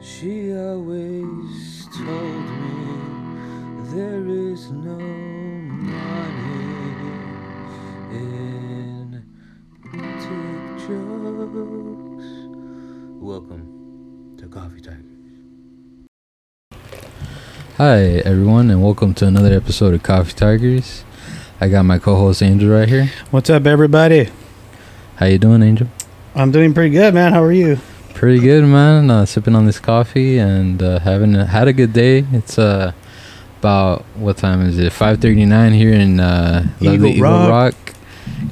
She always told me there is no money in dick jokes. Welcome to Coffee Tigers. Hi, everyone, and welcome to another episode of Coffee Tigers. I got my co-host Angel right here. What's up, everybody? How you doing, Angel? I'm doing pretty good, man. How are you? Pretty good, man. Uh, sipping on this coffee and uh, having a, had a good day. It's uh, about what time is it? Five thirty-nine here in uh, lovely Eagle Eagle Rock. Rock.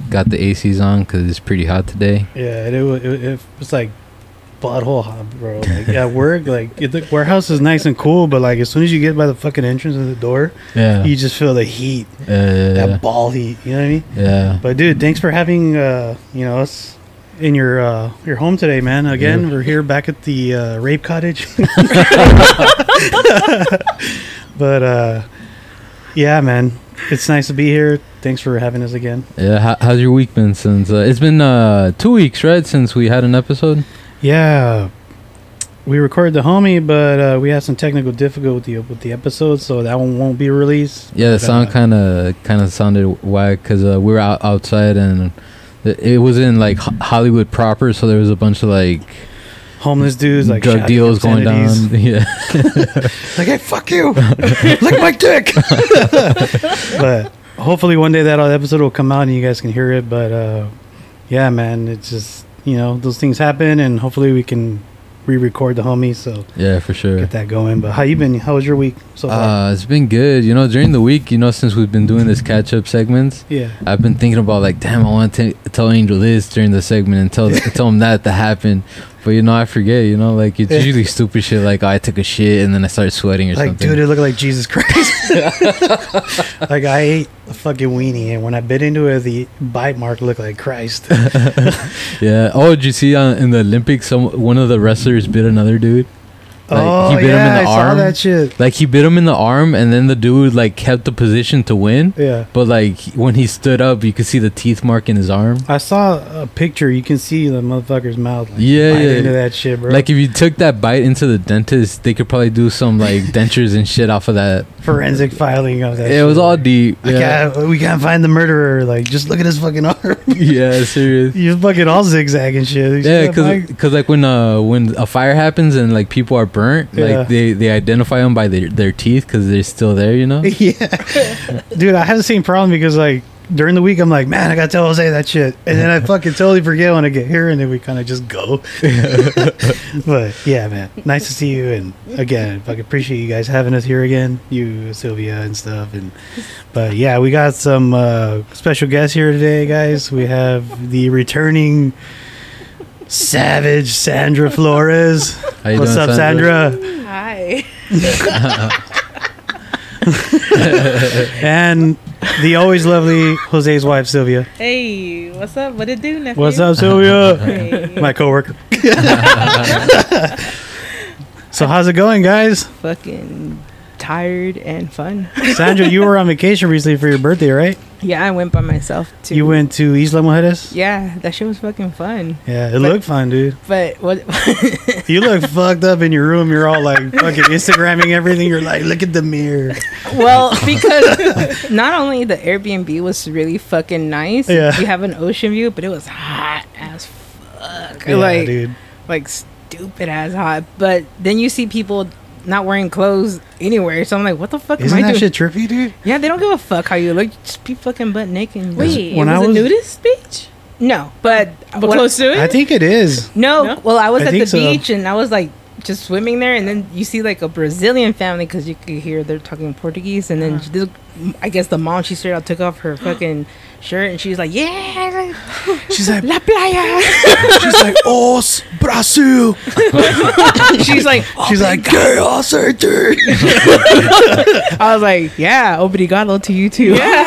Got the ACs on because it's pretty hot today. Yeah, it, it, it, it was like butthole hot, bro. Like at work, like it, the warehouse is nice and cool, but like as soon as you get by the fucking entrance of the door, Yeah, you just feel the heat, yeah, that ball heat. You know what I mean? Uh, yeah. But dude, thanks for having uh, you know us in your uh, your home today, man. Again, Yeah. we're here back at the uh, rape cottage. but uh, yeah, man, it's nice to be here. Thanks for having us again. yeah. How, how's your week been since? Uh, it's been uh, two weeks, right, since we had an episode. Yeah, we recorded the homie, but uh, we had some technical difficulty with the, with the episode, so that one won't be released. Yeah, the But, sound uh, kind of kind of sounded whack because uh, we were out outside and th- it was in like Ho- Hollywood proper, so there was a bunch of like Homeless dudes like drug shouting deals going obscenities. down. Yeah, Like, hey, fuck you, lick my dick. but hopefully, one day that episode will come out and you guys can hear it. But uh, yeah, man, it's just you know those things happen, and hopefully we can re-record the homie so yeah, for sure. get that going. But how you been? How was your week so far? Uh, it's been good, you know. During the week, you know, since we've been doing this catch up segments, yeah. I've been thinking about like, damn, I want to tell Angel this during the segment and tell tell him that to happen, but you know, I forget. You know, like it's Yeah. usually stupid shit. Like "Oh, I took a shit and then I started sweating or like, something. dude, it looked like Jesus Christ. like, I ate a fucking weenie, and when I bit into it, the bite mark looked like Christ. Yeah. Oh, did you see uh, in the Olympics, some one of the wrestlers bit another dude. Like, oh, he bit him in yeah, the I saw arm? that shit. Like he bit him in the arm, and then the dude like kept the position to win. Yeah. But like when he stood up, you could see the teeth mark in his arm. I saw a picture. You can see the motherfucker's mouth. Like, Yeah, bite yeah. Into that shit, bro. Like if you took that bite into the dentist, they could probably do some like dentures and shit off of that. forensic filing of that. it was shit. all deep. Like, Yeah, yeah, we can't find the murderer. Like, just look at his fucking arm. yeah, serious. He's fucking all zigzag and shit. You see Yeah, that, Mike? cause, 'cause, like when uh when a fire happens and like people are burnt, Yeah. like they they identify them by their their teeth because they're still there, you know. yeah, dude, I had the same problem because like during the week I'm like, man, I gotta tell Jose that shit, and then I fucking totally forget when I get here, and then we kind of just go. but yeah, man, nice to see you, and again, I fucking appreciate you guys having us here again, you Sylvia and stuff, and but yeah, we got some uh, special guests here today, guys. We have the returning. Savage Sandra Flores. How you What's doing, up, Sandra? Hi. And the always lovely Jose's wife, Sylvia. Hey, what's up? What it do, nephew? What's up, Sylvia? Hey. My coworker. so how's it going, guys? Fucking tired and fun. Sandra, you were on vacation recently for your birthday, right? Yeah, I went by myself too. You went to Isla Mujeres. Yeah, that shit was fucking fun. Yeah, it looked fun, dude. But what? You look fucked up in your room. You're all like fucking Instagramming everything. You're like, look at the mirror. well, because not only the Airbnb was really fucking nice. Yeah. You have an ocean view, but it was hot as fuck. Yeah, like, dude. like stupid as hot. But then you see people not wearing clothes anywhere. So I'm like, what the fuck Isn't am I that shit doing? trippy, dude? Yeah, they don't give a fuck how you look. Just be fucking butt naked. Wait, when it I was, was- a nudist beach? No, but But what- close to it? I think it is. No, No? well, I was I at think the so. beach and I was like just swimming there, and then you see like a Brazilian family because you could hear they're talking Portuguese, and then Uh-huh. this, I guess the mom she straight out took off her fucking shirt and she's like, "Yeah, She's like, la playa." she's like, oh, Brazil. she's like, She's like, girl, surgery. I was like, "Yeah, obrigado to you too." Yeah.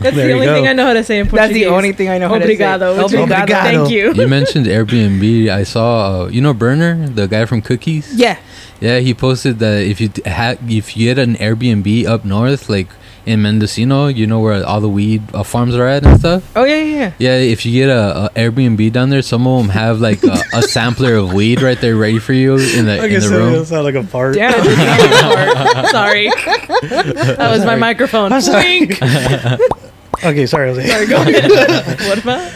That's There you the only go. thing I know how to say in That's Portuguese. the only thing I know. how to say. Oh, Obrigado. which means Obrigado. Thank you. You mentioned Airbnb. I saw, uh, you know, Burner, the guy from Cookies. Yeah, Yeah, he posted that if you t- ha- if you get an Airbnb up north, like in Mendocino, you know where all the weed uh, farms are at and stuff. Oh yeah, yeah, yeah. Yeah, if you get a, a Airbnb down there, some of them have like a, a sampler of weed right there, ready for you in the I in the guess room. it sound like a fart. Damn. sorry. That was my microphone. I'm sorry. Wink. Okay, sorry. I was like, Sorry, go ahead. What about?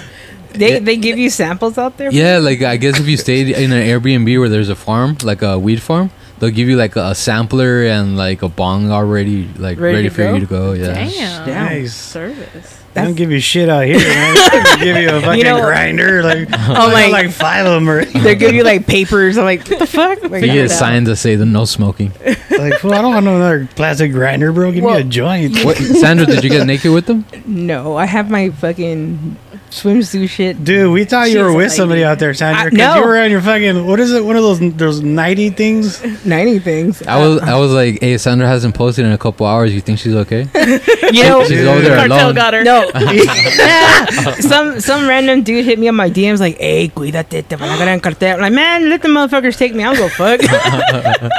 They Yeah. they give you samples out there. Yeah, like I guess if you stayed in an Airbnb where there's a farm, like a weed farm, they'll give you like a, sampler and like a bong already, like ready, Ready to for you to go. Yeah. Damn. nice. Service. They That's- don't give you shit out here, man. They give you a fucking know- grinder, like Oh my! like five of them, or they give you like papers. I'm like, what the fuck? Like, You get I don't know. signs that say the no smoking. like, well, I don't want another plastic grinder, bro. Give Well, me a joint. What, Sandra? Did you get naked with them? No, I have my fucking swimsuit shit. Dude, we thought She's you were a with somebody lady. out there, Sandra, I- because no. you were on your fucking what is it? One of those those ninety things. Ninety things. I was, I was like, hey, Sandra hasn't posted in a couple hours. You think she's okay? You know, She's over there Cartel alone. got her. No. some some random dude hit me on my DMs like, hey, cuídate, te van a ganar en cartel. I'm like, man, let the motherfuckers take me. I'll go fuck.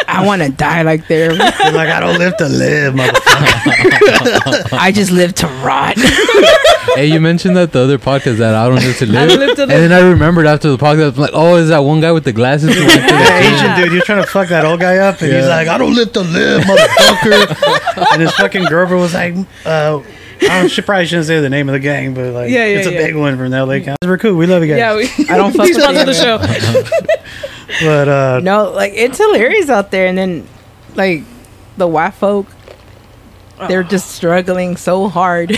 I want to die like they're. You're like I don't live to live, motherfucker. I just live to rot. hey, you mentioned that the other podcast that I don't live to live. don't live to and live. then I remembered after the podcast, I'm like, oh, is that one guy with the glasses? who went to the That gym? Asian dude, you're trying to fuck that old guy up, and he's Yeah. like, I don't live to live, motherfucker. and his fucking girlfriend was like, uh, I don't, she probably shouldn't say the name of the gang, but like, Yeah, yeah, it's a yeah. big one from LA County. We're cool. We love you guys. Yeah, we, I don't fuck Please with sponsor you. the show. but uh, no, like it's hilarious out there. And then, like, the white folk, they're just struggling so hard.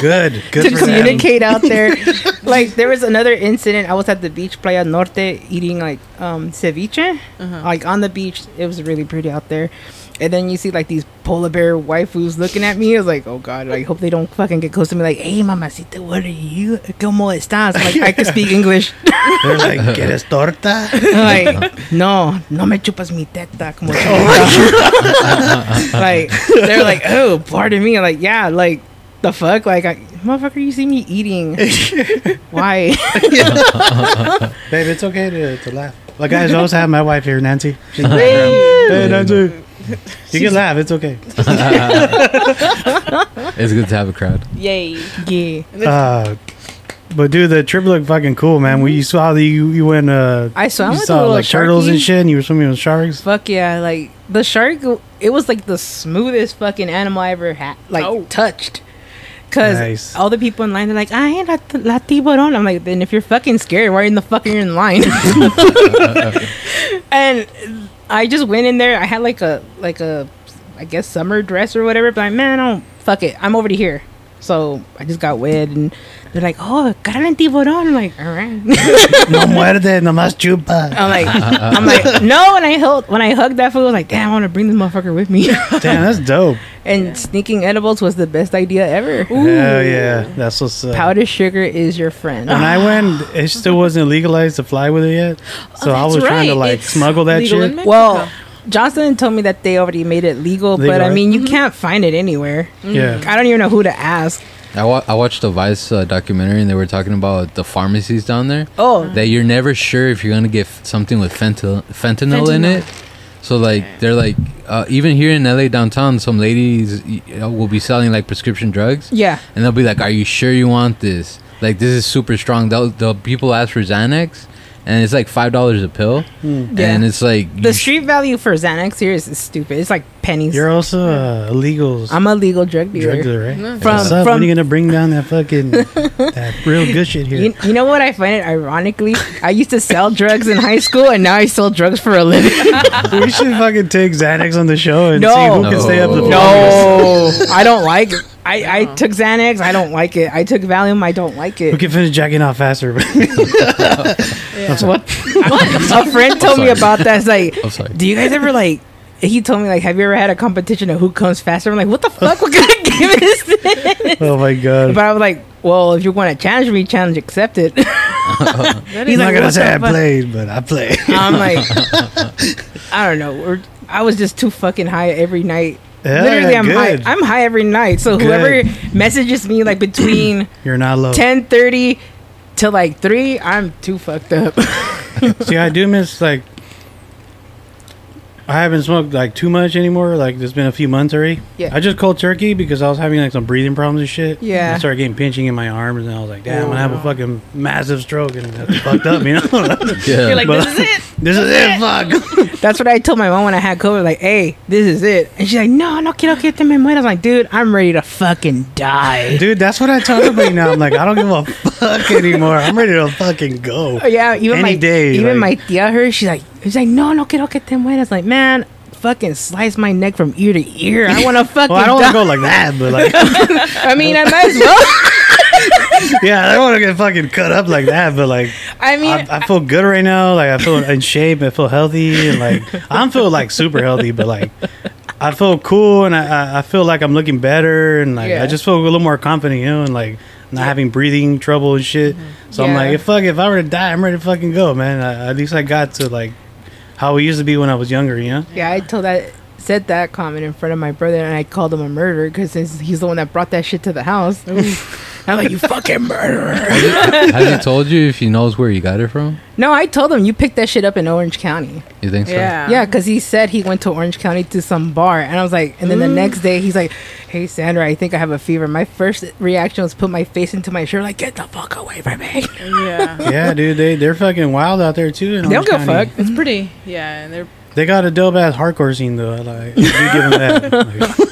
good, good to for them. communicate out there. like there was another incident. I was at the beach, Playa Norte, eating like um, ceviche, like on the beach. It was really pretty out there. And then you see like these polar bear waifus looking at me. I was like, oh god, like hope they don't fucking get close to me. Like, hey, mamacita, what are you? Como estás? Like I can speak English. They're like, ¿Quieres torta? like, no, no me chupas mi teta. Como te gusta." like they're like, oh, pardon me. Like yeah, like the fuck, like I, motherfucker, you see me eating. Why? Babe, it's okay to, to laugh. Like, guys, I always have my wife here, Nancy. She's in the background. hey, Nancy. You can laugh. It's okay. It's good to have a crowd. Yay. yeah. Uh, but dude, the trip looked fucking cool, man. We you saw the you, you went uh I swam you with a saw little like turtles and sharky. shit, and you were swimming with sharks. Fuck yeah! Like the shark, it was like the smoothest fucking animal I ever had, like Oh. touched. Cause Nice. all the people in line, they're like, "I ain't la, la tiburón." I'm like, then if you're fucking scared, why are you in the fucking in line? and I just went in there. I had like a like a, I guess summer dress or whatever. But like, man, I don't fuck it. I'm already here. So I just got wet, and they're like, "Oh, carne tiburón." I'm like, all right. no muerde, nomás chupa. I'm like, I'm like, no. When I held, when I hugged that fool, I was like, damn, I want to bring this motherfucker with me. Damn, that's dope. and sneaking edibles was the best idea ever. Hell yeah, that's what's up. Powdered sugar is your friend. When I went, it still wasn't legalized to fly with it yet, so I that's was trying to right. like It's smuggle that legal in shit. Mexico. well, Johnson told me that they already made it legal, Legal, but I right? mean, you can't find it anywhere. Yeah, I don't even know who to ask. I, wa- I watched the Vice uh, documentary and they were talking about the pharmacies down there. Oh, That you're never sure if you're gonna get f- something with fentanyl, fentanyl, in Fentanyl. it. So like they're like uh, even here in LA downtown, some ladies y- you know, will be selling like prescription drugs, yeah. and they'll be like, "Are you sure you want this? Like this is super strong." They'll, they'll people ask for Xanax, and it's like five dollars a pill, Mm. and Yeah. it's like you The sh- street value for Xanax here is, is stupid. It's like pennies. you're also uh, illegal I'm a legal drug dealer. drug dealer, right? Mm. From- What's up? from- when are you gonna bring down that fucking that real good shit here? You, you know what I find it ironically? I used to sell drugs in high school, and now I sell drugs for a living. we should fucking take Xanax on the show and No. see who can stay up the No. longest. No, I don't like. I, I took Xanax. I don't like it. I took Valium. I don't like Who it. can finish jacking off faster? What? a friend told me sorry. about that. It's like, I'm sorry. do you guys ever like? He told me like, have you ever had a competition of who comes faster? I'm like, what the fuck? What kind of game is this? oh my god! But I was like, well, if you want to challenge me, challenge accepted. That He's is not like, gonna what say the I fuck? played, but I played. I'm like, I don't know. We're, I was just too fucking high every night. Yeah, Literally, I'm good. high. I'm high every night. So Good. whoever messages me like between You're not low. ten thirty to like three, I'm too fucked up. See, I do miss like I haven't smoked like too much anymore. Like it's been a few months already. Yeah. I just cold turkey because I was having like some breathing problems and shit. Yeah. I started getting pinching in my arms and I was like, damn, I'm gonna have a fucking massive stroke and that's fucked up, you know? Yeah. You're like, But- this is it. this is it, fuck. That's what I told my mom when I had COVID. Like, hey, this is it. And she's like, no, no quiero que te me mueras. I'm like, dude, I'm ready to fucking die. Dude, that's what I tell everybody now. I'm like, I don't give a fuck anymore. I'm ready to fucking go. Oh, yeah, even Any my day, even like- my tia heard. She's like, she's like, no, no quiero que te mueras. Like, man, fucking slice my neck from ear to ear. I want to fucking Well, I don't want die. to go like that, but like, I mean, I might as well. yeah, I don't want to get fucking cut up like that, but like, I mean, I, I feel good right now. Like I feel in shape. I feel healthy, and like I'm feel like super healthy. But like I feel cool, and I I- I feel like I'm looking better, and like Yeah. I just feel a little more confident, you know, and like not having breathing trouble and shit. So I'm Mm-hmm. Yeah. like, if fuck, if I were to die, I'm ready to fucking go, man. I, at least I got to like how it used to be when I was younger, you know. yeah, I told that said that comment in front of my brother, and I called him a murderer because since he's the one that brought that shit to the house, I'm like, you fucking murderer. Has he told you if he knows where you got it from? No, I told him you picked that shit up in Orange County. You think so? Yeah. Yeah, because he said he went to Orange County to some bar, and I was like, and then the next day he's like, "Hey Sandra, I think I have a fever." My first reaction was put my face into my shirt, like, "Get the fuck away from me!" Yeah. yeah, dude, they they're fucking wild out there too. in They Orange don't give a County. fuck. It's pretty. Yeah. And they're, They got a dope ass hardcore scene though. Like, you give them that.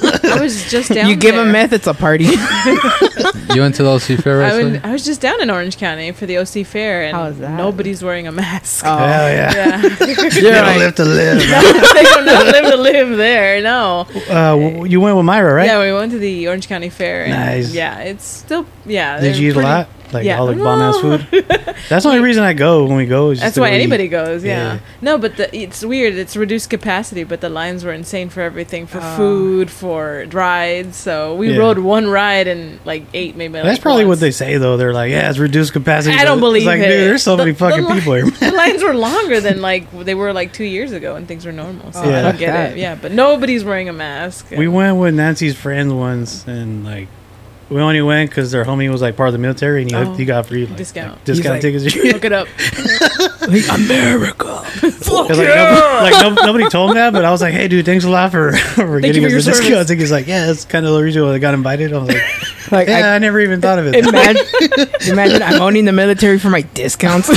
Like, I was just down you give there. him meth, it's a party. You went to the OC Fair I, wrestling? would, I was just down in Orange County for the OC fair, and How is that? nobody's wearing a mask. Oh. hell yeah. Yeah, They You're don't like, live to live. they don't know live to live there. No, Uh, w- you went with Myra, right? yeah, we went to the Orange County Fair. And Nice. Yeah, it's still yeah. Did they're you eat pretty- a lot? Like yeah. all the bomb ass food. That's the only reason I go when we go. Is just That's to why go eat. anybody goes. Yeah. Yeah. No, but the, it's weird. It's reduced capacity, but the lines were insane for everything, for food, for rides. So we Ah. Yeah. rode one ride and like eight maybe. That's like, probably once. what they say though. They're like, yeah, it's reduced capacity. I don't but believe it's like, it. Dude, there's so The- many the fucking li- people here. the lines were longer than like they were like two years ago when things were normal. So Yeah. I Fuck don't get that. it. Yeah, but nobody's wearing a mask. We and- went with Nancy's friends once, and like, we only went because their homie was like part of the military, and he, Oh. he got free like, Discount. like, discount like, tickets. Look it up. America. Fuck 'Cause, like, no, like no, nobody told him that, but I was like, "Hey, dude, thanks a lot for, for Thank you getting for us your the service. discount." Tickets. Like, yeah, that's kind of the reason why I got invited. I was like, Like, "Yeah, I, never even thought of I, it." imagine, imagine I'm owning the military for my discounts.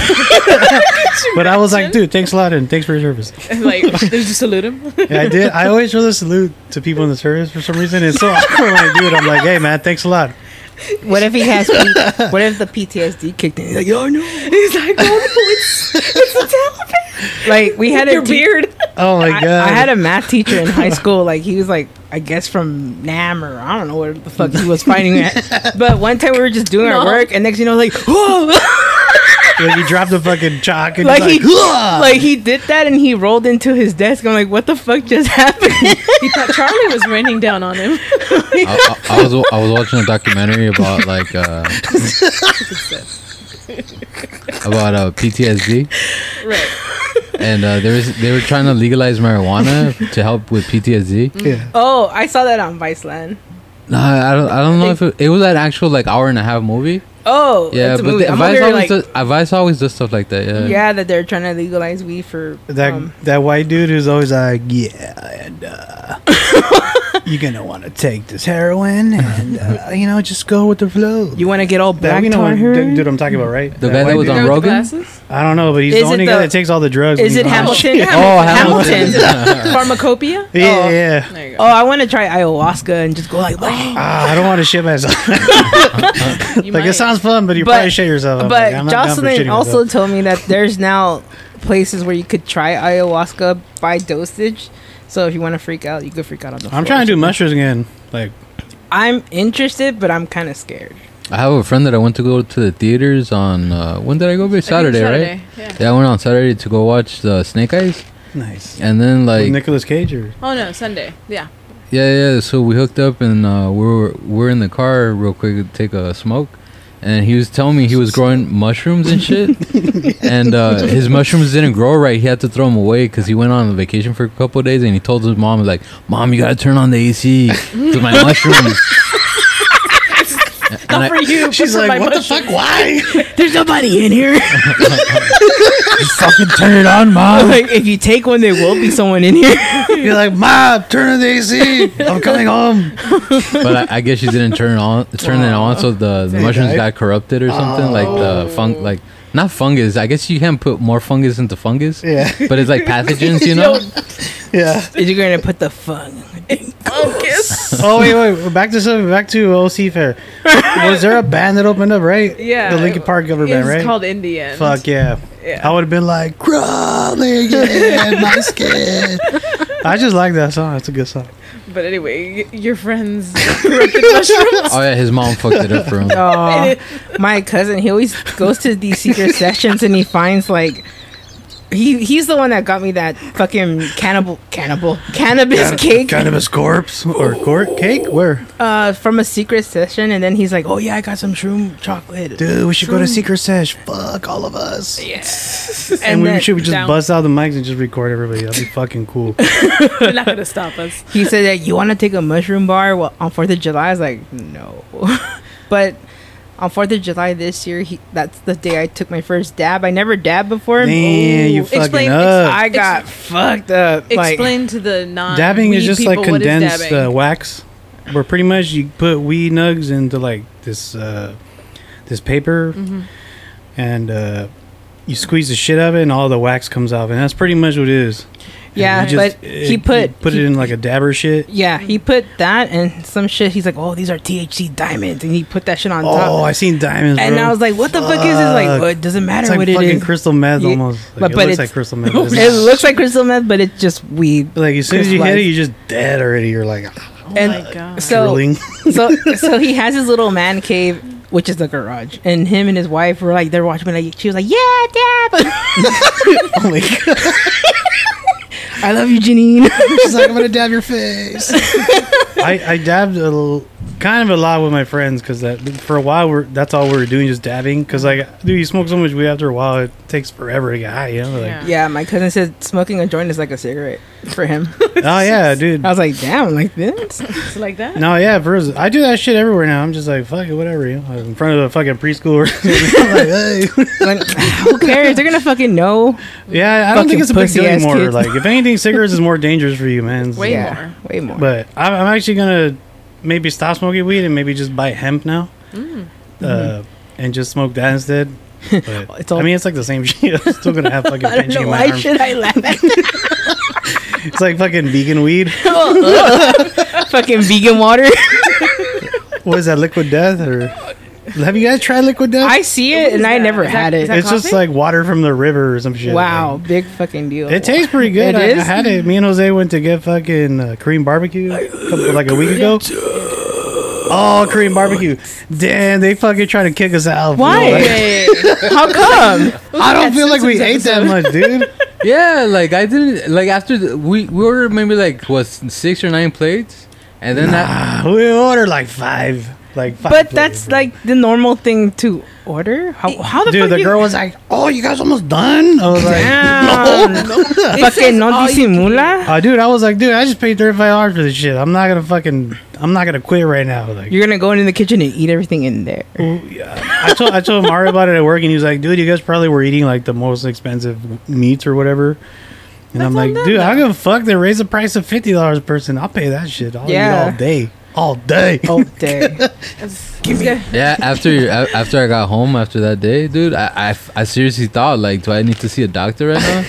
But I was like, "Dude, thanks a lot, and thanks for your service." like there's just salute him. Yeah, I did. I always show the salute to people in the service for some reason. It's so awkward when I do it. I'm like, hey, man, thanks a lot. what if he has? P- what if the PTSD kicked in? He's like, oh no! He's like, oh, it's, it's a Taliban. Like we had a Your te- beard. Oh, my I, God. I had a math teacher in high school. Like he was like, I guess from Nam or I don't know where the fuck he was fighting at. But one time we were just doing our No. work, and next you know, like, Like, you dropped the fucking chalk and like he's he like, "Hua!" like he did that, and he rolled into his desk. I'm like, what the fuck just happened? He thought Charlie was raining down on him. I, I, I was I was watching a documentary about like uh, about uh, PTSD, Right. and uh, there was they were trying to legalize marijuana to help with PTSD. yeah. oh, I saw that on Vice Land. No, I don't I don't know if it, it was an actual like hour and a half movie. Oh, Yeah, it's a but movie. the, I'm Vice over here, always like, does, uh, Vice always does stuff like that. Yeah. yeah, that they're trying to legalize weed for That, um, that white dude who's always like, yeah, and uh, you're going to want to take this heroin and, uh, you know, just go with the flow. you want to get all that, black you know tar what hair? dude, dude I'm talking about, right? The guy that white was dude. on With the Rogan. glasses? I don't know, but he's Is the it only the- guy that takes all the drugs. Is when it he's on- Hamilton? Oh, Hamilton. Pharmacopoeia. Yeah, yeah. There you Oh, go. I want to try ayahuasca and just go like, Oh, Ah, I don't want to shit myself. You like, might. it sounds fun, but you But- probably shit yourself. I'm Uh, like, but I'm not down for Jocelyn shitting also myself. told me that there's now places where you could try ayahuasca by dosage. So if you want to freak out, you could freak out on the. I'm trying to do mushrooms again. Like, I'm interested, but I'm kind of scared. I have a friend that I went to go to the theaters on uh, when did I go? Babe? I think Saturday, right? Saturday, Yeah. Yeah, I went on Saturday to go watch the Snake Eyes, nice. and then like Nicholas Cage or Oh no, Sunday. Yeah. Yeah, yeah. So we hooked up and uh, we were we we're in the car real quick to take a smoke, and he was telling me he was growing mushrooms and shit, and uh, his mushrooms didn't grow right. He had to throw them away because he went on vacation for a couple of days, and he told his mom like, "Mom, you gotta turn on the AC because my mushrooms." and Not I- for you. but She's for like, my what the mushrooms." fuck? Why? There's nobody in here. fucking turn it on, mom. like if you take one, there will be someone in here. You're like, Mom, turn on the AC. I'm coming home. but I, I guess you didn't turn it on, turn it on, so the, the They mushrooms died. got corrupted or something. Like the fung, like not fungus. I guess you can't put more fungus into fungus. Yeah. But it's like pathogens, you know. Yeah. You're gonna put the fun. Fungus. Oh wait, wait. Back to something. Back to OC Fair. Was there a band that opened up? Right. Yeah. The Lincoln Park cover band, It's right? called Indian. Fuck yeah. Yeah. I would have been like crawling in my skin. I just like that song. It's a good song. But anyway, y- your friends corrupted mushrooms. Oh yeah, his mom fucked it up for him. Oh, my cousin, he always goes to these secret sessions and he finds like. He, he's the one that got me that fucking cannibal cannibal cannabis cake Cannabis corpse or court cake? Where? uh, from a secret session, and then he's like, "Oh yeah, I got some shroom chocolate." Dude, we should go to Secret Sesh. Fuck all of us. Yeah. And, we then- should just down. bust out the mics and just record everybody. That'd be fucking cool. You're not gonna stop us. he said that you want to take a mushroom bar well, on Fourth of July. I was like, no, but on Fourth of July this year, he, that's the day I took my first dab. I never dabbed before. Man, you Ooh, fucking explain- up. I got fucked up. Like, Explain to the non dabbing is just like condensed uh, dabbing. wax, where pretty much you put weed nugs into like this uh, this paper, Mm-hmm. and uh, you squeeze the shit out of it, and all the wax comes off, and that's pretty much what it is. And Yeah, you uh, eh, but he you put- put he- it in like a dabber shit. yeah, he put that and some shit. He's like, oh, these are THC diamonds, and he put that shit on Oh, top. I seen diamonds, and bro. I was like, what the fuck, is this? Like, Fuck. well, it doesn't matter it's like what it fucking is. crystal meth Yeah, almost. Like, but- it but looks it's- like crystal meth. it looks like crystal meth, but it's just weed. like as soon as you hit it, crystallized. you're just dead already. You're like Oh and my god. So drilling. so so he has his little man cave which is the garage and him and his wife were like they're watching me like she was like yeah dad oh my god! i love you janine She's like, I'm gonna dab your face. I, I dabbed a l- kind of a lot with my friends because that for a while we're that's all we were doing just dabbing because like dude you smoke so much weed after a while it takes forever to get high you know like Yeah. yeah my cousin said smoking a joint is like a cigarette for him oh yeah dude i was like damn like this It's like that. no yeah for real, I do that shit everywhere now I'm just like fuck it whatever you know I was in front of a fucking preschooler I'm like, hey. like who cares they're gonna fucking know yeah I don't Fucking think it's a big pussy deal ass anymore kids. like if anything cigarettes is more dangerous for you man It's Way like- yeah way more But I'm, I'm actually gonna maybe stop smoking weed and maybe just buy hemp now, Mm. uh, and just smoke that instead. But, It's all- I mean, it's like the same shit. I'm still gonna have fucking I don't pinching know in my why arm. should I laugh at that? It's like fucking vegan weed. fucking vegan water. What is that? Liquid death or? Have you guys tried liquid death? I see it and I that? never Is that- had is it. that it's just coffee? like water from the river or some shit. Wow, Like, big fucking deal. it tastes pretty good. It I, I is? had it. Me and Jose went to get fucking uh, Korean barbecue a couple, like a week ago. Oh, Korean barbecue! Damn, they fucking trying to kick us out. bro. Why? Like, How come? I don't That feel like we ate Simpsons that much, dude. Yeah, like I didn't like after the, we we ordered maybe like what six or nine plates, and then that we ordered like five, like five. But plates, that's bro. like the normal thing to order. How, how the dude. fuck The you- girl was like, "Oh, you guys almost done." I was like, Damn. fucking non disimula. "Oh, dude," I was like, "Dude, I just paid thirty-five dollars for this shit. I'm not gonna fucking, I'm not gonna quit right now." Like, You're gonna go into the kitchen and eat everything in there. I told I told Mario about it at work, and he was like, "Dude, you guys probably were eating like the most expensive meats or whatever." And I'm That's like, on them, "Dude, I though." give a fuck. They raise the price of fifty dollars a person. I'll pay that shit. I'll Yeah. eat all day, all day." Oh dang. It's- it's- yeah after a- after I got home after that day, dude, I, I f- I seriously thought like, do I need to see a doctor right now?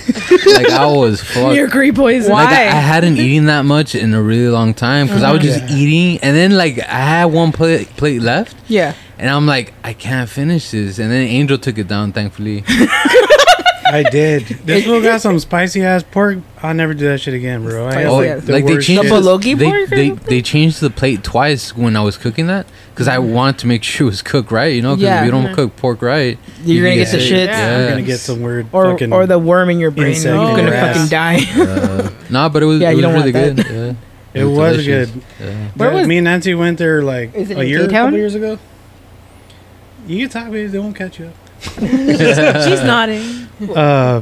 like I was fucked. Mercury poison. Why? Like I, I hadn't eaten that much in a really long time because I was just eating, and then like I had one plate plate left, yeah. and I'm like, I can't finish this. And then Angel took it down, thankfully. I did. This fool got some spicy ass pork. I'll never do that shit again, bro. I Oh, yeah. like they worst changed shit. The bulgogi they, pork or they, something? they changed the plate twice when I was cooking that because I wanted to make sure it was cooked right. You know, because Mm. Yeah. if you don't cook pork right, You're you gonna get the sick. shits. Yeah. You're gonna get some weird Or fucking. or the worm in your brain. insect You're in gonna your ass. fucking die. Uh, nah, but it was Yeah, it you was don't really want good. Yeah. it was delicious. good. Yeah. Where Yeah, was- me and Nancy went there like Is it a in year, a K-Town? couple years ago. You can talk, baby. They won't catch you up. She's nodding. uh,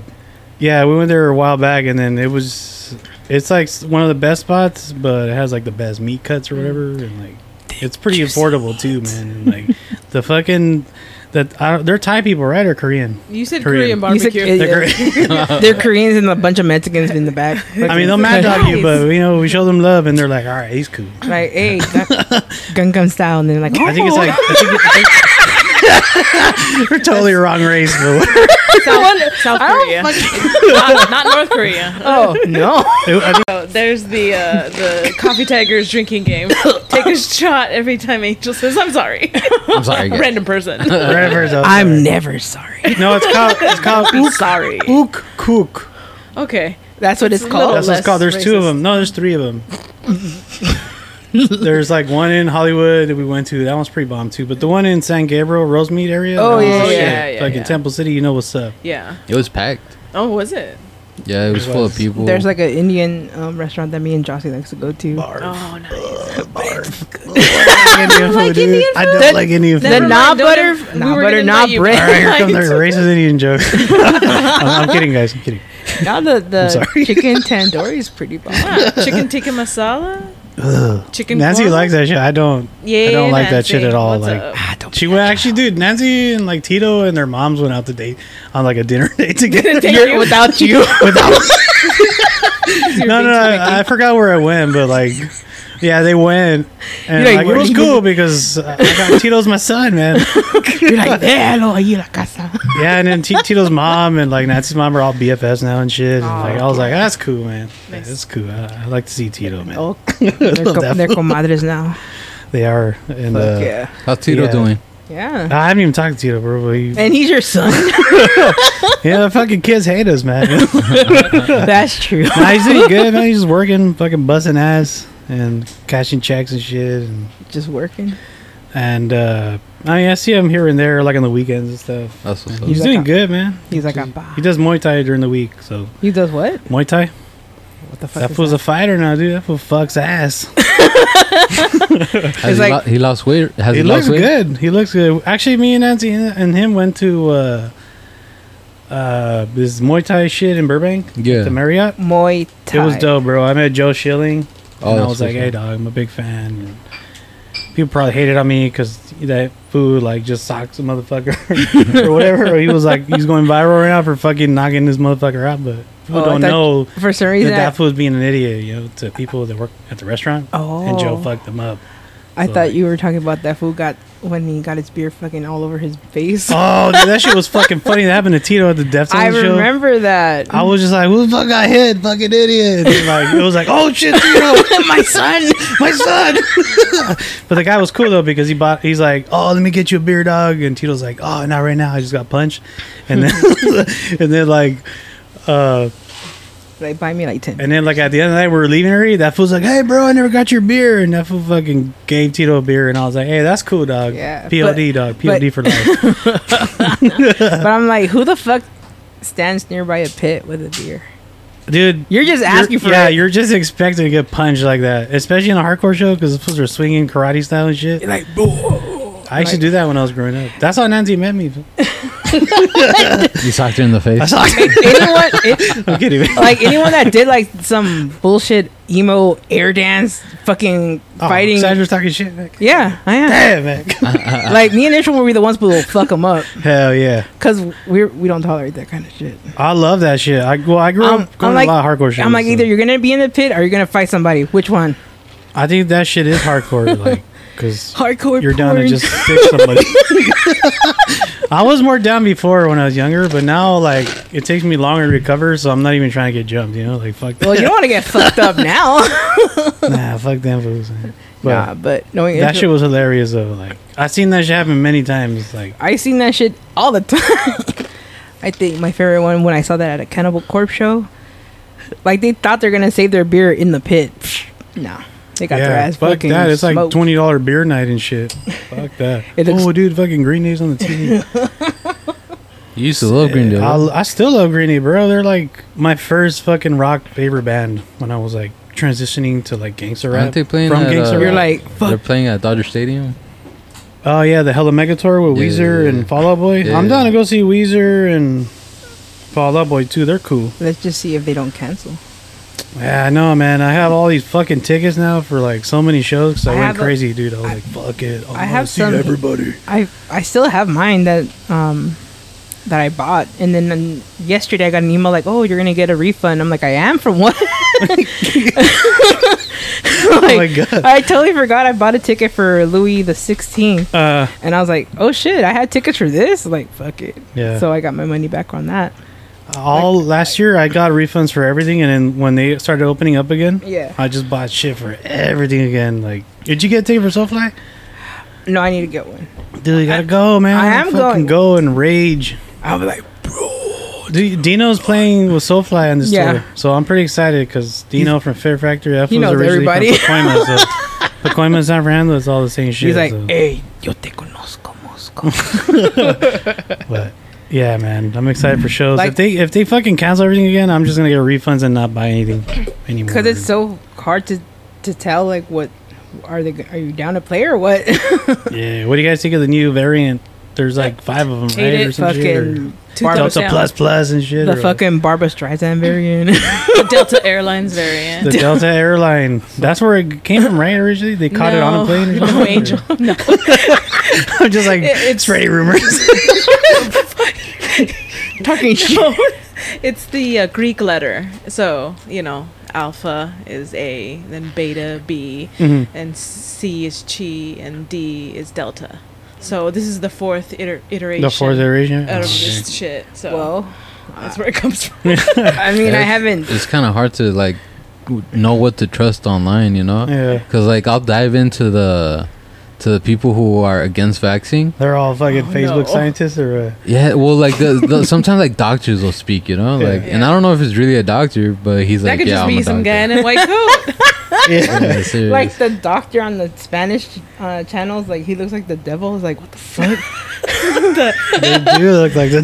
yeah, we went there a while back, and then it was. It's like s- one of the best spots, but it has like the best meat cuts or whatever, and like It's pretty affordable too, man. And like the fucking that I don't, they're Thai people, right? Or Korean? You said Korean. uh, Korean, You said- barbecue. yeah, They're yeah. They're Koreans and a bunch of Mexicans in the back. I mean, they'll mad dog you, but you know we show them love, and they're like, all right, he's cool. like, hey, Gangnam Style, and they're like, "Oh, I think it's like I think it, I think- you're totally wrong race, but South, South Korea. not, not North Korea. oh no, I think So there's the uh, the coffee tigers drinking game. Take a shot every time Angel says I'm sorry. I'm sorry, guys. Random person. whatever's out I'm there. never sorry. no, it's called it's called I'm sorry. Ook Kook. Okay. That's what it's little- called. That's what less it's called. There's two of racist. them. No, there's three of them. there's like one in Hollywood that we went to. That one's pretty bomb too. But the one in San Gabriel, Rosemead area. Oh, that was yeah, the yeah, shit. yeah, yeah, Like in yeah. Temple City, you know what's up. Yeah. It was packed. Oh, was it? Yeah, it was full of was. people. There's like an Indian um, restaurant that me and Jossie likes to go to. Oh, nice. Indian food, dude. I don't That- like Indian food. The Never not mind, don't butter, ev- we not were butter, gonna not let you- All bread. right, here come the racist Indian joke. I'm, I'm kidding, guys. I'm kidding. Now the, the sorry. chicken tandoori is pretty bomb. Wow. Ah, Chicken tikka masala. Ugh. Chicken. Nancy korma? likes that shit. I don't. Yeah, I don't like that Nancy. shit at all, What's like- up? Ah, don't She went actually, dude. Nancy and like Tito and their moms went out to date on like a dinner date together. Thank You're- you. without you. no, no, I, I forgot where I went, but like, yeah, they went, and You're like, like, "Where it was you cool because uh, I got Tito's my son, man. You're like, déjalo ahí en la casa. Yeah, and then T- Tito's mom and like Nancy's mom are all BFFs now and shit. And, like, I was like, that's cool, man. Yeah, that's cool. I, I like to see Tito, man. Oh, they're, Love co- that they're fool. comadres now. They are, and uh, yeah. How's Tito Yeah. doing? Yeah. I haven't even talked to Tito, bro. But he, And he's your son. yeah, the fucking kids hate us, man. nah, That's true. he's doing good, man. He's just working, fucking busting ass, and cashing checks and shit, and Just working. And uh, I mean, I see him here and there, like on the weekends and stuff. That's what's up. He's, He's doing like a- good, man. he's like a he, boss. he does Muay Thai during the week, so He does what? Muay Thai. What the fuck? That is fool's a fighter now, dude. That fool fucks ass. Has It's he, like- lo- he lost weight. Has he, he looks lost weight? good. He looks good. Actually, me and Nancy and him went to uh, uh, this Muay Thai shit in Burbank, the Yeah. Marriott. Muay Thai. It was dope, bro. I met Joe Schilling, Oh, and I that's was like, what's up. "Hey, dog, I'm a big fan." And people probably hated on me because that food like just socks a motherfucker or whatever. Or he was like, he's going viral right now for fucking knocking this motherfucker out, but people Oh, I don't thought- know For some that reason. I- that fool's being an idiot, you know, to people that work at the restaurant. oh. And Joe fucked them up. I so, thought like- you were talking about that fool got when he got his beer fucking all over his face. Oh, dude, that shit was fucking funny. That happened to Tito at the Deftones I show. remember that. I was just like, "Who the fuck got hit? Fucking idiot!" And, like it was like, "Oh shit, Tito!" my son. my son. but the guy was cool though because he bought. He's like, oh, let me get you a beer, dog. And Tito's like, oh, not right now. I just got punched, and then and then like. Uh, Like buy me like ten. and then like at the end of the night we were leaving already. That fool's like, "Hey, bro, I never got your beer," and that fool fucking gave Tito a beer, and I was like, "Hey, that's cool, dog. Yeah, POD, dog. but- POD for life." but I'm like, who the fuck stands nearby a pit with a beer? Dude, You're just asking you're- for yeah, it. you're just expecting to get punched like that, especially in a hardcore show because fools are swinging karate style and shit. like, boo. I used to like- do that when I was growing up. That's how Nancy met me. You socked her in the I face. saw. anyone, it, I'm kidding. like anyone that did like some bullshit emo air dance, fucking Oh, fighting. Sandra's talking shit. Like, Yeah, I am. Damn, man. like me and Isham will be the ones who will fuck them up Hell yeah. because we we don't tolerate that kind of shit. I love that shit. I well, I grew Um, up going I'm like- to a lot of hardcore shit. I'm like, either you're gonna be in the pit or you're gonna fight somebody. Which one? I think that shit is hardcore, like, because Hardcore. you're down to porn. just stick somebody. I was more down before when I was younger, but now like it takes me longer to recover, so I'm not even trying to get jumped. You know, like fuck. Well, you don't want to get fucked up now. nah, fuck them fools. Man. But nah, but knowing that Isham- shit was hilarious though. Like I've seen that shit happen many times. Like I seen that shit all the time. I think my favorite one when I saw that at a Cannibal Corpse show. Like they thought they're gonna save their beer in the pit. Psh, No, they got their ass fuck fucking that. It's like smoked. twenty dollar beer night and shit. fuck that. It looks- oh, dude, fucking Green Day's on the TV. You used to love Green Day. right? I, I still love Green Day, bro. They're like my first fucking rock favorite band when I was like transitioning to like gangster rap. Aren't they playing from at, gangster uh, rap? You're like They're fuck. playing at Dodger Stadium. oh yeah, the Hella Megatour with Yeah, Weezer yeah, yeah. and Fall Out Boy. Yeah, I'm yeah. down to go see Weezer and Fall Out Boy too. They're cool. Let's just see if they don't cancel. Yeah, I know, man. I have all these fucking tickets now for like so many shows. 'cause I, I went have a- crazy, dude. I was like, fuck it. I, wanna have see some- everybody. I I still have mine that um that I bought, and then um, yesterday I got an email like, "Oh, you're gonna get a refund." I'm like, "I am from what?" Oh my God. I totally forgot I bought a ticket for Louis the 16th, Uh, and I was like, "Oh shit, I had tickets for this." Like, fuck it. Yeah. So I got my money back on that. all last year, I got refunds for everything, and then when they started opening up again, Yeah. I just bought shit for everything again. Like, did you get a ticket for Soulfly? No, I need to get one. Dude, you gotta go, man. I am Fucking going. go and rage. I'll be like, Dude, Dino's playing with Soulfly on this Yeah. tour, so I'm pretty excited because Dino from Fair Factory, that He fool's knows originally everybody. from Pacoima, so Pacoima, San Fernando, it's all the same shit. she's like, eh. so- "Hey, yo te conozco, Mosco." But yeah, man, I'm excited for shows. Like- if they if they fucking cancel everything again, I'm just gonna get refunds and not buy anything anymore. Because it's so hard to to tell like what are they? Are you down to play or what? yeah. What do you guys think of the new variant? There's like five of them, right? Hate it, or some shit, or fucking Delta Delta Sound. plus plus and shit. the or- fucking Barbara Streisand variant. The Delta Airlines variant. The Delta airline. That's where it came from, right? Originally, they caught it on a No. plane. Or No, something, or- Angel. No. I'm just like, It- it's it's- ready rumors. Talking shit. it's the uh, Greek letter. So, you know, alpha is A, then beta, B, Mhm. and C is chi, and D is delta. So, this is the fourth iter- iteration the fourth iteration. out of Oh, this shit. So, Well, that's where it comes from. I mean, I That's- haven't. It's kind of hard to like w- know what to trust online, you know? Yeah. Cause like I'll dive into the to the people who are against vaccine. They're all fucking Oh, Facebook no. scientists or uh, what? Yeah, well, like the, the, sometimes like doctors will speak, you know, Yeah. like, and I don't know if it's really a doctor, but he's that like, could yeah, just I'm be a some guy doctor. in a white coat. yeah. Yeah, serious. Like the doctor on the Spanish uh, channels, like he looks like the devil. Is like, what the fuck? They do look like the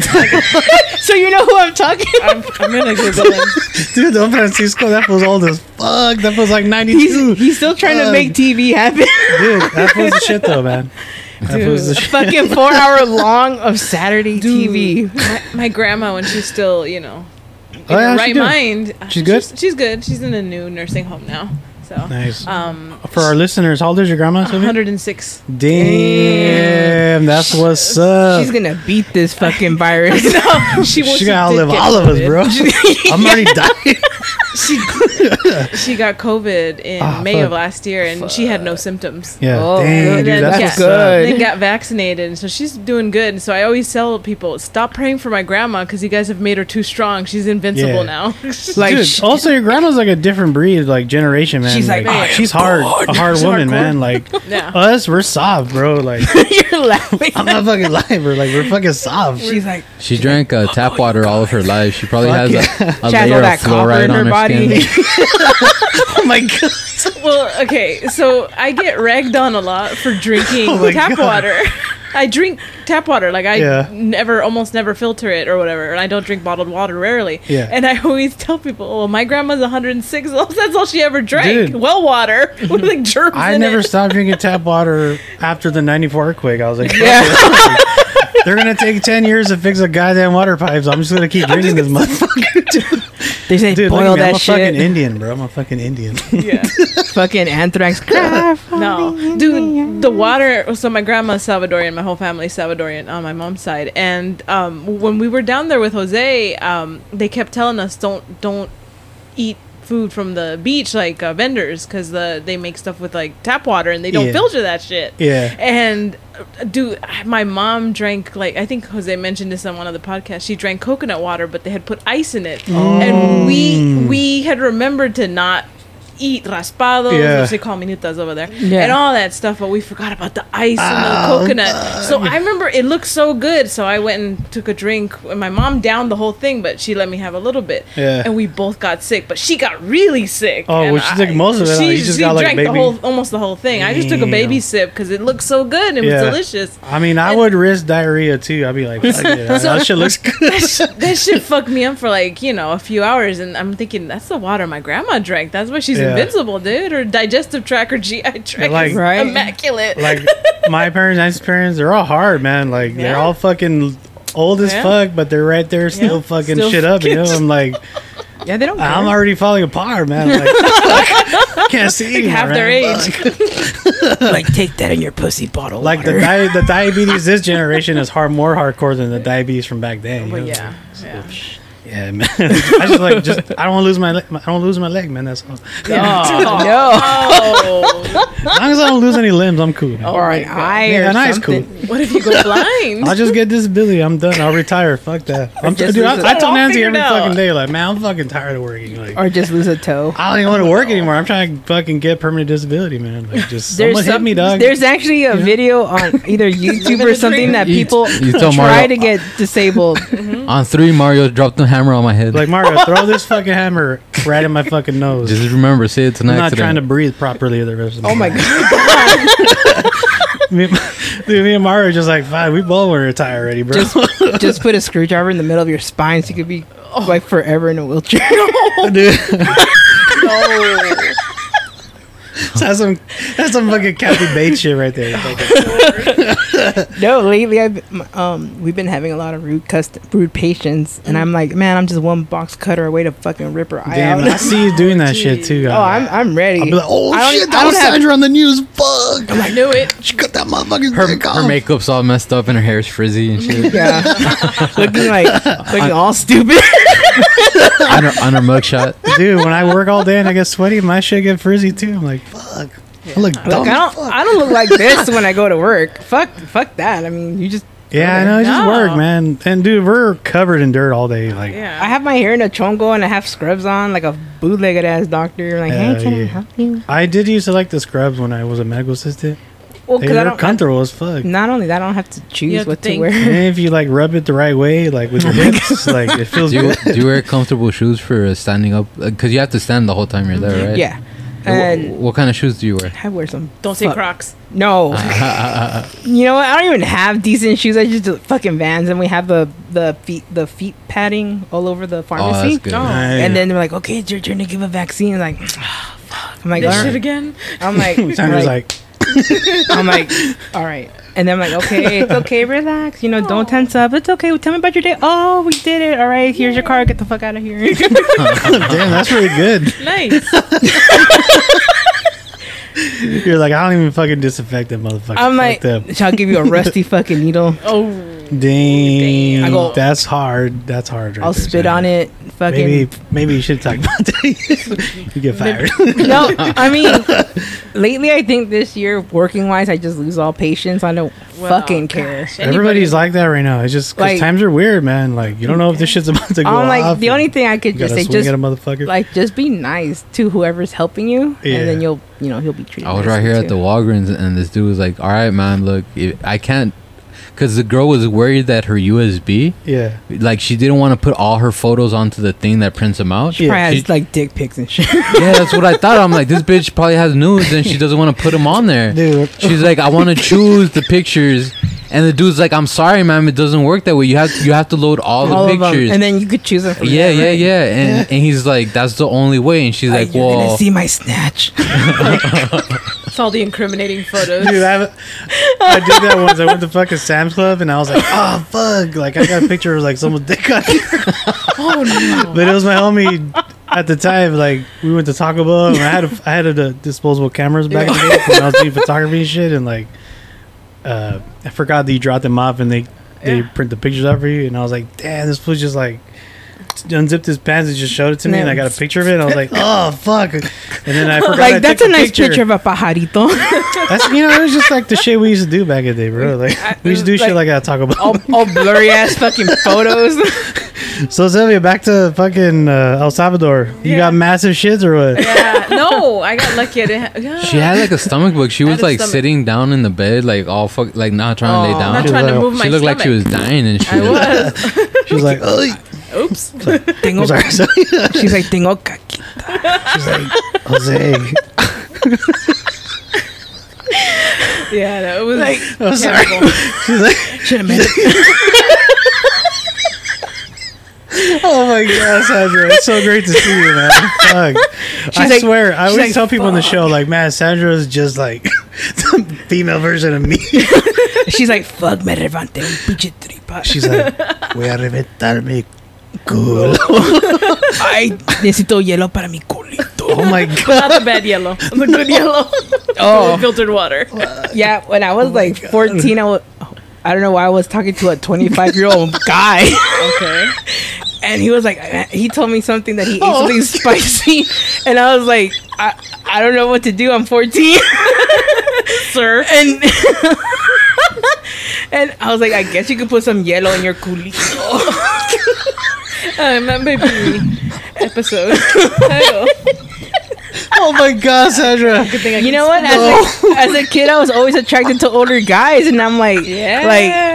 so you know who I'm talking? I'm, I'm gonna Google him. dude. Don Francisco, that was old as fuck. That was like He's, 92. he's still trying to Um, make TV happen. Dude, that was the shit though, man. That was the Dude, shit. fucking four hour long of Saturday TV. My, my grandma, when she's still, you know, in Oh, yeah, her how's she right doing? mind, uh, She's good? She's, she's good. She's in a new nursing home now. So, Nice. um, For our listeners, how old is your grandma? Sylvia? 106. Damn, that's what's up. She's gonna beat this fucking virus. she Uh, She's was gonna outlive all of us, bro. I'm already dying. She got COVID in Ah, May fuck. of last year, and she had no symptoms. Yeah, Oh, damn, good. dude, That's that's what's good. good. Then got vaccinated, and so she's doing good. So I always tell people, stop praying for my grandma because you guys have made her too strong. She's invincible Yeah. now. like, Dude, sh- also your grandma's like a different breed, like generation, man. She's like, "I am she's hard, a hard woman, man. Like Yeah. us, we're soft, bro. Like you're laughing. I'm not fucking lying, bro. Like we're fucking soft. She's like, she drank uh, Oh tap water all of her life. She probably Fuck has a, a She has all layer of that copper fluoride in her on her body. skin. oh my god. well, okay, so I get ragged on a lot for drinking Oh my tap God. water. I drink tap water, like I Yeah. never, almost never filter it or whatever, and I don't drink bottled water rarely. Yeah. And I always tell people, "Oh, my grandma's 106. That's all she ever drank. Dude. Well water with like germs I in never it." stopped drinking tap water after the '94 earthquake. I was like, they're gonna take ten years to fix the goddamn water pipes. I'm just gonna keep drinking this motherfucker. Dude, they say Dude, look at boil me. I'm that a fucking shit. Indian, bro. I'm a fucking Indian. Yeah. Fucking anthrax. No, dude, the water. So my grandma's Salvadorian, my whole family's Salvadorian on my mom's side, and um, when we were down there with Jose, um, they kept telling us don't don't eat food from the beach like uh, vendors because the they make stuff with like tap water and they don't Yeah. filter that shit. yeah. And uh, dude, my mom drank like I think Jose mentioned this on one of the podcasts. She drank coconut water, but they had put ice in it, and Mm. we we had remembered to not eat raspados, Yeah. which they call minutas over there, Yeah. and all that stuff. But we forgot about the ice Oh, and the coconut. So I remember it looked so good. So I went and took a drink, and my mom downed the whole thing, but she let me have a little bit. Yeah. And we both got sick, but she got really sick. Oh, and well, she took most of it, huh? She, You just she got, like, drank baby- the whole almost the whole thing. I just took a Damn. baby sip because it looked so good. and It Yeah. was delicious. I mean, I And- would risk diarrhea too. I'd be like, fuck it. that shit looks good. That, sh- that shit fucked me up for like you know a few hours, and I'm thinking that's the water my grandma drank. That's why she's Yeah. invincible, dude. Her digestive tract or GI tract Like- is Right. immaculate. like my parents, Nancy's parents, they're all hard, man. Like they're Yeah. all fucking old as Yeah. fuck, but they're right there still Yeah. fucking Still shit up. You know, I'm like, Yeah, they don't. Care. I'm already falling apart, man. I'm Like, can't see Like anymore, half their man. age. like take that in your pussy bottle. Like the di- the diabetes this generation is hard more hardcore than the diabetes from back then. you But know? yeah, yeah. yeah, man. I just like just I don't want to lose my leg. I don't lose my leg, man. That's all. Oh, no. oh. As long as I don't lose any limbs, I'm cool. man. Or an eye Yeah, or an eye's something. what if you go blind? I'll just get disability. I'm done. I'll retire. Fuck that. I'm, Just dude, I, lose it. I tell I'll Nancy figure it every out. fucking day, like, man, I'm fucking tired of working. Like, Or just lose a toe. I don't even want to work anymore. I'm trying to fucking get permanent disability, man. Like, just someone hit some- me, dog. There's actually a video on either YouTube or the something dream. that You- people you tell try Mario- uh, to get disabled. On three, Mario dropped the hammer on my head. Like Mario, throw this fucking hammer right in my fucking nose. just remember, say it's an I'm not accident. trying to breathe properly the rest of oh my life. god! Me, dude, me and Mario are just like, fine, we both want to retire already, bro. Just just put a screwdriver in the middle of your spine so you could be like forever in a wheelchair. dude. that's some that's some fucking Kathy Bates shit right there. no, lately I've m- um we've been having a lot of rude cust- rude patients, and I'm like, man, I'm just one box cutter away to fucking rip her eye Damn, out. I see you doing that shit too. oh, I'm I'm ready. I'll be like, oh I don't- shit, I that don't was have- Sandra on the news. Fuck, I knew it. she cut that motherfucker's her, dick off. her makeup's all messed up and her hair's frizzy and shit. yeah, looking like looking all stupid. on, her, on her mugshot. Dude, when I work all day and I get sweaty, my shit get frizzy too. I'm like, fuck, I look dumb. Like, I don't I don't look like this when I go to work. Fuck fuck that. I mean, you just yeah, I know. It's just No. work, man. And dude, we're covered in dirt all day. Like, Yeah. I have my hair in a chongo and I have scrubs on like a bootlegged ass doctor. Like, Uh, hey, can yeah. I help you? I did used to like the scrubs when I was a medical assistant. Well, They because I were don't. comfortable as fuck. not only that, I don't have to choose You have to what to, think. wear. And if you like rub it the right way, like with your Oh hips, like it feels Do you, good. do you wear comfortable shoes for uh, standing up? Because you have to stand the whole time you're there, right? Yeah, And wh- and what, kind of shoes do you wear? I wear some. Don't say fuck. Crocs. No, you know what? I don't even have decent shoes. I just do fucking Vans, and we have the the feet the feet padding all over the Oh, pharmacy. that's good. No. I- And then they're like, "Okay, it's your turn to give a vaccine." Like, "Ah, fuck. I'm like, This "All shit right." again. I'm like, Sandra's like- like, I'm like, all right. And then I'm like, okay, it's okay, relax. You know, don't tense up. It's okay. Tell me about your day. Oh, we did it. All right, here's your car. Get the fuck out of here. damn, that's really good. Nice. You're like, I don't even fucking disinfect that motherfucker. I'm Fuck like, that. shall I give you a rusty fucking needle? Oh. damn, I go- that's hard. That's hard. Right I'll there, spit Sandra. on it. Fucking Maybe, maybe you should talk about that. you get fired. no. I mean, lately I think this year working wise, I just lose all patience. I don't Well, fucking care. gosh, anybody- Everybody's like that right now. It's just 'cause Like- times are weird, man. Like you don't know if this shit's about to go I'm off. like the and only thing I could you just gotta say swing just at a motherfucker. like just be nice to whoever's helping you, Yeah. and then you'll you know he'll be treated. I was nicely right here too. at the Walgreens, and this dude was like, "All right, man, look, if I can't," because the girl was worried that her USB, yeah, like, she didn't want to put all her photos onto the thing that prints them out. Yeah. Probably has, She- like dick pics and shit. yeah, that's what I thought. I'm like, this bitch probably has nudes, and she doesn't want to put them on there. dude. She's like, I want to choose the pictures, and the dude's like, I'm sorry, ma'am, it doesn't work that way. You have you have to load all, all the of 'em. pictures. and then you could choose them. From yeah, there, yeah, right? yeah, and and he's like, that's the only way. And she's Uh, like, you're well, gonna see my snatch. It's all the incriminating photos. Dude, I, I did that once. I went to fucking Sam's Club and I was like, oh, fuck. Like, I got a picture of like someone's dick on here. Oh no. But it was my homie at the time. Like, we went to Taco Bell and I had a, I had a, disposable cameras back in the day when I was doing photography and shit. And like, uh, I forgot that you dropped them off and they, they Yeah. print the pictures out for you. And I was like, damn, this fool just like unzipped his pants and just showed it to me. And I got a picture of it. And I was like, oh, fuck. And then I forgot. I like that's took a nice picture. of a pajarito, That's you know, it was just like the shit we used to do back in the day, bro. Like I- we used to do shit like- like that at Taco Bell. all, all blurry ass fucking photos. So Sylvia, back to fucking uh, El Salvador. You Yeah. got massive shits or what? Yeah. No, I got lucky. I didn't. Ha- yeah. she had like a stomach bug. She I was had a like stomach- sitting down in the bed, like all fuck, like not trying to lay Oh. down. not She trying to was move my she looked like she was stomach. dying and shit. I was. She was like, "Ugh." Oops. I'm Tengo- sorry, Sylvia. she's like, tengo caqui. She's like, Jose. Yeah, that was like. I'm sorry. She's like, Should have made it. oh my god, Sandra, it's so great to see you, man. Fuck. I like- swear, I she's always like, tell people on the show, like, man, Sandra's just like some female version of me. She's like, fuck, me revante un pinche tripa. She's like, voy a reventar mi culo. Ay, necesito hielo para mi culito. Oh my god. Not the bad yellow. The good yellow. Oh. Filtered water. Yeah, when I was like 14, I was. I don't know why I was talking to a 25 year old guy, Okay. and he was like, he told me something that he ate Oh. something spicy, and I was like, I, I don't know what to do. I'm 14, Sir. and and I was like, I guess you could put some yellow in your culito. Uh, I remember the episode. title. Oh my god, Sandra. Good thing I You can know what? As a, as a kid, I was always attracted to older guys, and I'm like, Yeah.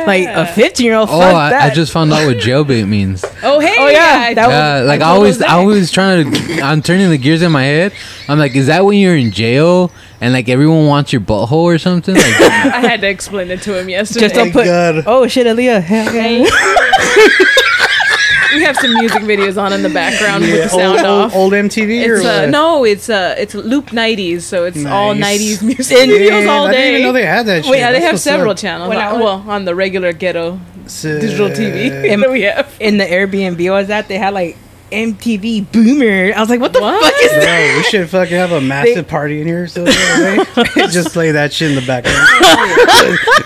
like like a 15 year old. Oh, I, I just found out what jailbait means. Oh hey, Oh, yeah, I- that was- Yeah, like I told always, Jose. I always trying to. I'm turning the gears in my head. I'm like, is that when you're in jail and like everyone wants your butthole or something? Like, I had to explain it to him yesterday. Just don't my put. God. Oh shit, Aaliyah. we have some music videos on in the background with the Old, sound old, off. old MTV or It's uh, what? no, it's uh, it's loop '90s, so it's all Nice. '90s music videos Man, all I didn't day. even know they had that shit. Wait, yeah, they That's have what's several up. channels. Uh, When I was- well, on the regular ghetto Sick. digital TV, and we have In the Airbnb I was at, they had like MTV Boomer. I was like, what the What? fuck is that? Bro, we should fucking have a massive party in here. So the other day. just play that shit in the background.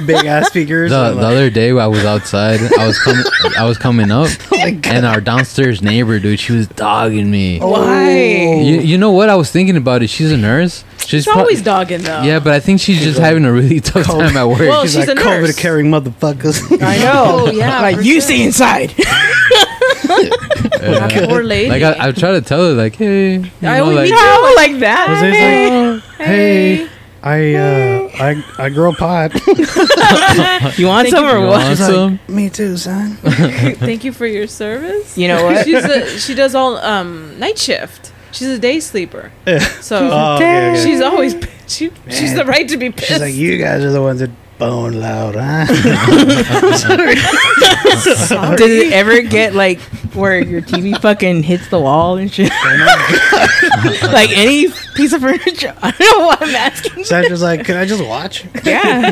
Big ass the, speakers. the I'm like, other day I was outside, I was coming, I was coming up, Oh and our downstairs neighbor, dude, she was dogging me. Oh. oh, Why? You, you know what? I was thinking about it. She's a nurse. She's it's always prob- dogging though. Yeah, but I think she's just having a really tough Cold. time at work. Well, she's, Oh, she's like a nurse. COVID carrying motherfuckers. I know. Oh, yeah, Like for you sure. stay inside. Yeah. Poor lady. Like I, I try to tell her, like, hey, you I know, like, always meet her. No, like that. Was it like- "Oh, hey, I uh, I I grow pot. you want some or you what? want some? Me too, son. Thank you for your service. You know what? She's a, she does all um, night shift. She's a day sleeper, so Oh, okay, okay. she's always she, she's the right to be pissed. She's like, you guys are the ones that bone loud, huh? Does it ever get like where your TV fucking hits the wall and shit? like any piece of furniture? I don't know what I'm asking. Sandra's like, can I just watch? Yeah.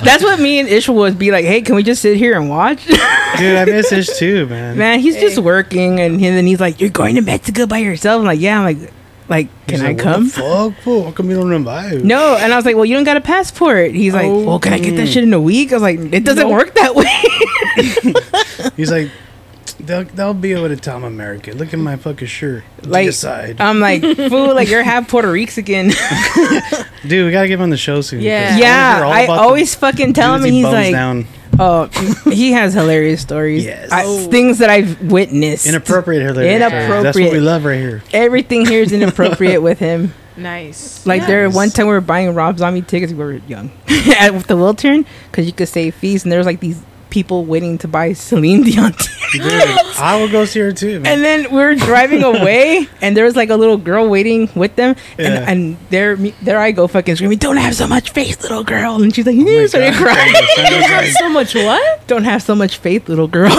That's what me and Ish would be like, hey, can we just sit here and watch? Dude, I miss Ish too, man. Man, he's just Hey. working, and he- then he's like, "You're going to Mexico by yourself?" I'm like, "Yeah." I'm like, "Like, He's can I like, "What the come?" Fuck, fool. How come you don't invite? No, and I was like, "Well, you don't got a passport." He's like, Oh. "Well, can I get that shit in a week?" I was like, "It doesn't Nope. work that way." He's like, they'll, they'll be able to tell I'm American. Look at my fucking shirt. Like, uh, Like, side. I'm like, "Fool, like you're half Puerto Rican." Dude, we gotta get him on the show soon. 'cause Yeah. yeah, we're all I about always fucking the tell him, doozy and he's bums like, down. "Oh, he has hilarious stories. Yes. I- Oh. things that I've witnessed. Inappropriate here. Larry. That's what we Inappropriate. love right here. Everything here is inappropriate with him." nice. Like Yeah. there, one time we were buying Rob Zombie tickets. We were young at with the Wiltern because you could save fees, and there was like these people waiting to buy Celine Dion. tickets. Dude, I will go see her too, man. and then we were driving away, and there was like a little girl waiting with them, and, Yeah. and there, me- there I go fucking screaming, "Don't have so much faith, little girl!" And she's like, uh, "Yeah," started crying. you have so much what? Don't have so much faith, little girl.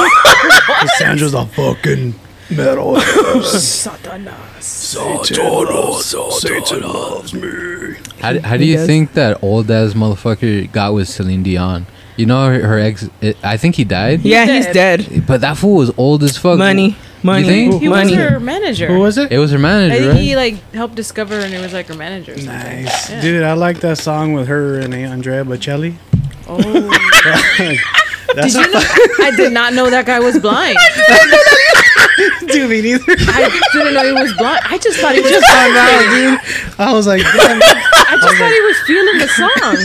Sandra's a fucking metal. Satanas. Satan loves me. How, how do He you does. think that old ass motherfucker got with Celine Dion? You know her, her ex. It, I think he died. yeah, He's he's dead. But that fool was old as fuck. Money, money, think? He was money. her manager. Who was it? It was her I manager. think Right? he like helped discover and it was like her manager. or something. Nice. Yeah. Dude, I like that song with her and Andrea Bocelli. Oh. That's Did you know? I did not know that guy was blind. do me neither. I didn't know he was blind. I just thought he was. Just, I know, dude. I was like, damn, I just thought he was feeling the song.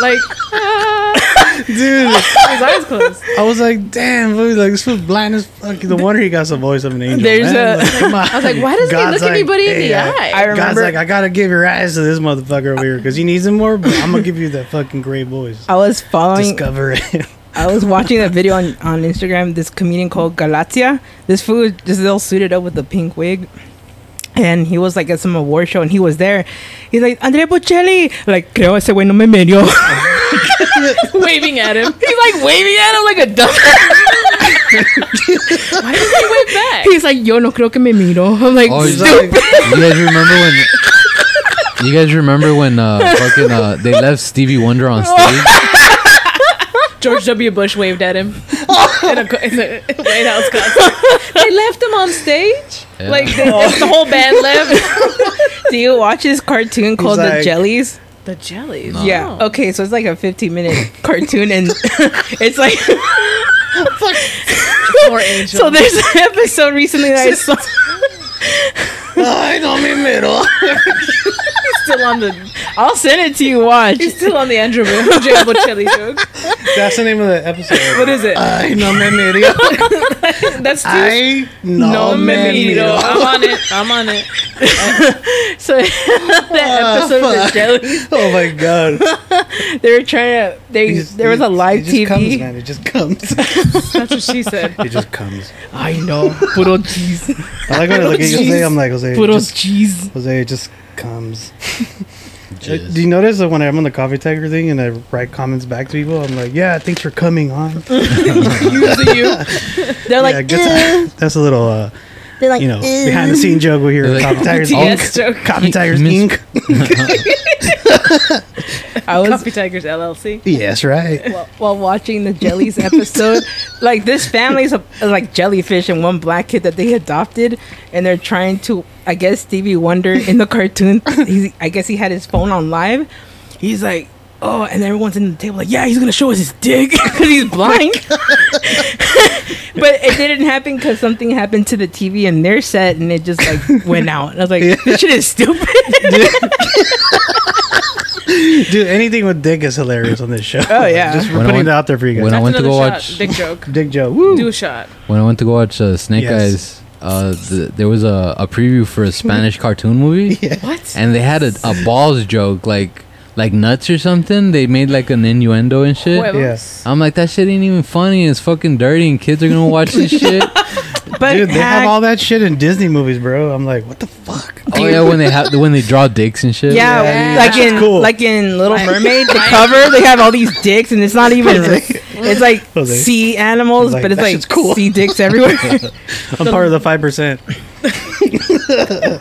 Like ah, dude. his eyes closed. I was like, damn, dude, like this was blind as fuck. The wonder he got the voice of an angel. There's man. a- Like, come on. I was like, why doesn't he look anybody in the eye? I God's remember like, I gotta give your eyes to this motherfucker over here because he needs them more. But I'm gonna give you that fucking great voice. I was following. Discover it. I was watching a video on, on Instagram. This comedian called Galatia. This fool just all suited up with a pink wig, and he was like at some award show, and he was there. He's like Andrea Bocelli. Like creo ese güey no me medio. He's waving at him. like waving at him like a duck. Why does he wave back? He's like yo no creo que me miro. I'm like Oh, he's like, "Dude, you guys remember when? You guys remember when uh, fucking uh, they left Stevie Wonder on stage? George W. Bush waved at him in, a, co- in a White House concert. They left him on stage. Yeah. Like they, if the whole band left. Do you watch this cartoon called The like- Jellies? the jellies. Yeah. Oh. Okay, so it's like a 15 minute cartoon, and it's like Poor angel. so. There's an episode recently that I saw. I don't mean middle. still on the I'll send it to you. Watch. he's still on the Andrew Jambo Chili joke. That's the name of the episode. What is it? Uh, I no me miro. That's too I no, No me miro. I'm on it. I'm on it. So that episode of The Jellies, Oh my god. they were trying to. They It just- there was a it- live it just TV. Comes, man. It just comes. That's what she said. it just comes. I know. Puro cheese. I like when I look at Jeez. Jose. I'm like Jose. it Puro Just, cheese. Jose it just comes. Uh, Do you notice that when I'm on the coffee tiger thing and I write comments back to people, I'm like, "Yeah, thanks for coming on." They're yeah, like, good time. that's a little, uh, "Eh." they're like, "Eh." you know, behind the scene joke we hear. They're like, coffee tigers, BTS Inc. joke. Coffee tigers, Miss- Inc. I was Coffee Tigers LLC. Yes, right. while, while watching the jellies episode like this family's a, like jellyfish and one black kid that they adopted and they're trying to i guess stevie wonder in the cartoon he's, i guess he had his phone on live he's like oh and everyone's in the table like yeah he's gonna show us his dick because he's blind but it didn't happen because something happened to the tv in their set and it just like went out and i was like this shit is stupid Dude, anything with dick is hilarious on this show. Oh, yeah. just we're When I putting went- it out there for you guys. when I That's went to another go shot. watch- Dick joke. dick Joe, woo. Do a shot. when I went to go watch uh, Snake Yes. Eyes, uh, th- there was a, a preview for a Spanish cartoon movie, What? and they had a, a balls joke, like like nuts or something. They made like an innuendo and shit. Huevos. Yes. I'm like, that shit ain't even funny. It's fucking dirty, and kids are gonna watch this shit. but Dude, they have heck, all that shit in Disney movies, bro. I'm like, what the fuck? Oh yeah, when they have when they draw dicks and shit. Yeah, Yeah. like Which is in cool. like in Little I- Mermaid, the I- cover they have all these dicks, and it's not even it's like Jose. sea animals, Like, but it's that like shit's cool. sea dicks everywhere. I'm part of the five percent.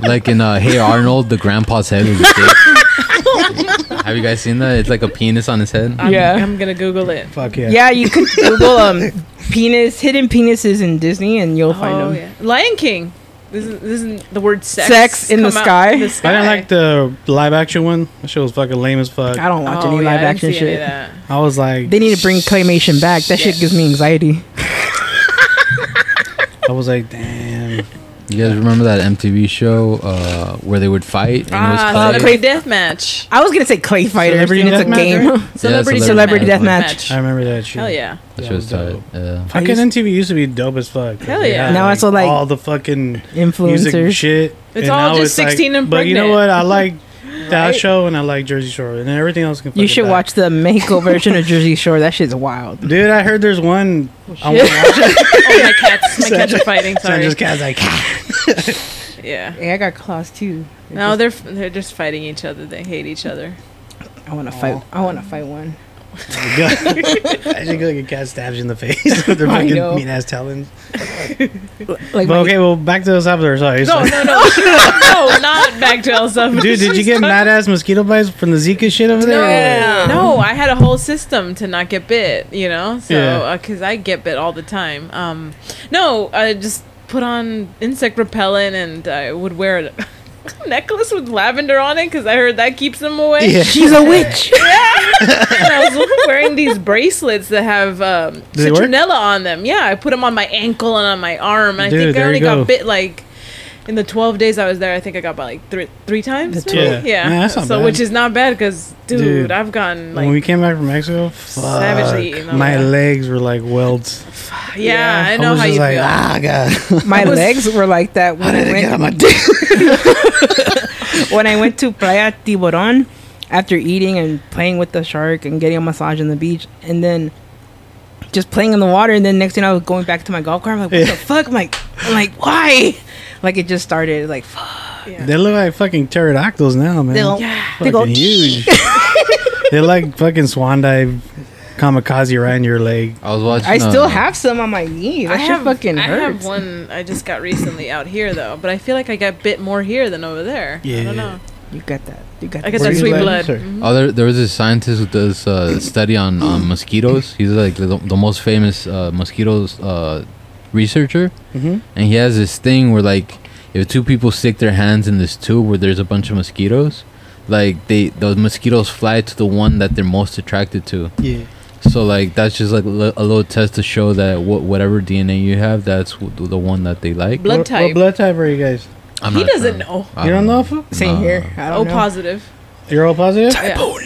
Like in uh, Hey Arnold, the grandpa's head was a dick. have you guys seen that? It's like a penis on his head. I'm, Yeah. I'm gonna Google it. Fuck yeah. yeah, you could Google um penis hidden penises in Disney, and you'll find Oh, them. yeah. Lion King. This is, this is the word sex. Sex in the come out sky? in the I sky. I didn't like the live action one. That shit was fucking lame as fuck. I I, don't watch Oh, any yeah, I live didn't action see any of shit. that. was like, They need to bring claymation back. That shit gives me anxiety. I was like, damn. You guys remember that MTV show uh, where they would fight and Ah, it was clay? celebrity death match. I was gonna say clay fighter, and Celebrity it's a Deathmatch, game. right? Celebrity, Celebrity death Deathmatch. match. I remember that shit. Hell yeah. That Yeah, show's it was tight. Yeah. Fucking MTV used to be dope as fuck. Hell They yeah. had, Now it's all, like, all the fucking music and Influencers. shit. It's and all now just 16 and But you know pregnant. what? I like that show and I like Jersey Shore and everything else. Can You fucking should die. watch the Mexico version of Jersey Shore. That shit's wild. Dude, I heard there's one. I shit. want to watch it. Oh, my cats. My cats are fighting. So I Sorry. just got like, Yeah. Yeah, I got claws too. No, they're f- they're just fighting each other. They hate each other. I want to fight. I want to fight one. I just go like a cat stabs you in the face with their I fucking know. mean ass talons. Like But okay, well, back to El Salvador. Sorry. No, sorry. no, no, no, not back to El Salvador. Dude, did you get mad ass mosquito bites from the Zika shit over there? No, I had a whole system to not get bit, you know? Yeah. So, because I get bit all the time. Um, no, I just put on insect repellent and I would wear a necklace with lavender on it because I heard that keeps them away. Yeah. She's a witch. And I was wearing these bracelets that have um, Do they work? citronella on them. Yeah, I put them on my ankle and on my arm. And Dude, I think I there only you go. got bit like. In the twelve days I was there, I think I got bit like three three times. The maybe? twelve. Yeah, Man, that's so not bad. which is not bad because, dude, Dude, I've gotten like when we came back from Mexico, fuck, Savagely eating all my that. legs were like welts. Yeah, I I, know was how just you like, feel. ah, god, My I was- legs were like that when how I, did it get went, on my dick? when I went to Playa Tiburon after eating and playing with the shark and getting a massage on the beach and then just playing in the water and then next thing I was going back to my golf cart. I'm like, what Yeah. the fuck? I'm like, I'm like, why? Like it just started. Like, fuck. Yeah. they look like fucking pterodactyls now, man. They don't- yeah. fucking they go- huge. They're like fucking swan dive kamikaze right in your leg. I was watching. I still uh, have some on my knee. That I shit have fucking I have hurts. one I just got recently out here though, but I feel like I got bit more here than over there. I Yeah. don't know. You got that. You got I got Were that you sweet glad- blood. sorry. Mhm. Oh, there, there was this scientist who does uh, study on, on mosquitoes. He's like the, the most famous uh, mosquitoes uh, researcher, Mm-hmm. and he has this thing where like if two people stick their hands in this tube where there's a bunch of mosquitoes, like they those mosquitoes fly to the one that they're most attracted to. Yeah. So like that's just like li- a little test to show that wh- whatever DNA you have, that's w- the one that they like. Blood What- type. What blood type are you guys? I'm he not doesn't sure. know. I you don't know? fool? Same No. here. Oh, I O don't know. positive. You're all positive. Yeah. Oh,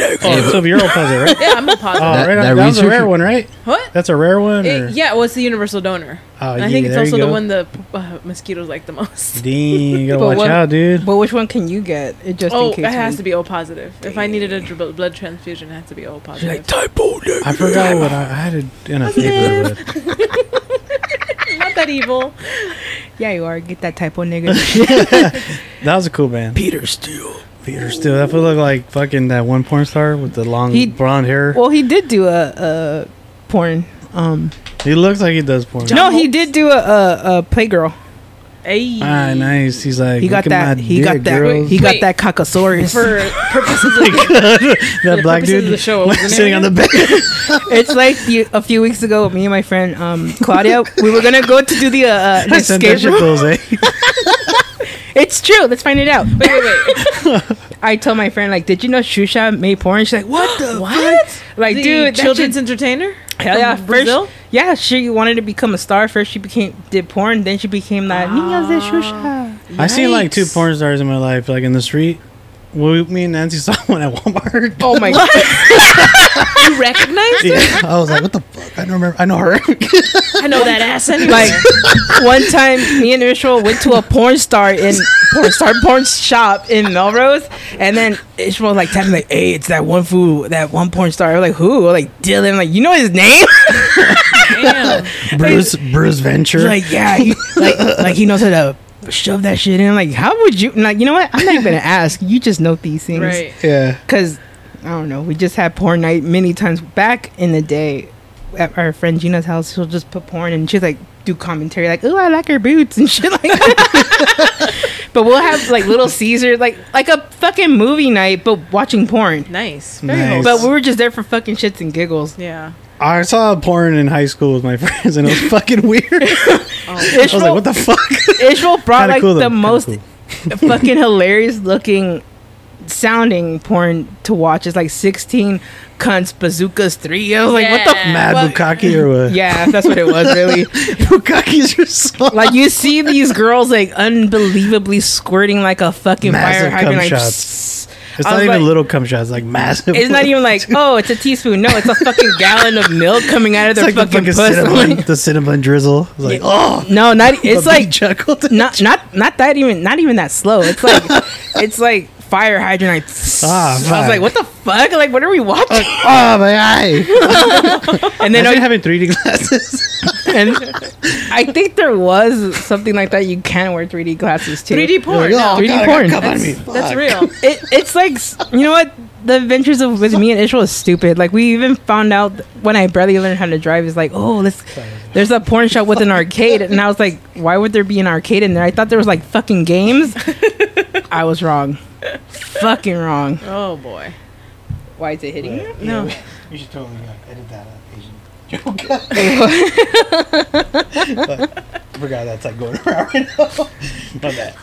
so if you're all positive, right? yeah, I'm a Oh, positive. That- right on. that that, was a research- rare one, right? what? That's a rare one. It- or- yeah, well, it's the universal donor. Oh, And I yeah, think it's there you also the go. one the uh, mosquitoes like the most. Dang, you gotta But watch what- out, dude. But which one can you get? It just in oh, it case. has to be O positive. If I needed a dr- blood transfusion, it has to be O positive. I forgot what I, I had it in a paper. but- Not that evil. Yeah, you are. Get that typo nigga. That was a cool band. Peter Steele. Peter Steele. That fool looked like fucking that one porn star with the long He- blonde hair. well, he did do a, a porn. Um, he looks like he does porn. John no, he Holtz? did do a, a, a playgirl. Ay. Ah, nice. He's like He got "Look at that. my He dick, got that. girls." Oh He got Wait. that cockasaurus. For purposes of that the black purposes of dude the show, wasn't sitting it? on the bed. it's like you, a few weeks ago, me and my friend um, Claudia, we were gonna go to do the, uh, uh, the I sent that escape shit room. to Jose. It's true. Let's find it out. Wait, wait, wait. I told my friend like, did you know Shusha made porn? She's like, what the what? fuck? Like, the dude, that children's shit- entertainer? Hell yeah, From first- Brazil? yeah, she wanted to become a star. First, she became did porn. Then she became that Ah. Niños de Shusha. I seen like two Yikes. porn stars in my life, like in the street. We, me and Nancy saw one at Walmart. Oh my god! You recognize? Yeah. I was like, what the fuck? I don't remember. I know her. I know that ass anyway. Like one time, me and Israel went to a porn star in porn star porn shop in Melrose, and then Israel like tapped me like, "Hey, it's that one fool, that one porn star." I was like, "Who?" I'm like Dylan. Like, you know his name? Damn. Bruce Bruce Venture. He's like, yeah, he, like like he knows how to shove that shit in. Like, how would you? Like, you know what? I'm not even gonna ask. You just know these things, right. yeah. Because I don't know. We just had porn night many times back in the day at our friend Gina's house. She'll just put porn and she's like do commentary like, "Oh, I like her boots" and shit like. that. but we'll have like Little Caesar, like like a fucking movie night, but watching porn. Nice. Nice. wholesome. But we were just there for fucking shits and giggles. yeah. I saw porn in high school with my friends, and it was fucking weird. I Oh, Ishmael, was like, what the fuck? Ishmael brought Kinda like cool, though. the Kinda most cool. fucking hilarious looking sounding porn to watch. It's like 16 cunts bazookas 3. I was like, what the f- Mad Well- Bukaki or what? Yeah, that's what it was really. Bukakis are so. Like you see these girls like unbelievably squirting like a fucking Massive fire hydrant cum like shots. psst. it's I not was even like- little cum shots, like massive. It's not even like, oh, it's a teaspoon. No, it's a fucking gallon of milk coming out It's of their like fucking, the fucking puss. I'm cinnamon, like, the cinnamon drizzle. It's like, oh, no, not it's the big like chuckle. not not not that even not even that slow. It's like it's like fire hydrant. Like, Ah, I was fuck. like, what the fuck? Like, what are we watching? oh my eye! and They then don't I, having 3D glasses. and I think there was something like that. You can wear 3D glasses too. 3D porn. You're like, No, oh, 3D God, I got porn. cum on That's- me. that's Fuck. real. It, it's like s- you know what the adventures of with me and Ishmael is stupid. Like we even found out when I barely learned how to drive. Is like oh let's there's a porn shop with an arcade, and I was like, why would there be an arcade in there? I thought there was like fucking games. I was wrong, fucking wrong. Oh boy. Why is it hitting you? No. You should totally edit that out. I forgot that's like going around right now.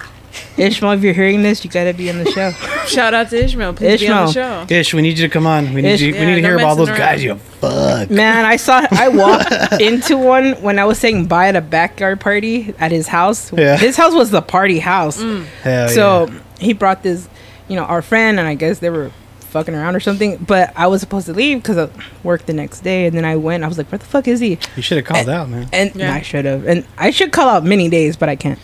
Ishmael, if you're hearing this, you gotta be on the show. Shout out to Ishmael. Please be on the show. Ish, we need you to come on. We need Ish, you. yeah, we need to no hear about all those messing around. guys. You fuck. Man, I saw I walked into one when I was saying bye at a backyard party at his house. Yeah. His house was the party house. Hell so he brought this, you know, our friend, and I guess they were fucking around or something. But I was supposed to leave because I worked the next day, and then I went. I was like, "Where the fuck is he?" yeah. you should have called eh. out, man. And Yeah. I should have. And I should call out many days, but I can't.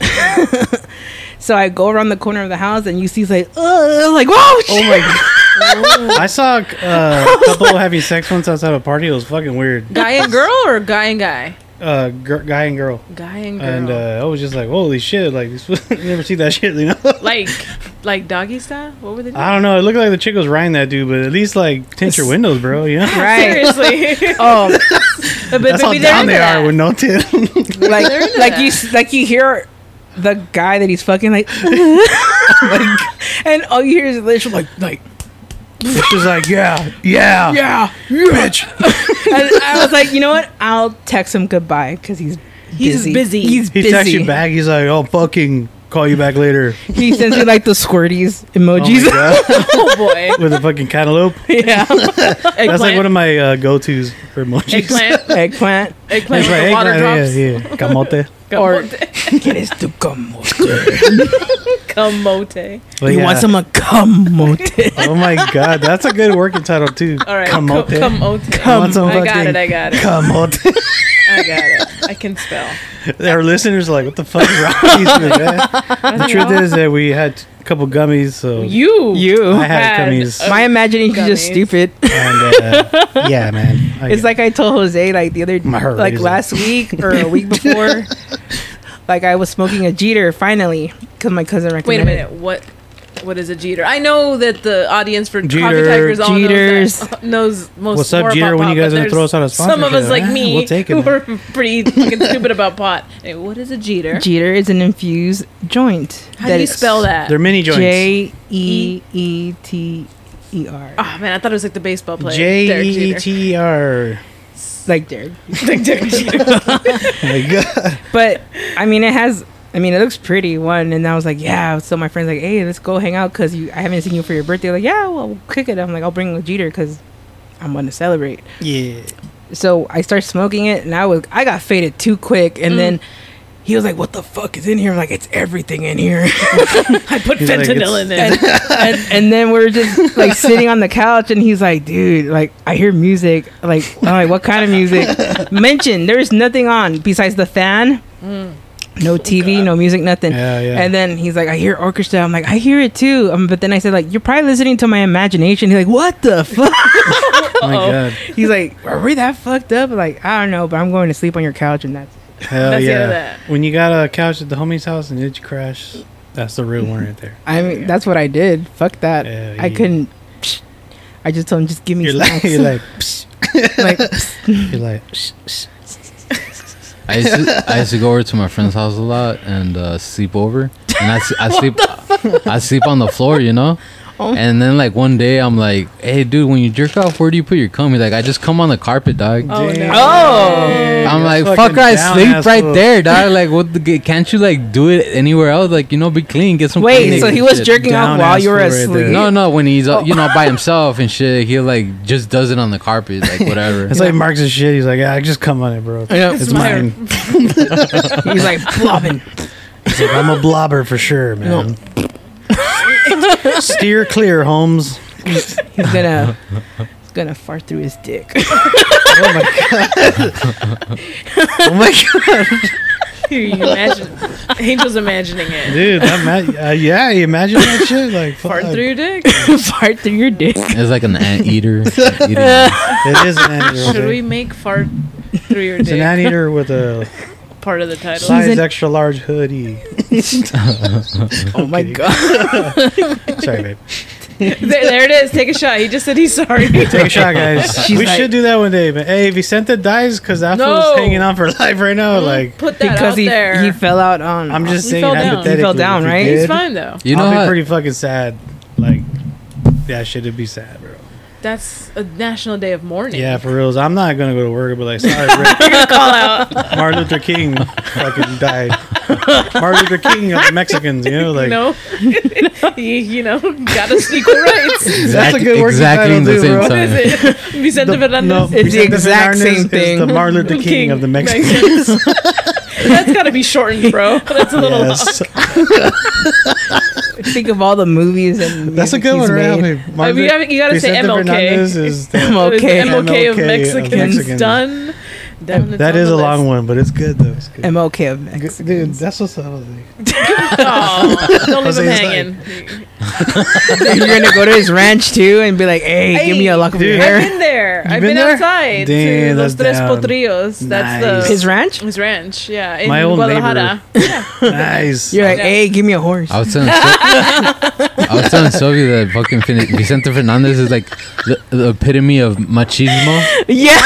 so I go around the corner of the house, and you see he's like, "Ugh," like, whoa, shit. I saw uh, a couple having sex once outside of a party. It was fucking weird. Guy and girl or guy and guy? Uh, gir- guy and girl. Guy and girl. And uh, I was just like, holy shit! Like, this was- you never see that shit, you know? like like doggy style? What were they doing? I don't know. It looked like the chick was riding that dude, but at least like tint your windows, bro. You know? right? Seriously. Oh, but That's how maybe they're down into they that. are with no tint. They're like into like that. you s- like you hear the guy that he's fucking like, Oh and all you hear is literally like like She's like, yeah, yeah, yeah bitch. and I was like you know what I'll text him goodbye because he's He's busy. he's He busy Oh texts you back. He's like, oh, fucking Call you back later. He sends you like the squirties Oh my emojis God. oh boy. With a fucking cantaloupe. Yeah. That's like one of my uh, go tos for emojis. eggplant. eggplant. Eggplant It's with the like water eggplant, drops. yeah, yeah. Camote. Or- Camote. Quieres tu camote? Camote. But You yeah. want some uh, of camote? Oh my god, that's a good working title too. All right. Camote. Co- Camote. I want some I got fucking it. I got it. Camote. I got it. I can spell. Our listeners are like, what the fuck is wrong with you, man? The truth is that we had a couple gummies, so You. I you. had had gummies. a- My imagination is just Gummies. stupid. and, uh, yeah, man. I It's get- like I told Jose like the other My heart like raising. last week or a week before. like I was smoking a Jeter finally because my cousin recommended. Wait a minute. What? What is a jeter? I know that the audience for Coffee Jeter. Tigers all knows, Jeters. that, knows most. What's up, more Jeter, about when you pot, guys but gonna throw us out a there's Some of us, sponsorship? like Ah, me, we'll take it, who man. are pretty fucking stupid about pot. Hey, what is a jeter? Jeter is an infused joint. How do you spell that? they're mini joints. J e e t e r. Oh man, I thought it was like the baseball player. J Derek E Jeter. T R. Like Jared. Like Derek Jeter. Oh my god. But I mean, it has. I mean, it looks pretty. One, and I was like, yeah. So my friend's like, hey, let's go hang out because you. I haven't seen you for your birthday. Like, yeah, well, we'll kick it. I'm like, I'll bring a Jeter because I'm gonna celebrate. Oh Yeah. So I start smoking it, and I was I got faded too quick, and then. He was like, "What the fuck is in here?" I'm like, "It's everything in here." I put He's like, fentanyl it's- in it. and, and then we are just like sitting on the couch, and he's like, "Dude, like I hear music. Like, I'm like, what kind of music?" Mention there's nothing on besides the fan, no TV, no music, nothing. Oh, Yeah, yeah. And then he's like, I hear orchestra. I'm like, I hear it too. Um, but then I said, like, you're probably listening to my imagination. He's like, what the fuck? Oh my god. he's like, are we that fucked up? Like, I don't know, but I'm going to sleep on your couch and that's Hell That's the yeah. end of that. When you got a couch at the homie's house and it crashed, that's the real one right there. I mean, that's what I did. Fuck that. Yeah, I you- couldn't. I just told him, just give me You're like, snacks. you're like, psh, like, you're like, I used, to, I used to go over to my friend's house a lot and uh, sleep over, and I, s- I sleep I sleep on the floor, you know. Oh. And then like one day I'm like, hey dude, when you jerk off, where do you put your cum? He's like, I just come on the carpet, dog. Oh Damn. no. oh, I'm you're like, fucking fuck, I down, sleep right asshole." there, dog. Like, what? The, g- can't you like do it anywhere else? Like, you know, be clean, get some. wait. Kleenex So and he was shit. jerking Down off while you Oh. were ass fool right asleep. there. No, no. When he's uh, you know by himself and shit, he like just does it on the carpet, like whatever. it's like Mark's and shit. He's like, ah, just come on it, bro. Yeah. It's, It's mine. mine. He's like flopping. He's like, I'm a blobber for sure, man. Steer clear, Holmes. He's gonna. He's gonna fart through his dick. Oh my god. oh my god, Here, you imagine. Angels imagining it. dude. I'm at, uh, yeah, you imagine that shit. Like, Fart fuck. through your dick. fart through your dick. It's like an anteater. eating. It is an anteater. Should we dude. make fart through your It's an dick anteater with a part of the title? size an- extra large hoodie. Oh my Okay. god. Sorry, babe. there, there it is. Take a shot. He just said he's sorry. Take a shot, guys. She's we like- should do that one day. But hey, Vicente dies because that No. fool's hanging on for life right now. Like, Put that Because out he there. he fell out on. I'm just He saying fell down. He fell hypothetically. if he down, right? he's did, fine though. You know, I'll how- be pretty fucking sad. Like, that shit would be sad, bro. That's a national day of mourning. Yeah, for reals. I'm not gonna go to work, but like, sorry, bro. Call out. Martin Luther King fucking died. Martin LutherKing of the Mexicans, you know, like. no. you, you know, gotta speak your rights. That's a good working exactly title, the too, same bro. What time. is it? Vicente Fernandez. the Vicente exact Fernández same is thing. The Martin Luther King, of the Mexicans. That's gotta be shortened, bro. That's a little. Yes. Think of all the movies and. That's a music good he's one, right? made. Martin I mean, you gotta- you gotta say Vicente MLK. Fernández is the- I'm Okay. okay. MLK of MLK of Mexicans, Mexicans. done. Down that is a long one, but it's good though. It's good. I'm okay of Good- Mexico. Dude, that's what's up. with me. Oh, don't leave him Jose's hanging. You're gonna go to his ranch too and be like, "Hey, give me a lock of your Dude. I've hair." been there. been I've been, there? outside Damn, to Los that's Tres down. Potrillos. That's Nice. the His ranch. his ranch. Yeah, in My old Guadalajara. Nice. You're like, Yeah. "Hey, give me a horse." Oh. I was telling Syl- I was telling Sylvia that fucking Fin- Vicente Fernandez is like the, the epitome of machismo. yeah.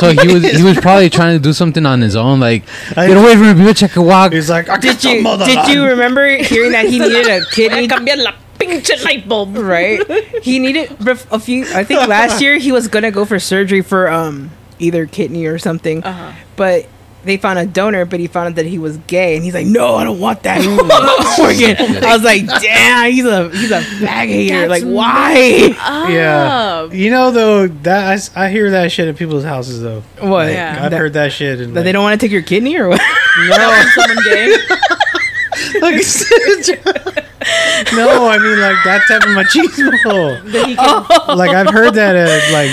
So he was he was probably trying to do something on his own, like get away from me, bitch! I can walk. He's like, I Did you did you remember hearing that he needed a Voy a kidney? cambiar la pinche light bulb. Right. He needed bef- a few. I think last year he was gonna go for surgery for um either kidney or something, Uh-huh. but they found a donor, but he found out that he was gay, and he's like, "No, I don't want that Oh, organ." I was like, "Damn, he's a he's a fag hater. Like, why? Yeah. Up. You know, though, that I s- I, hear that shit at people's houses, though. What? Yeah. I've That, heard that shit. And that they like- don't want to take your kidney or what? No, someone gay. no, I mean, like, that type of machismo. That he can, like, I've heard that at, like,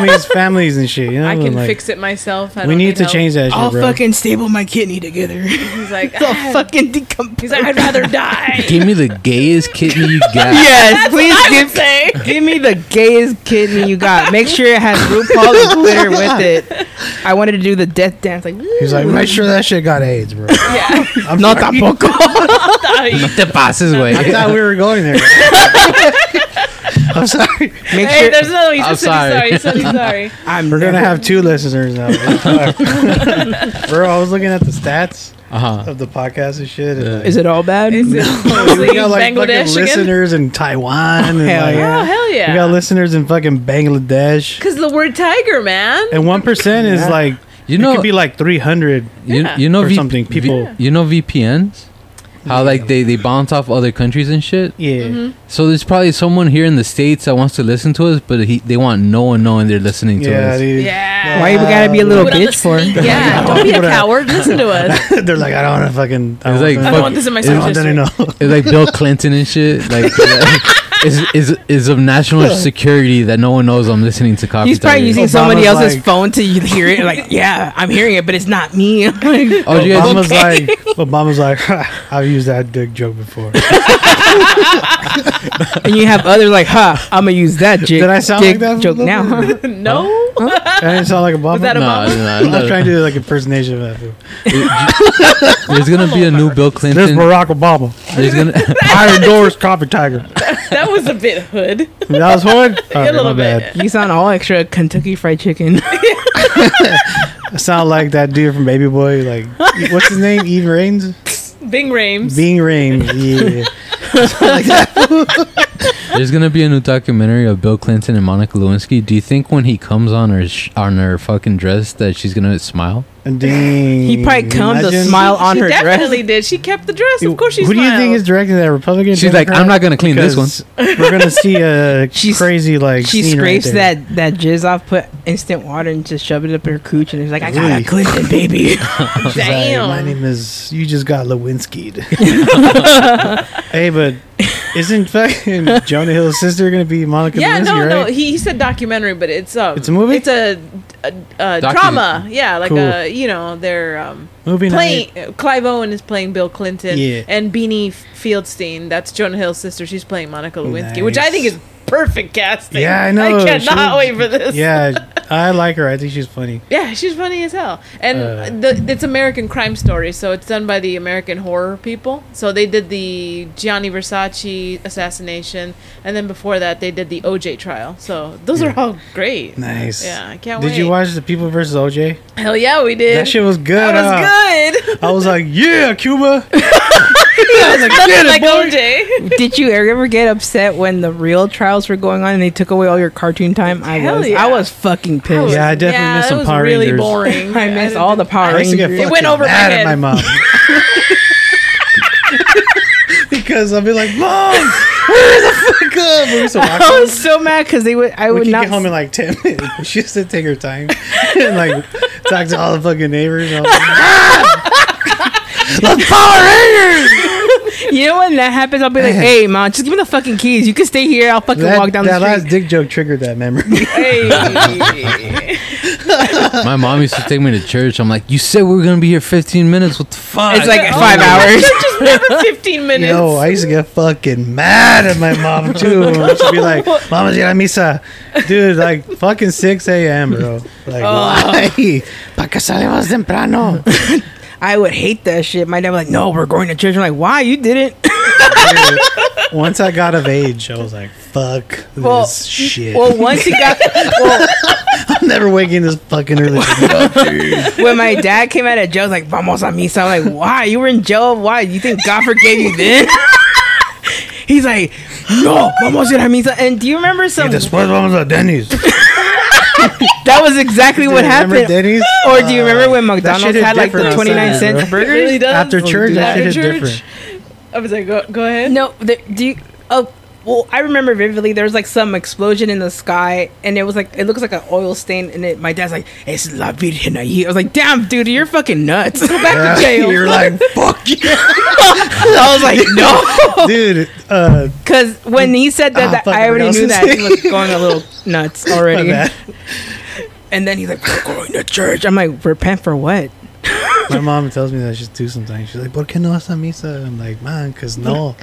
homies, families and shit. You know, I can like, fix it myself. I We don't need to help. change that shit, I'll bro. fucking staple my kidney together. He's like, I'll "Ah." fucking decompose. He's like, I'd rather die. Give me the gayest kidney you got. Yes, I please would give, say. give me the gayest kidney you got. Make sure it has RuPaul Oh and glitter with it. I wanted to do the death dance, like He's like, make sure that shit got AIDS, bro. Yeah. I'm not that "Poco." No te pases, güey. I thought we were going there. I'm sorry. Make Hey, sure there's another one. He I'm just said he's sorry. He said he's sorry. I'm We're gonna have two listeners now. bro, I was looking at the stats Uh-huh. of the podcast and shit. And, like, Is it all bad? So we he's got like fucking Bangladesh again. listeners in Taiwan. And, Hell like, yeah. Oh hell We got yeah! listeners in fucking Bangladesh. Because the word tiger, man. And one percent is Yeah. like You it know, could be like three hundred. you, Yeah. you know, Or something, people- you know VPNs, how like they they bounce off other countries and shit. Yeah. Mm-hmm. So there's probably someone here in the states that wants to listen to us, but he, they want no one knowing they're listening to Yeah, us. dude. Yeah. Why you gotta be a little Put on the bitch for? sneak- Yeah, don't be a coward. Listen to us. They're like, I don't want to fucking. I It's don't like, wanna- I don't want this in my I don't want search that, you history. know. It's like Bill Clinton and shit. Like is is is of national security that no one knows I'm listening to coffee. He's probably Diary. using Obama's somebody else's like- phone to hear it. Like, yeah, I'm hearing it, but it's not me. Oh, do you guys, Obama's like, Obama's like, I've used that dick joke before. and you have others like, "Huh, I'm gonna use that jig, Did I sound like jig that? joke now." no. That didn't sound like Obama. Was that no, a- no, I'm no, not trying to do like impersonation of that. fool. There's gonna be a new Bill There's Clinton. Barack Obama. There's gonna Iron Doors, Copper Tiger. That was a bit hood. That was hard. a little bit. You sound all extra Kentucky Fried Chicken. I sound like that dude from Baby Boy. Like, what's his name? Eve Rains? Bing Rames. Being Rains. Yeah. there's gonna be a new documentary of Bill Clinton and Monica Lewinsky. Do you think when he comes on her sh- on her fucking dress that she's gonna smile? And Dang. he probably come to Imagine. smile on she her dress. definitely did. She kept the dress. Of course she Who do you think smiled. is directing that? Republican? She's like, Democrat? I'm not gonna clean this one. Because We're gonna see a She's- crazy like. She scene scrapes right there. that that jizz off, put instant water, and just shove it up her cooch, and it's like, "I got Really? a Clinton baby." She's like, Damn. My name is. You just got Lewinsky. hey, but isn't fucking Jonah Hill's sister gonna be Monica Yeah, Lewinsky? no, no. right? He, he said documentary, but it's um, It's a movie? It's a, a, a Docu- drama. Yeah, like Cool. a you know they're um, Movie night. playing. Clive Owen is playing Bill Clinton, Yeah. and Beanie Fieldstein. That's Jonah Hill's sister. She's playing Monica Lewinsky, which I Nice. think is perfect casting. Yeah, I know. I cannot She was- wait for this. Yeah, I like her. I think she's funny. Yeah, she's funny as hell. And Uh, the, it's American Crime Story, so it's done by the American horror people. So they did the Gianni Versace assassination, and then before that they did the OJ trial. So those are all great. Nice. Yeah, I can't Did wait. you watch the People versus OJ? Hell yeah, we did. That shit was good. That huh? was good. I was like, yeah, Cuba. Nothing like OJ. Did you ever get upset when the real trials were going on and they took away all your cartoon time? I Hell was. yeah. I was fucking pissed. Yeah, I definitely missed that some was Power really Rangers. boring. I missed all the Power I used to get Rangers. It fucking went over my mad at head. my mom. because I'd be like, Mom, where the fuck up? We used to watch I it. was so mad because they would. I We would could not. get home in like 10 minutes. She used to take her time and like talk to all the fucking neighbors. I was like, "Ah!" "Mom, The Power Rangers! you know when that happens, I'll be like, "Hey, mom, just give me the fucking keys. You can stay here. I'll fucking That, walk down that the last street." dick joke triggered that memory. Hey. My mom used to take me to church. I'm like, you said we were gonna be here 15 minutes. What the fuck? It's like Oh, five my hours. God, Just never 15 minutes. Yo, I used to get fucking mad at my mom too. She'd be like, "Mama's gonna misa, dude." Like fucking six a.m., bro. Like Oh. why? Pa que salimos temprano. I would hate that shit. My dad was like, "No, we're going to church." I'm like, "Why? You didn't." Dude, Once I got of age, I was like, "Fuck Well, this shit." well, once he got, well, I'm never waking this fucking early. when my dad came out of jail, I was like, vamos a misa. I'm like, why? You were in jail? Why? You think God forgave you then? He's like, no, vamos a ir a misa. And do you remember some? Después vamos a Denny's. that was exactly what Remember happened. Denny's? Or do you remember when that shit McDonald's is had like the different outside, 29 cent bro. It burgers? really does. After church, Dude, that shit after is church. different. I was like, go, go ahead. No, the, do you? Oh, well, I remember vividly. There was like some explosion in the sky, and it was like it looks like an oil stain. And it, my dad's like, "It's la virgen ahí." I was like, "Damn, dude, you're fucking nuts." Go back to jail. You're like, fuck you. I was like, "No," Dude, uh, because when he said that, Ah, that fuck, I I already was knew gonna that he was going a little nuts my already. bad. And then he's like, "We're going to church." I'm like, "Repent for what?" My mom tells me that she's too sometimes. She's like, ¿Por qué no vas a misa? I'm like, man, because no.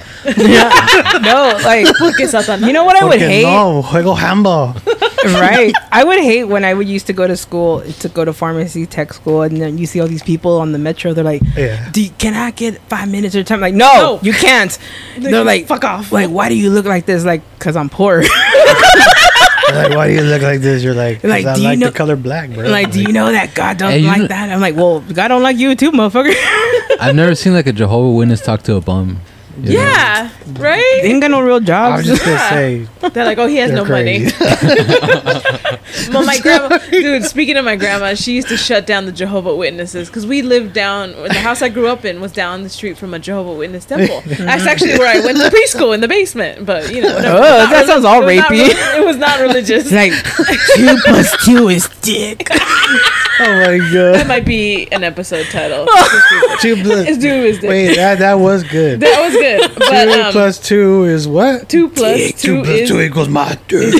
no, like, you know what I ¿Por would qué hate? no? Juego handball. right. I would hate when I would used to go to school to go to pharmacy tech school, and then you see all these people on the metro. They're like, Yeah. Do can I get five minutes of time? Like, No. no, you can't. They're like, fuck off. Like, why do you look like this? Like, cause I'm poor. They're like, why do you look like this? You're like, 'cause Like, I do you like know- the color black, bro. like, do you know that God Hey, don't you like know- that? I'm like, well, God don't like you too, motherfucker. I've never seen like a Jehovah Witness talk to a bum. you know? yeah, they right? ain't got no real I was jobs. just gonna say, They're like, oh, he has they're no money. crazy. Well, my grandma, dude. Speaking of my grandma, she used to shut down the Jehovah Witnesses because we lived down. The house I grew up in was down the street from a Jehovah Witness temple. That's actually where I went to preschool in the basement. But you know, whatever. Oh, Not that sounds all it was not rapey. reli- it was not religious. like, two plus two is dick. oh my that god. might be an episode title. Two It's plus, dude is dick. wait, that, that was good. That was good. But two um, plus two is what? two plus two plus is two equals my dude.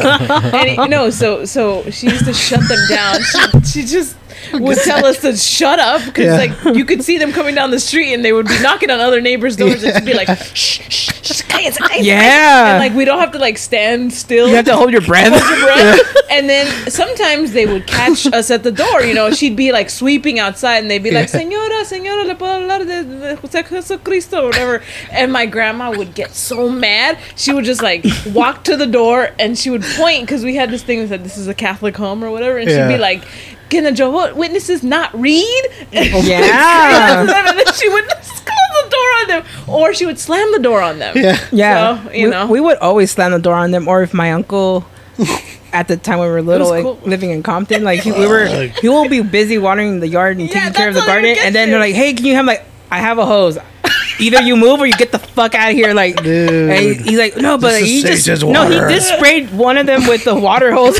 and it- no, so so she used to shut them down. She, she just would tell us to shut up because Yeah. like you could see them coming down the street and they would be knocking on other neighbors' doors and she'd be like, shh, shh, shh, guys, guys. Yeah. And like we don't have to like stand still. you have to hold your breath. Hold your breath. And then sometimes they would catch us at the door. You know, she'd be like sweeping outside, and they'd be like, "Señora, señora, le puedo hablar de, de José Jesucristo or whatever." And my grandma would get so mad. She would just like walk to the door and she would point because we had this thing that said this is a Catholic home or whatever, and she'd Yeah. be like. Can the Jehovah Witnesses not read? yeah. and then she would just close the door on them, or she would slam the door on them. Yeah. Yeah, So, you we, know. we would always slam the door on them, or if my uncle, at the time we were little, like was cool. living in Compton, like he, Oh we were, he will be busy watering the yard and Yeah, taking care of that's the how they would garden, get and then they're you. like, "Hey, can you have like I have a hose." Either you move or you get the fuck out of here, like. Dude. and he- he's like, no, but This is he just Satan's no, he water." just sprayed one of them with the water hose.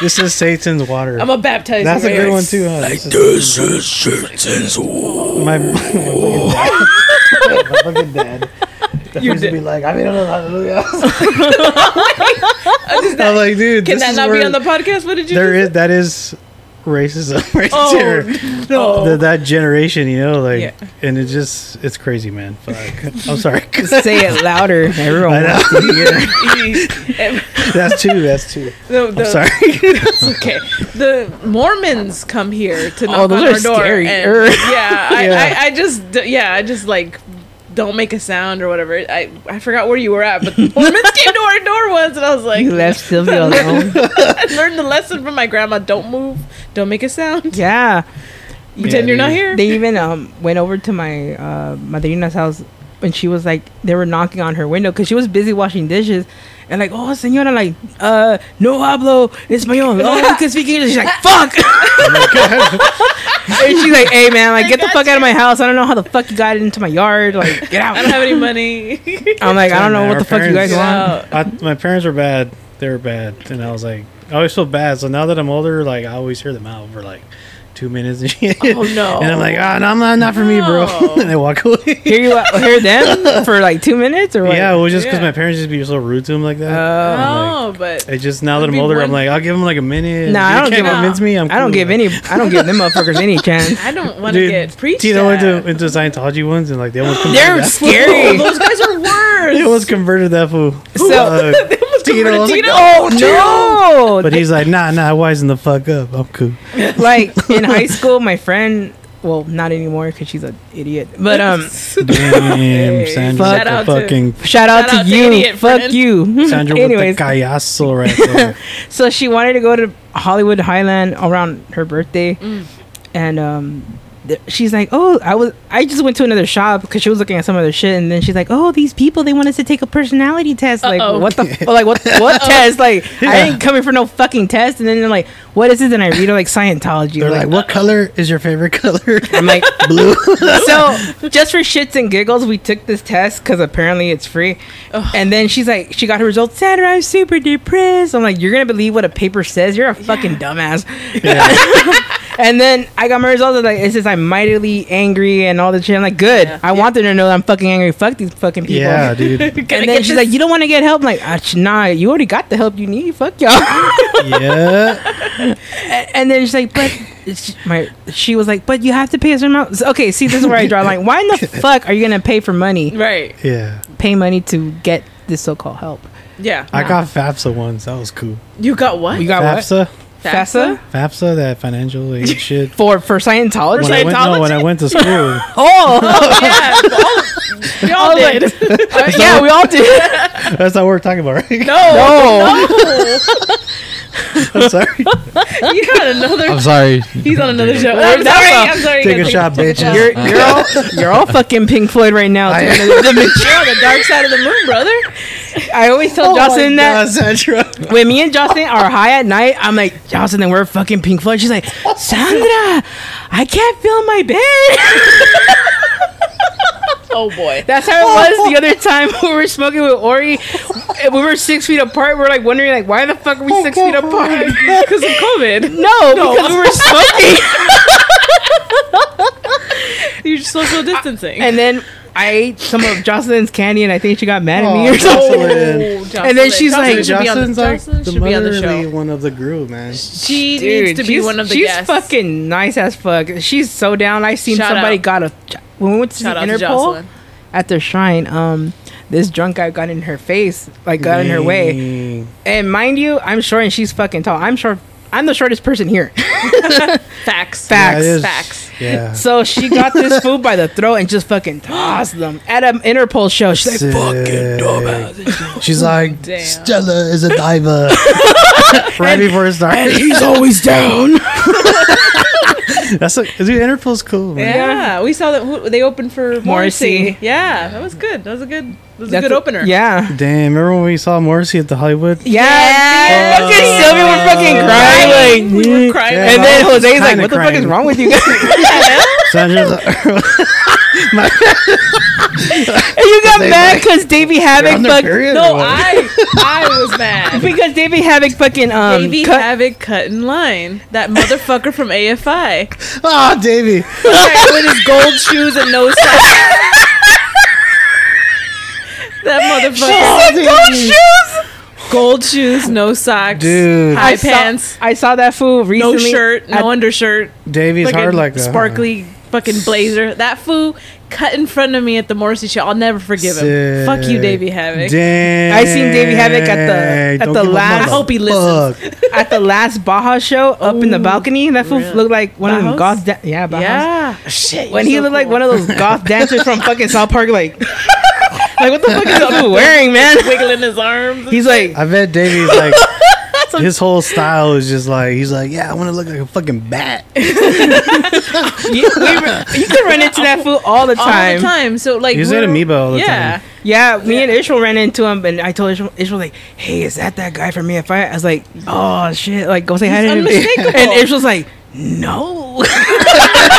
This is Satan's water. I'm a baptized. That's a Mary. good one too, huh? This is- This is Satan's war. my, my fucking dad. my fucking dad. You're did. be like, I mean, I don't know, hallelujah. I'm like, dude, Can this that is not be where- on the podcast? What did you? There just is that is racism right Oh, there. no. Th- that generation, you know, like, Yeah. and it just it's crazy, man. Fuck. I'm sorry. Say it louder, everyone. I wants know. to hear. Em- That's two. That's two. the, the, I'm sorry. It's okay. The Mormons come here to knock Oh, those on are Er. our door. scarier. and- yeah, I, Yeah. I, I just d- yeah, I just like don't make a sound or whatever. I I forgot where you were at, but the Mormons came to our door once, and I was like, You left Sylvia alone. I learned the lesson from my grandma: don't move, don't make a sound, Yeah. pretend you're not dude. here. they even um went over to my uh madrina's house and she was like they were knocking on her window because she was busy washing dishes and like oh senora like uh no hablo español oh you can speak english she's like fuck and she's like hey man like Oh I get the got fuck out of my house i don't know how the fuck you got into my yard like get out I don't have any money. i'm like i don't know Man, what our the fuck you guys parents- want Wow. I, my parents were bad. They were bad, and I was like, I always feel bad. So now that I'm older, like I always hear them out for like two minutes and shit. Oh, no. And I'm like, ah, no, I'm not, not for me, bro. No. and I walk away. hear you out- hear them for like two minutes or what Yeah, it was just because Yeah. my parents just be so rude to them like that. uh, Oh, but It just now that It'd I'm be older, one- I'm like, I'll give him like a minute. Nah, If I you don't can't give a- convince me. I'm i don't cool. give any i don't give them motherfuckers any chance I don't want to Dude, get preached Tino went at. Oh, to, into Scientology ones and like they almost converted they're that scary Those guys are fool. worse. They almost converted that fool. So- Fuck. Tino, I was like, Tino. Oh no! but he's like, nah, nah, wisen the fuck up. I'm cool. like in high school, my friend. Well, not anymore because she's an idiot. But um, Damn, Sandra Shout with out the to- fucking shout out Shout to out to you. idiot Fuck friend. you. Sandra Anyways, with the callazo right there. so Mm. she wanted to go to Hollywood Highland around her birthday, and um, th- she's like, oh, I was, I just went to another shop because she was looking at some other shit, and then she's like, oh, these people, they want us to take a personality test. Uh-oh. Like, what the, f- like, what, what test? Like, I ain't coming for no fucking test. And then they're like, what is it? And I read it like Scientology. They're like, like, what color is your favorite color? I'm like, Blue. so just for shits and giggles, we took this test because apparently it's free. And then she's like, she got her results. Sandra, I'm super depressed. I'm like, you're gonna believe what a paper says? You're a fucking dumbass. and then I got my results. and, Like it says I'm mightily angry and all this shit. I'm like, good. Yeah. I want them to know that I'm fucking angry. Fuck these fucking people. yeah, dude. Gonna And get then she's this- like, you don't want to get help. I'm like, "Ah, sh- nah, you already got the help you need. Fuck y'all. Yeah. and then she's like, but she, my, she was like, but you have to pay a certain amount. So- Okay, see, this is where I draw the line. Why in the fuck are you gonna pay for money, right. Yeah. pay money to get this so-called help? Yeah. I got FAFSA once. That was cool. you got what? You got what? FAFSA? FAFSA FAFSA, that financial aid shit. for for Scientology. When I, went, no, when I went to school, oh, yeah. we all Oh, did. Uh, yeah, we all did. that's not what we're talking about, right? No. Oh, I'm sorry. You got another. I'm sorry. He's on another show. Where's I'm sorry. that I'm sorry. Take a guys. shot, bitches. you're you're all, you're all fucking Pink Floyd right now. I- dude. The mature- You're on the dark side of the moon, brother. I always Oh tell my Jocelyn that God, Sandra. when me and Jocelyn are high at night, I'm like, Jocelyn, then we're fucking Pink Floyd. She's like, Sandra, I can't feel my bed. Oh boy. That's how it was the other time we were smoking with Ori. and we were six feet apart. We are like wondering, like, why the fuck are Oh we six feet apart? Because of COVID. No, because we were smoking. You're just social distancing. and then I ate some of Jocelyn's candy, and I think she got mad at me Oh, or something. Jocelyn. And then she's like- should be on the, Jocelyn's like Jocelyn the should be on the motherly show. one of the group, man. She Dude, needs to be she's- one of the she's guests. fucking nice as fuck. She's so down. I seen Shout somebody out. got a when we went to Shout the out to Interpol Jocelyn. at the shrine. Um, this drunk guy got in her face, like got in her way. Dang. And mind you, I'm short and she's fucking tall. I'm short. I'm the shortest person here. Facts. Facts. it is. Facts. Yeah. So she got this food by the throat and just fucking tossed them at an Interpol show. She's like, Fucking dumbass. She's like, Oh, Damn. Stella is a diver. right before it started. He's always down. That's like, dude, Interpol's cool, man. Yeah, we saw that who, they opened for Morrissey. Morrissey. Yeah, that was good. That was a good. That was a That's good opener. Yeah. Damn, remember when we saw Morrissey at the Hollywood? Yeah. Fucking Sylvia were fucking crying. Like, we were crying. Yeah. and then I was Jose's like, kinda what the fuck is crying. wrong with you guys? Sandra's like, And you got mad because Davey on Havoc their fuck period? No, or what? I I was mad. because Davey Havoc fucking um Davey cut- Havoc cut in line. That motherfucker from AFI Ah, Davey. with his gold shoes and no socks. that motherfucker. Oh, Davey. Gold shoes, no socks, Dude. high I saw- pants, I saw that fool no recently. shirt, no at- undershirt. Davey's fucking hard like that. huh? sparkly fucking blazer. That foo cut in front of me at the Morrissey show. I'll never forgive him. Fuck you, Sick. Davey Havoc. Dang. I seen Davey Havoc at the- at Don't the give a last- I hope he motherfuck. at the last Baja show up in the Ooh, balcony. That fool really? looked like one of Bauhaus? them goth. Da- yeah, Baja. yeah. Shit. When he looked like one of those goth dancers from fucking South Park, like, like what the fuck is that fool wearing, man? wiggling his arms. He's like, I bet Davey's like his whole style is just like he's like, yeah, I want to look like a fucking bat. you, we were- you can run into that fool all the all time. the time. So like He's we're- at Amoeba all the yeah. time. Yeah, me and Ishmael ran into him, and I told Ishmael, Ishmael like, "Hey, is that that guy from me?" If I, I was like, "Oh shit!" Like, go say hi to him. unmistakable. And Ishmael's like, "No."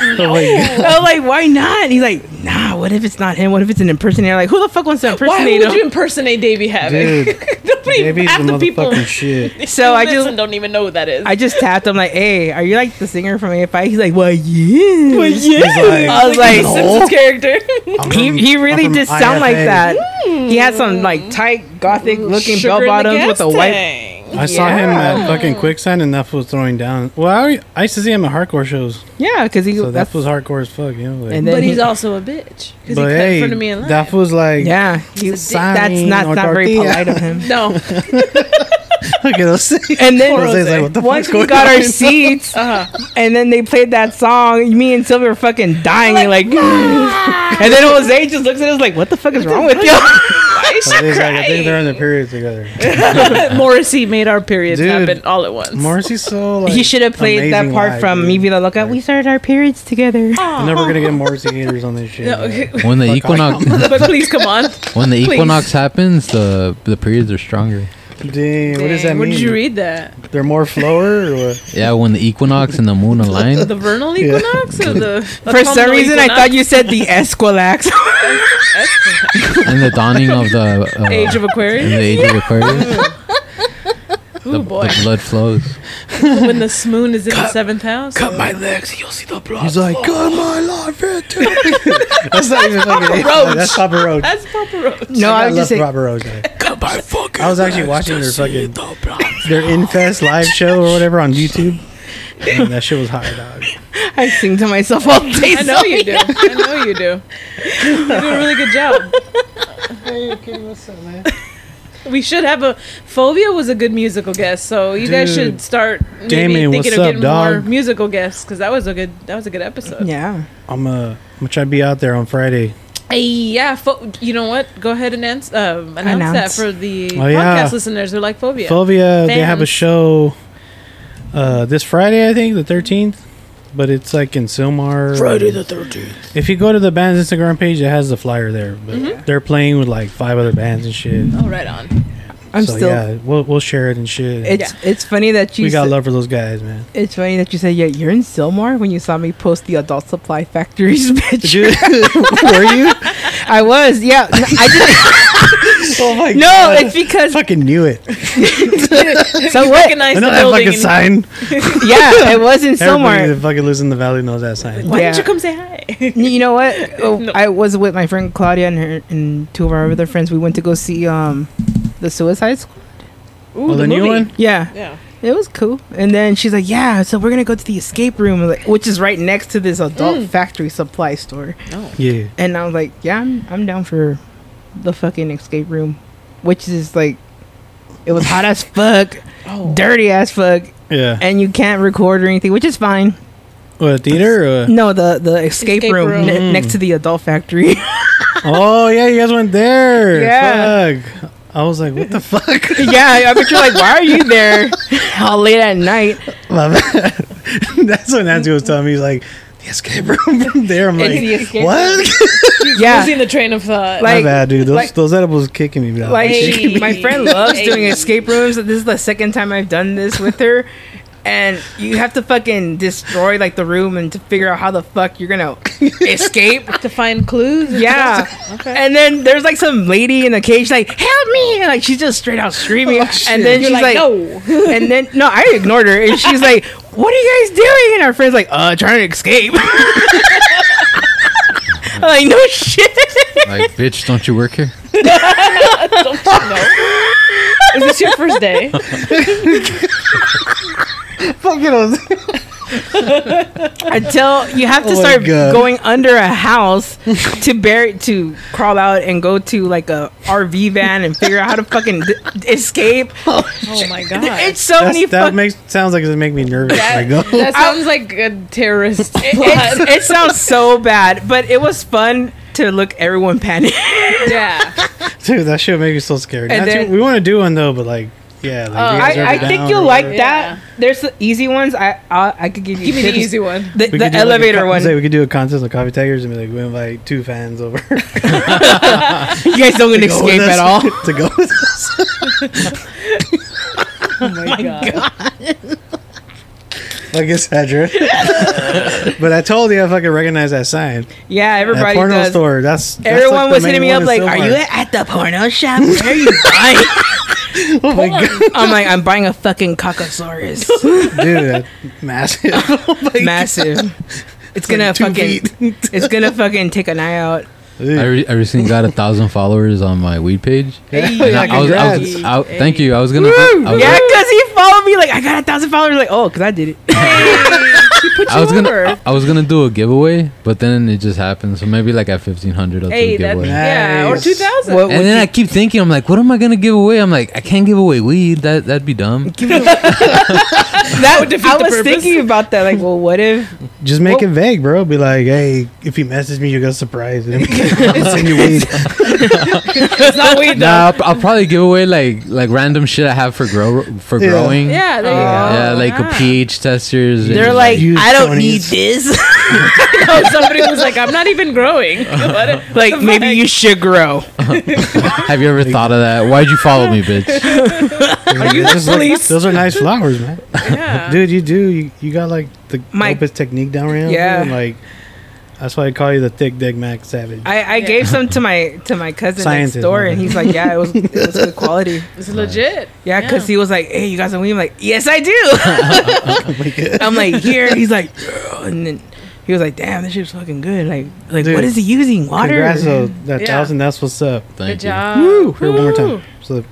Oh my God. I was like, "Why not?" And he's like, "Nah. What if it's not him? What if it's an impersonator? Like, who the fuck wants to Why impersonate would you him?" impersonate Davey Havoc? Dude, Nobody, Davey's the half the people. motherfucking shit. So I listen just- don't even know who that is. I just tapped him like, "Hey, are you like the singer from AFI?" He's like, "Well, yeah." like- I was like, the Simpsons character. I'm He, from- he really I'm from did sound like IFA. that. He had some like tight gothic looking Hmm. Sugar bell in the bottoms gas with a white. tank. I saw him at fucking quicksand and that was throwing down. Well, I, I used to see him at hardcore shows, Yeah, because he so that that's was hardcore as fuck, you know. Like, And then- But he's he- also a bitch because he but cut in hey, front of me in line. that was like, yeah. He, It's that's a dick. not Sign not very or tortilla. polite of him. no. look at us. And then Poor Jose's like, what the once fuck's we going got our on? seats, Uh-huh. and then they played that song, me and Sylvia were fucking dying, like, and then Jose just looks at us like, "What the fuck is wrong with you?" Christ, I think, like, I think Christ. they're in the period together. Morrissey made our periods Dude, happen all at once. Morrissey's so like he should have played that amazing part live, from dude. Me Be La Loca. We started our periods together. I'm never gonna get Morrissey haters on this shit. No, man. When the Fuck equinox but please come on. when the Please. equinox happens, the the periods are stronger. Dang, what does that Dang, Where mean? did you read that? They're more flower or what? Yeah, when the equinox and the moon align. The vernal Yeah. equinox or the For some autumnal reason, I equinox? thought you said the Esquilax. and the dawning of the uh, Age of and Aquarius. the age of Aquarius, the, Oh boy, the blood flows. when the moon is in the seventh house. Cut my legs, you'll see the blood. He's like, "Cut my life, That's not even fucking Roach. That's Papa Roach. That's Papa Roach. no, I I was love just saying. Papa Roach. man. Cut my fucking." I was actually legs, watching you'll their see fucking- the blood. Their Infest live show or whatever on YouTube. Man, that shit was hot, dog. I sing to myself all day. I know you do. I know you do. You do a really good job. We should have a Fovea was a good musical guest, so you guys Dude. should start maybe Damien, thinking what's of up, getting more dog? musical guests because that was a good that was a good episode. Yeah, Yeah. I'm uh, I'm gonna try to be out there on Friday. yeah Fo- you know what? Go ahead and ans- um, announce, Announce. that for the Oh, yeah. podcast listeners who like Fovea. Fulvia, they have a Fans. show uh, this Friday, I think, the 13th. But it's like in Silmar. Friday the thirteenth. If you go to the band's Instagram page, it has the flyer there. But Mm-hmm. they're playing with like five other bands and shit. oh, right on. I'm so still. yeah, we'll we'll share it and shit. It's it's funny that you. we got sa- love for those guys, man. It's funny that you said yeah. You're in Silmar when you saw me post the Adult Supply Factories picture. were you? I was. Yeah. No, I didn't. Oh my No, it's because. I fucking knew it. So what? Recognize I the know that building. fucking and- sign. Yeah, it was in Everybody Silmar. that fucking lives in the valley knows that sign. Why didn't Yeah. you come say hi? You know what? Oh, No. I was with my friend Claudia and her and two of our other friends. We went to go see um, the Suicide Squad. Ooh, Well, Oh, the new one? Yeah, Yeah. it was cool. And then she's like, "Yeah, so we're gonna go to the escape room, like, which is right next to this adult factory supply store." No. Yeah. And I was like, "Yeah, I'm I'm down for the fucking escape room," which is like, it was hot as fuck, Oh. dirty as fuck, Yeah. and you can't record or anything, which is fine. What, a theater? Or a- No, the the escape, Escape room, room. Ne- next to the adult factory. oh, yeah, you guys went there. Yeah. Fuck. I was like, what the fuck? yeah, I bet you're like, why are you there all late at night? Love it. That's what Nancy was telling me. He's like, the escape room from there. I'm Into the like, escape what? Yeah, Losing the train of thought. Like- My bad, dude. Those, like- those edibles were kicking me. Bro. like Hey. she- my friend loves doing Hey. escape rooms. This is the second time I've done this with her, and you have to fucking destroy like the room and to figure out how the fuck you're gonna escape. to find clues. and Yeah, stuff? Okay. and then there's like some lady in a cage, like help me, and, like she's just straight out screaming, and then You're she's Oh, like, no. and then no, I ignored her, and she's like, "What are you guys doing?" And our friend's like, "Uh, trying to escape." I'm like, no shit. Like, bitch, don't you work here? Don't you know? Is this your first day? fucking was. Until you have to Oh my start God. going under a house to bury to crawl out and go to like a RV van and figure out how to fucking d- escape. Oh my god. It's so many That's, that fucking. makes sounds like it make me nervous. That- like, no. that sounds like a terrorist plot. It, it sounds so bad, but it was fun to look everyone panic. yeah. Dude, that shit make me so scared. And Not too- then- Uh, we want to do one though, but like, yeah, like, Oh, you guys I, I are think down you'll or like whatever. Yeah. that. There's the easy ones. I I, I could give you. Give me the tips. easy one. The, We could the do, like, a elevator co- one. Say we could do a contest on coffee tigers and be like, we invite two fans over. to You guys don't go with escape us- at all. to go with us. Oh my, god. I guess Hedra. but I told you I fucking recognize that sign. Yeah, That everybody porno does. store. That's, that's Everyone like the was main hitting me one up in like, Silmar. "Are you at the porno shop? Where are you buying?" Oh my god, I'm like, "I'm buying a fucking cockosaurus, dude, that massive. Oh my massive. It's gonna like two fucking, it's gonna fucking take an eye out." I, dude. re- I recently got a thousand followers on my weed page. Yeah, And I, I was, I was- congrats. I- thank you. I was gonna. do- I was Yeah, cause he followed me like I got a thousand followers. Like, oh, cause I did it. Hey, keep put you I was over. gonna, I was gonna do a giveaway, but then it just happened. So maybe like at fifteen hundred, I'll do hey, a that, giveaway. yeah, or Nice. two thousand. What- And then I keep thinking, I'm like, what am I gonna give away? I'm like, I can't give away weed. That that'd be dumb. that would defeat I the was purpose. thinking about that. Like, well, what if Just make it vague, bro. Be like, hey, if you message me, you got surprised. send you weed. It's not weed. Nah, I'll, I'll probably give away like like random shit I have for grow for Yeah. growing. Yeah, there you Yeah, go. Yeah, like Ah. a pH testers. and they're like, Use I don't need Tony's. this. No, somebody was like, I'm not even growing. What? like, maybe you should grow. have you ever thought of that? Why'd you follow me, bitch? Are you the police? those are nice flowers, man. Yeah. Dude, you do. You, you got like the My- dopest technique down around. Yeah. dude, Like, that's why I call you the thick dick Mac Savage. I, I gave some to my to my cousin Scientist, next door, and man. he's like, yeah, it was it was good quality. It's legit. Yeah, because Yeah. he was like, hey, you got some weed? I'm like, yes, I do. I'm like, here. He's like, "Yeah." and then he was like, damn, this shit's fucking good. Like, like Dude. what is he using? Water? Congrats, though, that Yeah. thousand. That's what's up. Good Thank you. job. Woo! Here, one more Woo! time. So,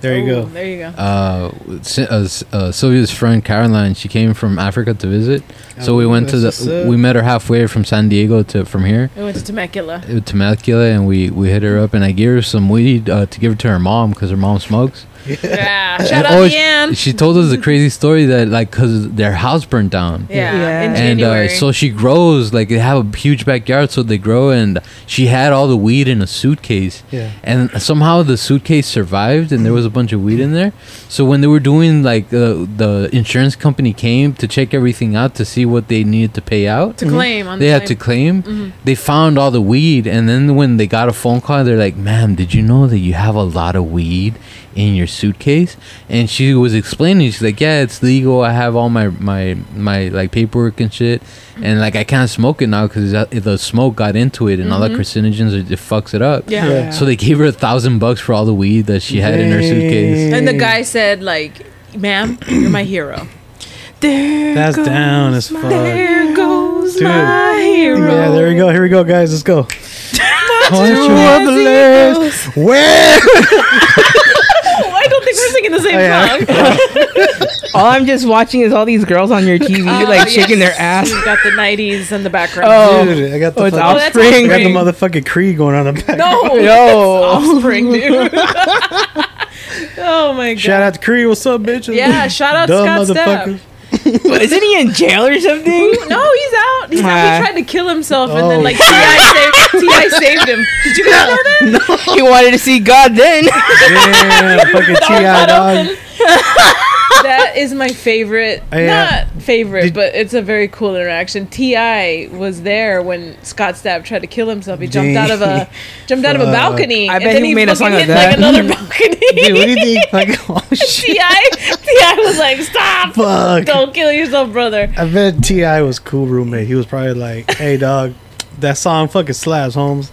there you Ooh, go. There you go. Uh, Si- uh, S- uh, Sylvia's friend Caroline, she came from Africa to visit, Oh. so we went to Oh, that's what's the. up. We met her halfway from San Diego to from here. We went to Temecula. uh, to Temecula, and we we hit her up, and I gave her some weed uh, to give her to her mom because her mom smokes. Yeah. And- Shout out oh, she- Leanne. She told us a crazy story that like because their house burned down. Yeah. Yeah. In And January. uh, so she grows like they have a huge backyard, so they grow. And she had all the weed in a suitcase, Yeah. and somehow the suitcase survived, and there was a bunch of weed in there. So when they were doing like the the insurance company came to check everything out to see what they needed to pay out, to claim on Mm-hmm. they the had to claim. claim. They found all the weed, and then when they got a phone call, they're like, "Ma'am, did you know that you have a lot of weed in your suitcase?" And she was explaining, she's like, "Yeah, it's legal. I have all my my my like paperwork and shit, and like I can't smoke it now because the smoke got into it and all the carcinogens it, it fucks it up." Yeah. Yeah. So they gave her a thousand bucks for all the weed that she had in her suitcase. And the guy said, like, ma'am, you're my hero. There That's goes down as fuck. There goes Dude. my hero. Yeah, there we go. Here we go, guys. Let's go. Where? Oh, I don't think we're singing the same Oh, yeah. song. All I'm just watching is all these girls on your TV, Oh, like yes. shaking their ass. You've got the 90s in the background. Oh, Dude, I got the, oh, it's fucking- all- that's offspring. I got the motherfucking Cree going on in the back. No, Yo, offspring, dude. oh my god! Shout out to Cree. What's up, bitch? Yeah, shout out Dumb Scott Stapp. motherfucker. isn't he in jail or something? No, he's out. He's out. Ah. He tried to kill himself, and then Oh. like Ti saved Ti saved him. Did you guys know that? he wanted to see God then. Yeah, fucking T.I. dog. That is my favorite. Oh, yeah. Not favorite, Did- but it's a very cool interaction. Ti was there when Scott Stapp tried to kill himself. He jumped out of a jumped out of a Fuck. balcony. I and bet then he made a song fucking of hit, Like that. another balcony. Dude, what do you think? Like, oh, shit. Ti Ti was like, stop. Fuck. Don't kill yourself, brother. I bet T.I. was cool roommate. He was probably like, hey, dog, that song fucking slaps, Holmes.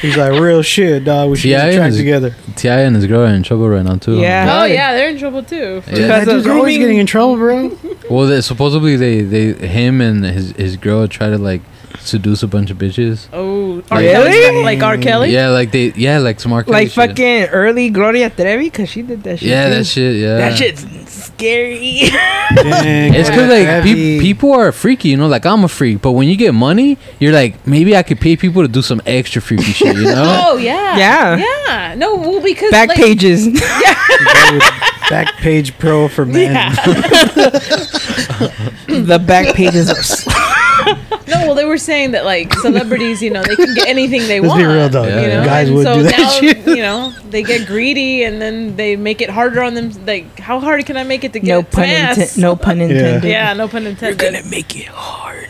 He's like, real shit, dog. We should get T.I. a track is- together. Ti and his girl are in trouble right now too. Yeah. Oh Right. yeah, they're in trouble too. Yeah. That dude's always grooming- getting in trouble, bro. Well, they, supposedly they they him and his his girl try to like seduce a bunch of bitches. Oh, R. Really? Kelly's- Like R. Kelly. Yeah, like they yeah like some R. Kelly like shit. fucking early Gloria Trevi, cause she did that shit. yeah too. that shit uh, yeah That shit's scary. Dang, It's because like Trevi. pe- people are freaky, you know. Like I'm a freak, but when you get money, you're like, maybe I could pay people to do some extra freaky shit, you know? Oh yeah. Yeah. Yeah. No, well because Back like, pages. Dude, back page pro for men. the back pages are s- No, well, they were saying that like celebrities, you know, they can get anything they Let's want. be real though. Yeah. You know, Guys and would so do that now, shit. you know, they get greedy and then they make it harder on them. Like, how hard can I make it to get no some pun ass? inten- no pun intended. Yeah, no pun intended. make it hard.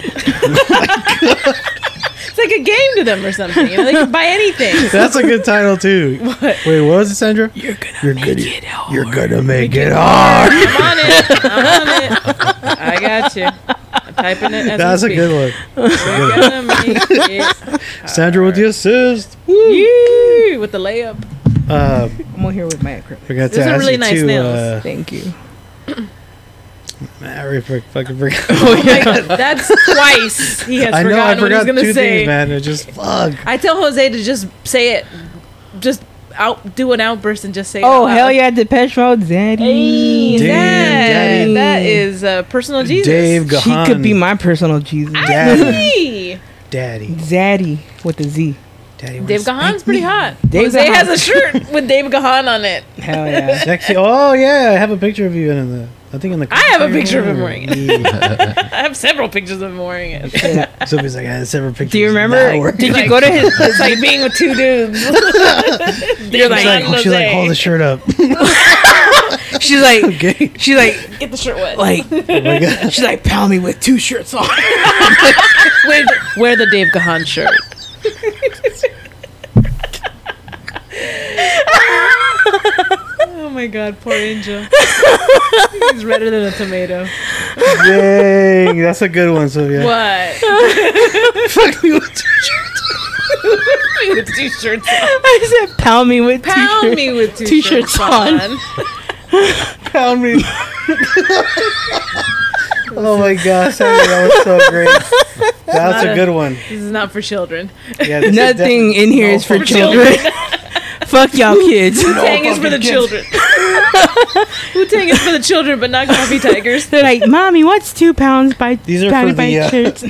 It's like a game to them or something. You know, they can buy anything. That's a good title too. Wait, what was it, Sandra? You're gonna You're make good. it hard. You're gonna make it hard. I'm on it. I'm on it. I got you. I'm typing it. As That's a we good one. speak. We're gonna make it. Sandra with the assist. Yee, with the layup. Uh, I'm over here with my acrylic. forgot Those to are ask really you nice too. nails. Uh, Thank you. man, I really fuck- fucking forgot. Oh my God, that's twice he has I know I forgotten what forgot he's gonna two say. things, man. It just fuck. I tell Jose to just say it. Just out do an outburst and just say, it Oh out loud. hell yeah, Depeche Mode, Hey, Daddy. Damn, that- Daddy. that is uh, personal Jesus. Dave She Gahan. could be my personal Jesus. daddy. Hey, daddy. Zaddy with a Z. Daddy. Dave wants Gahan's pretty hot. Dave Jose Gahan. has a shirt with Dave Gahan on it. Hell yeah. Sexy. Oh yeah, I have a picture of you in the. I think in the. I have a picture of him wearing it. it. I have several pictures of him wearing it. Somebody's like, I had several pictures. Do you Now remember? we're- Did you Like- go to his? It's like being with two dudes. You're She's like, oh, she's like, hold the shirt up. She's like, okay. she's like, Get the shirt wet. like, Oh my god. she's like, pound me with two shirts on. wear, the, wear the Dave Gahan shirt. oh my god, poor Angel. He's redder than a tomato. Dang, that's a good one, Sylvia. What? Fuck me with two shirts. with two shirts on. I said, pound me with t-shirts. Pound me with two T-shirts shirts on. on. Pound me. oh my gosh, Sylvia, that was so great. That's a good one. This is not for children. Yeah, this is definitely- Nothing in here is for children. Fuck y'all, kids. Tang is for fucking the kids. children. Wu Tang is for the children, but not coffee tigers. They're like, mommy, what's two pounds by These are divided for by the, uh, shirts?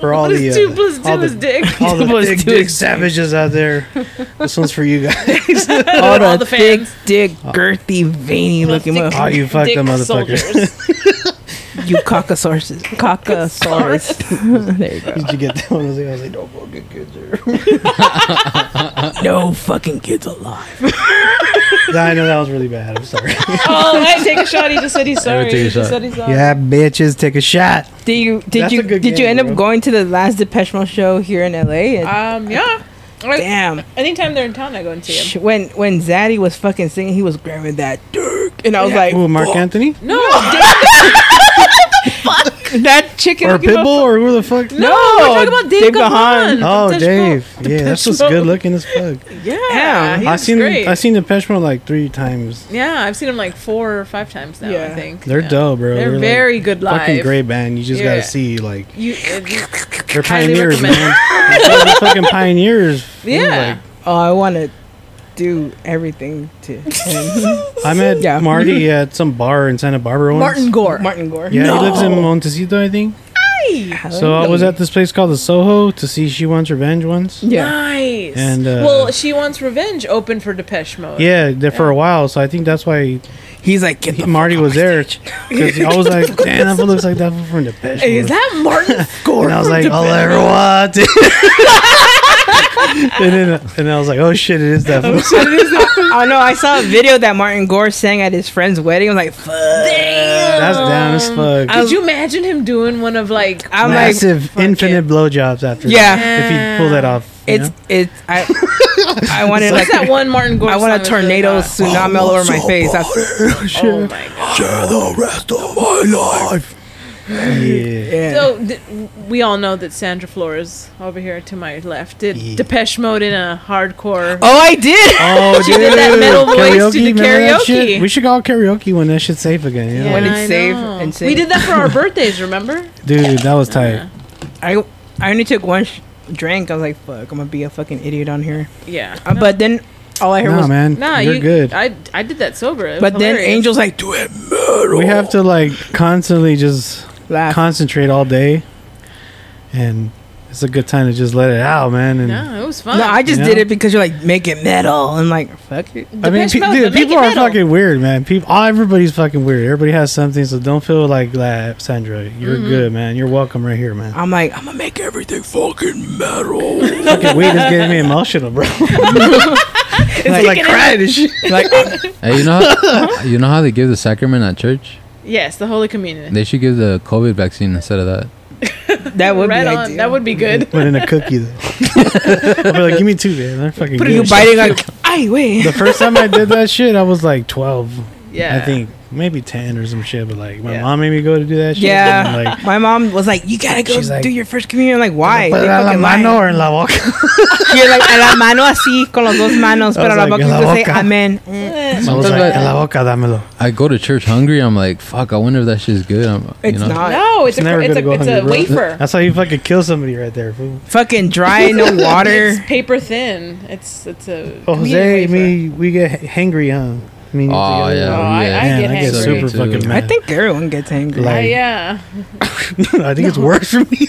for all What the is two plus uh, all two is the dick? all the Plus big two dick is- savages out there. This one's for you guys. all All, the the thick, fans. dick, girthy, veiny looking Dick- Oh, motherfucker. you fucked dick them motherfuckers. soldiers. You cockasauruses. Cockasaurus. there you go. Did you get that one? I was like, I was like, don't go get kids here. No fucking kids alive. Nah, I know that was really bad. I'm sorry. oh, I take a shot. He just said he's sorry. Everybody He take a just shot. said he's sorry. yeah, bitches, take a shot. Did you did That's you a good did you game, end bro. up going to the last Depeche Mode show here in LA? Um. Yeah. I, Damn. anytime they're in town, I go and see Sh- him. When when Zaddy was fucking singing, he was grabbing that dirt, and I was like, Who, Mark Anthony? No, Dave, that chicken. Or looking Pitbull? Or who the fuck? no, we're talking about Dave, Dave Gahan. Gahan. Oh, Depeche Dave. Mode. Yeah, that's Depeche just Mode. good looking as fuck. Yeah, Damn. he's I seen great. I seen Depeche Mode like three times. yeah, I've seen him like four or five times now. I Yeah. think They're Yeah. dope, bro. They're like, very good live. fucking great band. You just Yeah. gotta see like You, it- they're Highly pioneers, recommend. man. they're the fucking pioneers. yeah, Oh, I want to do everything to him. I met Yeah. Marty at some bar in Santa Barbara once. Gore. Martin Gore. Yeah, he lives in Montecito, I think. So I was at this place called the Soho to see She Wants Revenge once. yeah. nice. And, uh, well, she wants revenge. Open for Depeche Mode. Yeah, there for a while. So I think that's why He's like, get the Marty was there. Because I was like, damn, that fool looks like that fool from the Mode. Is that Martin? and I was like, I'll ever want it. and, then, and I was like, oh shit, it is that fool. I know. oh, I saw a video that Martin Gore sang at his friend's wedding. I'm like, fuck. Damn. That's down as fuck. Could you imagine him doing one of like? I'm like, Massive, fuck infinite blowjobs after Yeah. that. If you pull that off. you it's know? it's I. I wanted like what's that one Martin Gore? I want song a that's really tornado hot? tsunami all over my face. That's, Oh my god. Share the rest of my life. yeah. yeah. So th- we all know that Sandra Flores over here to my left did Yeah. Depeche Mode in a hardcore. oh, I did. Oh, She did that dude. metal voice to the remember that shit? karaoke. We should go out karaoke when that shit's safe again. You know? When like, it's I safe know. and We safe. did that for our birthdays, remember? Uh, dude, that was tight. I I only took one sh- drink. I was like, fuck, I'm gonna be a fucking idiot on here. Yeah. Uh, But then all I heard Nah, was, man, Nah, you're you good. I I did that sober. It was but then hilarious. Angel's like, Do it metal. we have to like constantly just laugh. concentrate all day, and it's a good time to just let it out, man. And No, it was fun. no, I just You did know? it because you're like, make it metal. I'm like, fuck it. I mean, Depeche pe- Mode, dude, but make people it are metal. fucking weird, man. People, all, everybody's fucking weird. Everybody has something, so don't feel like that, Sandra. You're Mm-hmm. good, man. You're welcome right here, man. I'm like, I'm gonna make Make everything fucking metal. fucking weed is getting me emotional, bro. like, like crying and shit. like, Hey, you know, how, you know how they give the sacrament at church? Yes, the Holy Communion. They should give the COVID vaccine instead of that. that would right be on. That would be good. Put in a cookie though. I'll be like, give me two, man. They're fucking Put good. you biting like, I wait. The first time I did that shit, I was like 12, Yeah. I think. maybe ten or some shit, but like my Yeah. mom made me go to do that shit. Yeah. and, like My mom was like, "You gotta go She's do like, your first communion." I'm like, why? "Put They it on la fucking mano lying." or en la boca. You're like, "A la mano así, con los dos manos," I pero was la like, boca "En you la could say boca." "Amen." Mm. I was Sometimes like, I- en la boca, dámelo. I go to church hungry. I'm like, fuck. I wonder if that shitit's good. I'm, It's you know? not No, it's, It's a never it's gonna a, go it's a hungry, bro. wafer. That's how you fucking kill somebody right there. Fool. fucking dry, no water. It's paper thin. It's it's a Oh, comedic Jose, wafer. me, we get h- hangry, huh? Me and you Oh, together. Oh, yeah. I, yeah. I get Man, I get hangry. hungry. super Too. fucking I mad. I think everyone gets angry. Uh, Like- yeah. I think it's worse for me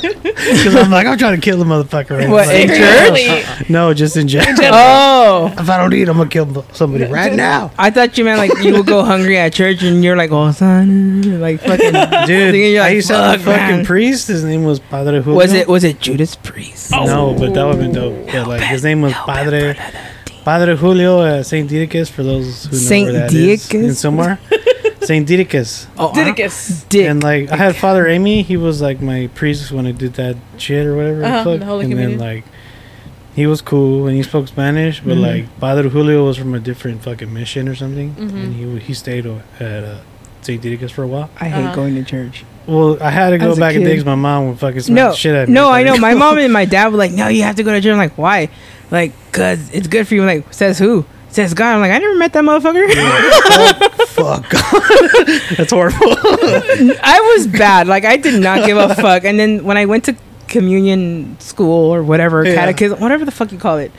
because I'm like I'm trying to kill the motherfucker. Right What, now. Like, in church? Really? No, just in general. oh, If I don't eat, I'm gonna kill somebody right now, I thought you meant like you would go hungry at church and you're like, "Oh, son," like fucking. dude. Thinking you're I like, used to have a "Fuck, fucking man." priest. His name was Padre Julio. Was it was it Judas Priest? Oh. No, but that would have been dope. But Oh, like his name was Padre Padre Julio uh, Saint Didicus. For those who know Saint where that is Didicus? in somewhere, Saint Didicus. Oh, I don't- Didicus. Dick. uh-huh. And like I had Father Amy, he was like my priest when I did that shit or whatever. the Uh-huh, fuck. the Holy and Communion. then like he was cool and he spoke Spanish, Mm-hmm. but like Father Julio was from a different fucking mission or something, Mm-hmm. and he he stayed o- at uh, St. Didicus for a while. I hate Uh-huh. going to church. Well, I had to go As a back and kid. dig 'cause my mom would fucking smack No, the shit at me. no, if I know. didn't My go. mom and my dad were like, "No, you have to go to church." I'm like, "Why?" Like, cause it's good for you. I'm like, says who? Says God. I'm like, I never met that motherfucker. fuck. That's horrible. I was bad. Like, I did not give a fuck. And then when I went to communion school or whatever, Yeah. catechism, whatever the fuck you call it,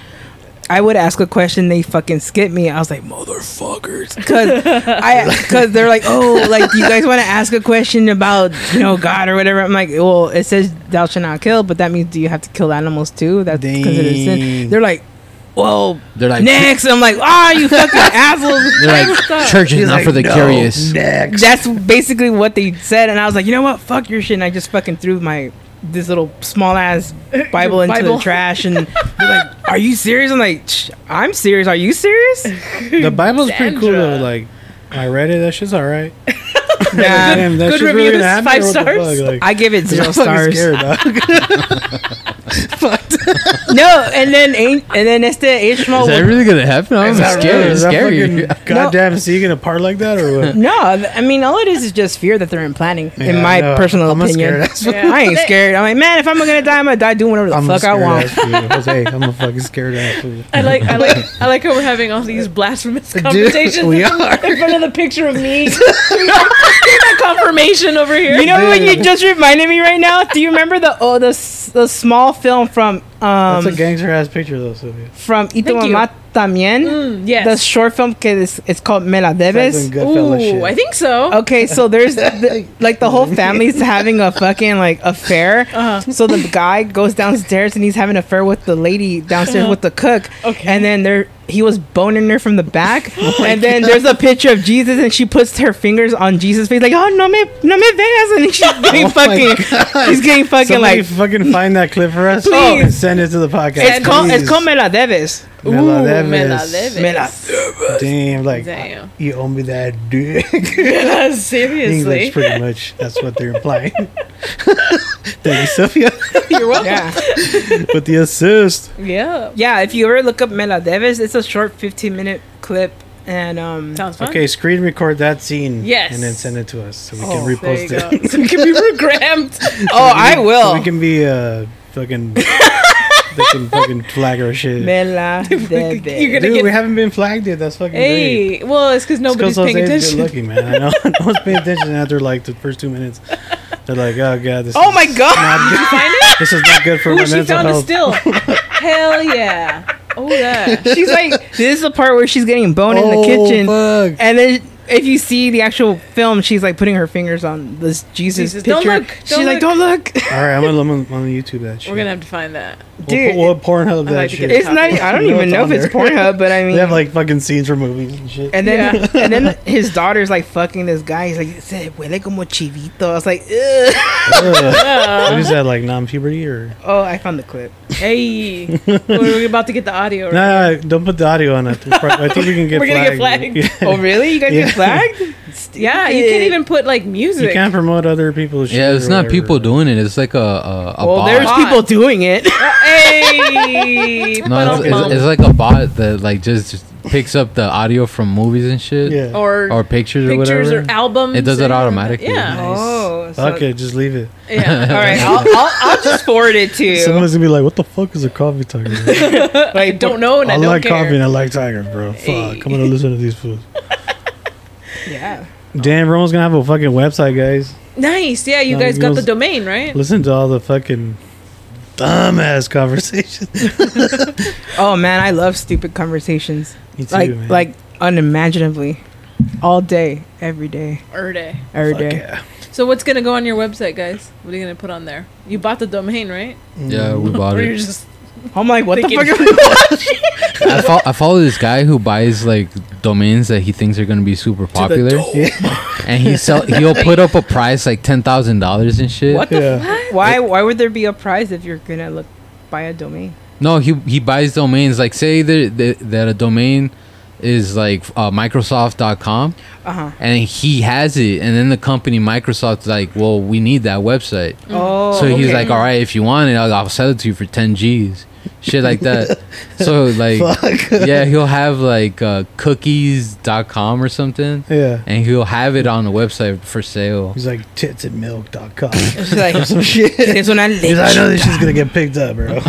I would ask a question. They fucking skipped me. I was like, Motherfuckers. because I because they're like, oh, like you guys want to ask a question about you know God or whatever. I'm like, well, it says thou shalt not kill, but that means do you have to kill animals too? That's considered a sin. Dang. They're like, well, They're like, next. I'm like, ah, you fucking assholes. they're like, church is He's not like, for the "No, curious. Next. That's basically what they said, and I was like, you know what, fuck your shit. And I just fucking threw my this little small ass Bible into Bible. the trash, and they're like, are you serious? I'm like, "Shh, I'm serious. Are you serious? The Bible's pretty cool though. Sandra. Like I read it. That shit's all right. Nah, Damn, that good shit's really reviews, gonna happen or five what the stars. fuck? Like, I give it zero I'm fucking stars. scared, dog. No, and then An- and then it's the H Is Mo. that really gonna happen? I'm Is that scared. real? Is that Scary. fucking Goddamn, so you gonna part like that or what? No, th- I mean all it is is just fear that they're implanting. Yeah, in my no, personal I'm a opinion, scared ass fuck. I ain't scared. I'm like, man, if I'm gonna die, I'm gonna die doing whatever the I'm a fuck I scared want. ass fool. Jose, I'm a fucking scared ass fool. I like I like I like how we're having all these blasphemous conversations we in, are. in front of the picture of me. confirmation over here. You know what you just reminded me right now? Do you remember the oh the s- the small film from That's a um gangster ass picture though, Sylvia. from Ito Thank you. Mama Tamien? Mm, The yes. short film que is it's called Me la debes. That's some Goodfellas shit. Oh, Ooh, I think so. Okay, so there's the, like the whole family's having a fucking like affair. Uh-huh. So the guy goes downstairs and he's having an affair with the lady downstairs with the cook. Okay. Oh And then there he was boning her from the back. and then there's a picture of Jesus and she puts her fingers on Jesus' face like, "Oh, no me no me veas." And she's getting Oh my fucking she's getting fucking Somebody like fucking find that clip for us Please. and send it to the podcast. it's called it's please. called me la debes. Ooh, Me la debes. me la debes. Me la- Damn, like Damn. you owe me that dick. Seriously. English, pretty much. That's what they're implying. Thank you, Sylvia, You're welcome. Yeah. with the assist. Yeah. yeah, if you ever look up Mela Davis, it's a short 15 minute clip and um Sounds fun. Okay, screen record that scene. Yes. and then send it to us so we Oh, can There you repost it. go. So we can be reprogrammed. Oh, I So will. we can be uh fucking they can fucking flag our shit. Mela You're Davis. gonna Dude, get we haven't been flagged yet. That's fucking great. Hey, well, it's because It's 'cause nobody's those paying days get attention. Lucky man, I know. no one's paying attention after like the first two minutes. They're like, oh god, this. Oh is my god. Not good. Find it? This is not good for Ooh, my she mental found it health. still. Hell yeah. Oh yeah. She's like, this is the part where she's getting boned in Oh, the kitchen, fuck. and then if you see the actual film, she's like putting her fingers on this Jesus, Jesus, picture. don't look, she's don't like, look. don't look, All right, I'm gonna, I'm gonna, I'm gonna YouTube that shit. We're gonna have to find that. dude. we'll, we'll Pornhub I'd that like to shit. get- it's not. e, I don't You know even it's know if on it's there. Pornhub, but I mean, They have like fucking scenes from movies and shit. and then Yeah. and then his daughter's like fucking this guy. He's like, se huele como chivito. I was like, Ugh. Ugh. Uh, what is that like non-puberty or? oh, I found the clip. hey, we're about to get the audio. Nah, Right? don't put the audio on it. I think we can get We're gonna get flagged. flagged. Yeah. Oh, really? You guys Yeah. get flagged? Yeah, you can't even put like music. You can't promote other people's. Yeah, shit it's or not whatever. people doing it. It's like a a, a Well, bot. there's people doing it. Uh, hey, no, it's, it's, it's like a bot that like just, just picks up the audio from movies and shit. Yeah. or, Or pictures, or pictures whatever. or albums. It does it and- automatically. Yeah. Oh, so- Fuck it, just leave it. yeah. All right, I'll, I'll, I'll just forward it to you. Someone's gonna be like, "What the fuck is a coffee tiger?" bro? I don't know and I, I don't like care. coffee and I like tiger, bro. Fuck, I'm gonna listen to these fools. Yeah. Damn, Roman's gonna have a fucking website, guys. Nice. Yeah, you No, guys it got the goes- domain, right? Listen to all the fucking dumbass conversations. Oh man, I love stupid conversations. Me too, like man. like unimaginably, all day, every day, Erde. every Fuck day. yeah. So what's gonna go on your website, guys? What are you gonna put on there? You bought the domain, right? Yeah, we bought Or it. you're just I'm like, what Thinking- the fuck? Am I- I, fo- I follow this guy who buys like domains that he thinks are gonna be super popular, and he sell he'll put up a price like ten thousand dollars and shit. What the Yeah. why why would there be a prize if you're gonna look buy a domain? No, he he buys domains like say that that- that a domain is like uh, Microsoft.com, Uh huh. and he has it, and then the company Microsoft's like, well, we need that website, Mm. Oh. so he's okay. like, all right, if you want it, I'll, I'll sell it to you for ten G's, shit like that. so like. Fuck. yeah, he'll have like uh, cookies.com or something. Yeah. and he'll have it on the website for sale. He's like titsandmilk.com. She's like, Or some Oh, shit. "Tienes una He's like, I know leche." this shit's gonna get picked up, bro.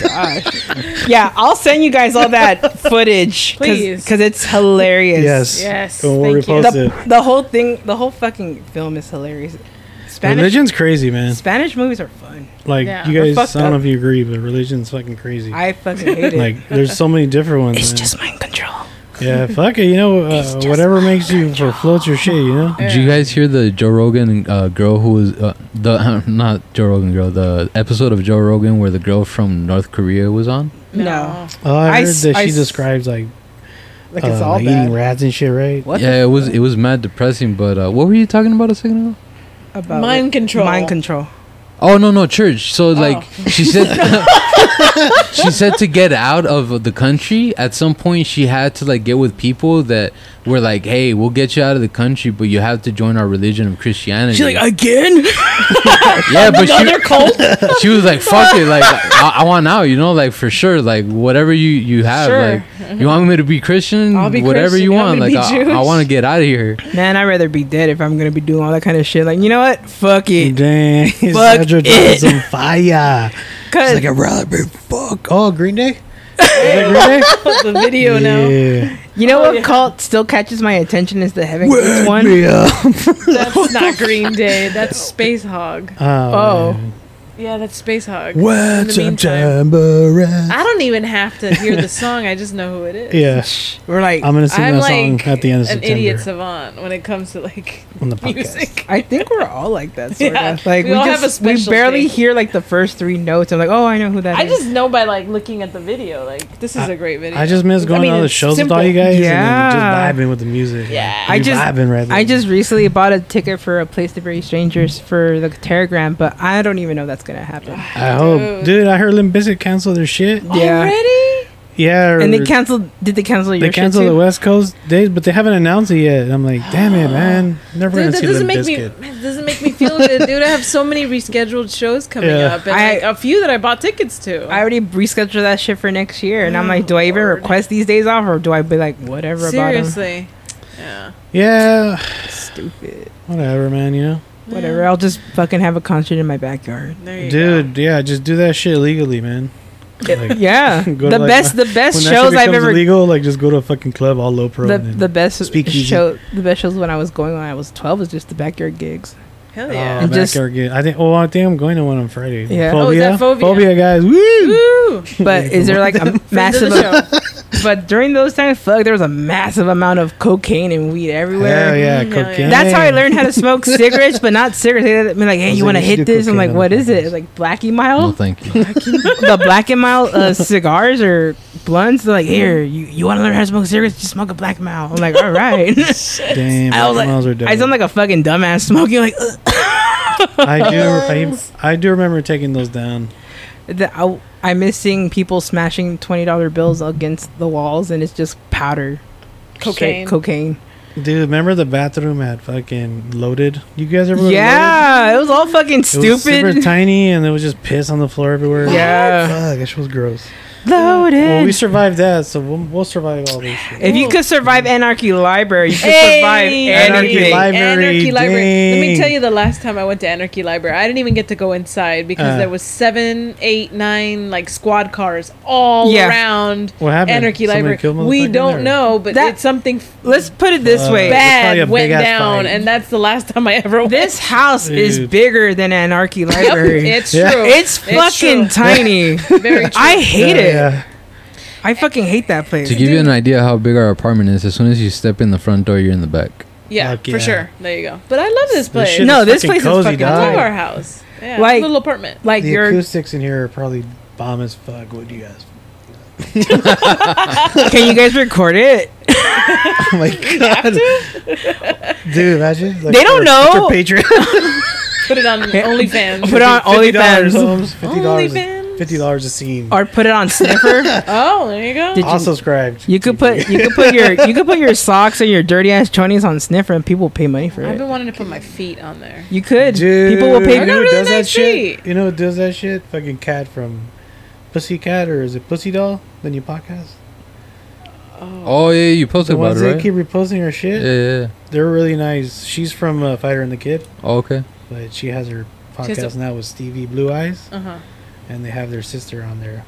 yeah, I'll send you guys all that footage Please. because it's hilarious. yes. Yes, And we'll thank you. repost it. the, the whole thing, the whole fucking film is hilarious. Spanish Religion's crazy, man. Spanish movies are fun. Like Yeah. you We're guys, I fucked don't know up. if you agree, but religion's fucking crazy. I fucking hate it. like there's so many different ones. it's man. just mind control. yeah, fuck it. You know, It's uh, just whatever makes you for float your shit. You know, Did you guys hear the Joe Rogan uh, girl who was uh, the not Joe Rogan girl the episode of Joe Rogan where the girl from North Korea was on? No. oh, I, I heard s- that I she s- describes like, Like uh, it's all like eating bad. rats and shit, right? What yeah, it was it was mad depressing. But uh, what were you talking about a second ago? about Mind control. Mind control. Oh no no church. So like she said. She said to get out of the country at some point she had to like get with people that were like, "Hey, we'll get you out of the country, but you have to join our religion of Christianity." again? yeah, but she, Another cult? she was like, "Fuck it, like I, I want out, you know, like for sure, like whatever you you have, like you want me to be Christian, I'll be whatever Christian, you you want, want me like to I, be I Jewish." want to get out of here." Man, I'd rather be dead if I'm gonna be doing all that kind of shit. Like, you know what? Fuck it. Dang, Sandra dropped it. some fire. She's Cause like, I'd rather be fuck. Oh, Green Day. Is that Put the Green video Day? now. Yeah. you know what cult still catches my attention is the Heaven Gates one. Yeah. That's not Green Day. That's Space Hog. Oh. Oh, man. Yeah, that's Space Hog. When In the meantime- September ends. I don't even have to hear the song. I just know who it is. Yeah. we're like, I'm gonna sing I'm that like song at the end of an September idiot savant when it comes to like on the podcast. music. I think we're all like that sort Yeah, of. Like we we, all have just a we special barely thing. hear like the first three notes. I'm like, oh, I know who that is. I just know by like looking at the video. Like this is I- a great video. I just miss going mean, on the it's shows simple. with all you guys Yeah. and then just vibing with the music. Yeah. I You're just- vibing right I there. just recently bought a ticket for a place to bury strangers for the Terragram, but I don't even know that's gonna happen. I hope, Dude. dude. I heard Limp Bizkit canceled their shit. Yeah. already. Yeah, or And they canceled. Did they cancel your they shit canceled too? the West Coast days, but they haven't announced it yet. And I'm like, damn it, man, never gonna Dude, that see doesn't Limp make me. Bizkit. That doesn't make me feel good, dude. I have so many rescheduled shows coming Yeah. up, and I- like, a few that I bought tickets to. I already rescheduled that shit for next year, and I'm like, do I even Lord. request these days off, or do I be like, whatever about seriously. Yeah. Yeah, them? Stupid. whatever, man. You know, Whatever. I'll just fucking have a concert in my backyard. There you dude. Yeah, just do that shit legally, man. Like, Yeah, Go to, the like, best, the when best that shit shows I've becomes ever. illegal, like just go to a fucking club all low pro. The, and the best Speakeasy. show, the best shows when I was going when I was 12 was just the backyard gigs. go. Hell Oh, yeah. And just- backyard gig. I think. Oh, I think I'm going to one on Friday. Yeah. Oh, Phobia. is that Phobia? guys. Woo! Woo! But is there like a Friends massive? of the show. But during those times, fuck, there was a massive amount of cocaine and weed everywhere. Hell yeah, Mm, hell yeah. cocaine. That's how I learned how to smoke cigarettes, but not cigarettes. They would be like, I hey, was you like, want to you should hit do this? I'm cocaine like, on what the is it? podcast. Like Blackie No, Mile, thank you. the Black and Mile uh, cigars or blunts. They're like, here, you, you want to learn how to smoke cigarettes? Just smoke a Black Mile. I'm like, all right. Damn, I was like- miles are dope. I sound like a fucking dumbass smoking. Like, Ugh. I do. I, I do remember taking those down. The, I, I miss seeing people smashing twenty dollar bills against the walls, and it's just powder. Cocaine. Straight cocaine. Dude, remember the bathroom at fucking Loaded? You guys ever? go to Loaded? Yeah, it was all fucking It was super stupid. tiny, and there was just piss on the floor everywhere. Yeah, Fuck, that shit was gross. loaded. Well, we survived that, so we'll, we'll survive all this shit. if you could survive Anarchy Library, you could survive Hey! Anarchy anything. Library, Anarchy Library. Let me dang. tell you the last time I went to Anarchy Library, I didn't even get to go inside because Uh. there was seven, eight, nine like squad cars all Yeah. around What happened? Anarchy Somebody Library. killed We motherfucker don't or- know, but That- it's something f- Let's put it this Uh, way. It's probably a bad went big-ass down, fight. and that's the last time I ever went. This house is Dude. bigger than Anarchy Yep, Library. it's Yeah. true. it's fucking true. tiny. very true. I hate Yeah, it. Uh, yeah. I fucking hate that place. To give you an idea how big our apartment is, as soon as you step in the front door, you're in the back. yeah, Fuck for yeah. sure. There you go. But I love this place. shit No, is this fucking place is fucking I love tight. our house. Yeah, Like- little apartment. like The your acoustics in here are probably bomb as fuck. What do you guys? can you guys record it? Oh my god, dude! Imagine like, They don't know. for- for Patreon. Put it on OnlyFans. Put it on $50, OnlyFans Fifty dollars. OnlyFans. Fifty dollars a scene. or put it on Sniffer. Oh, there you go. Did- All subscribed. You could put you could put your you could put your socks and your dirty ass chonies on Sniffer and people will pay money for I've it. been wanting to put my feet on there. You could. Dude, People will You They're pay. not know who really does that nice shit? feet. You know who does that shit? Fucking cat from Pussy Cat or is it Pussy Doll? The new podcast. Oh yeah, you posted The about ones it, that right? keep reposting her shit. Yeah, yeah. yeah. They're really nice. She's from uh, Fighter and the Kid, Oh, okay. but she has her She has podcast now with Stevie Blue Eyes, Uh huh. and they have their sister on there.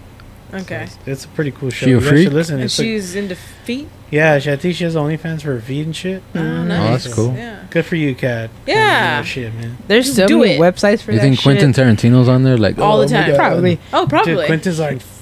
So Okay. it's, it's a pretty cool show. She a You guys freak? should listen. And It's like, she's into feet. yeah, she, I think she has OnlyFans for her feet and shit. Oh, nice. nice. that's cool. Yeah. Good for you, Cat. Yeah. Shit, man. There's so Do many it. websites for You that think shit. Quentin Tarantino's on there? Like All the oh my time. God. Probably. Oh, probably. Dude, Quentin's like, fuck.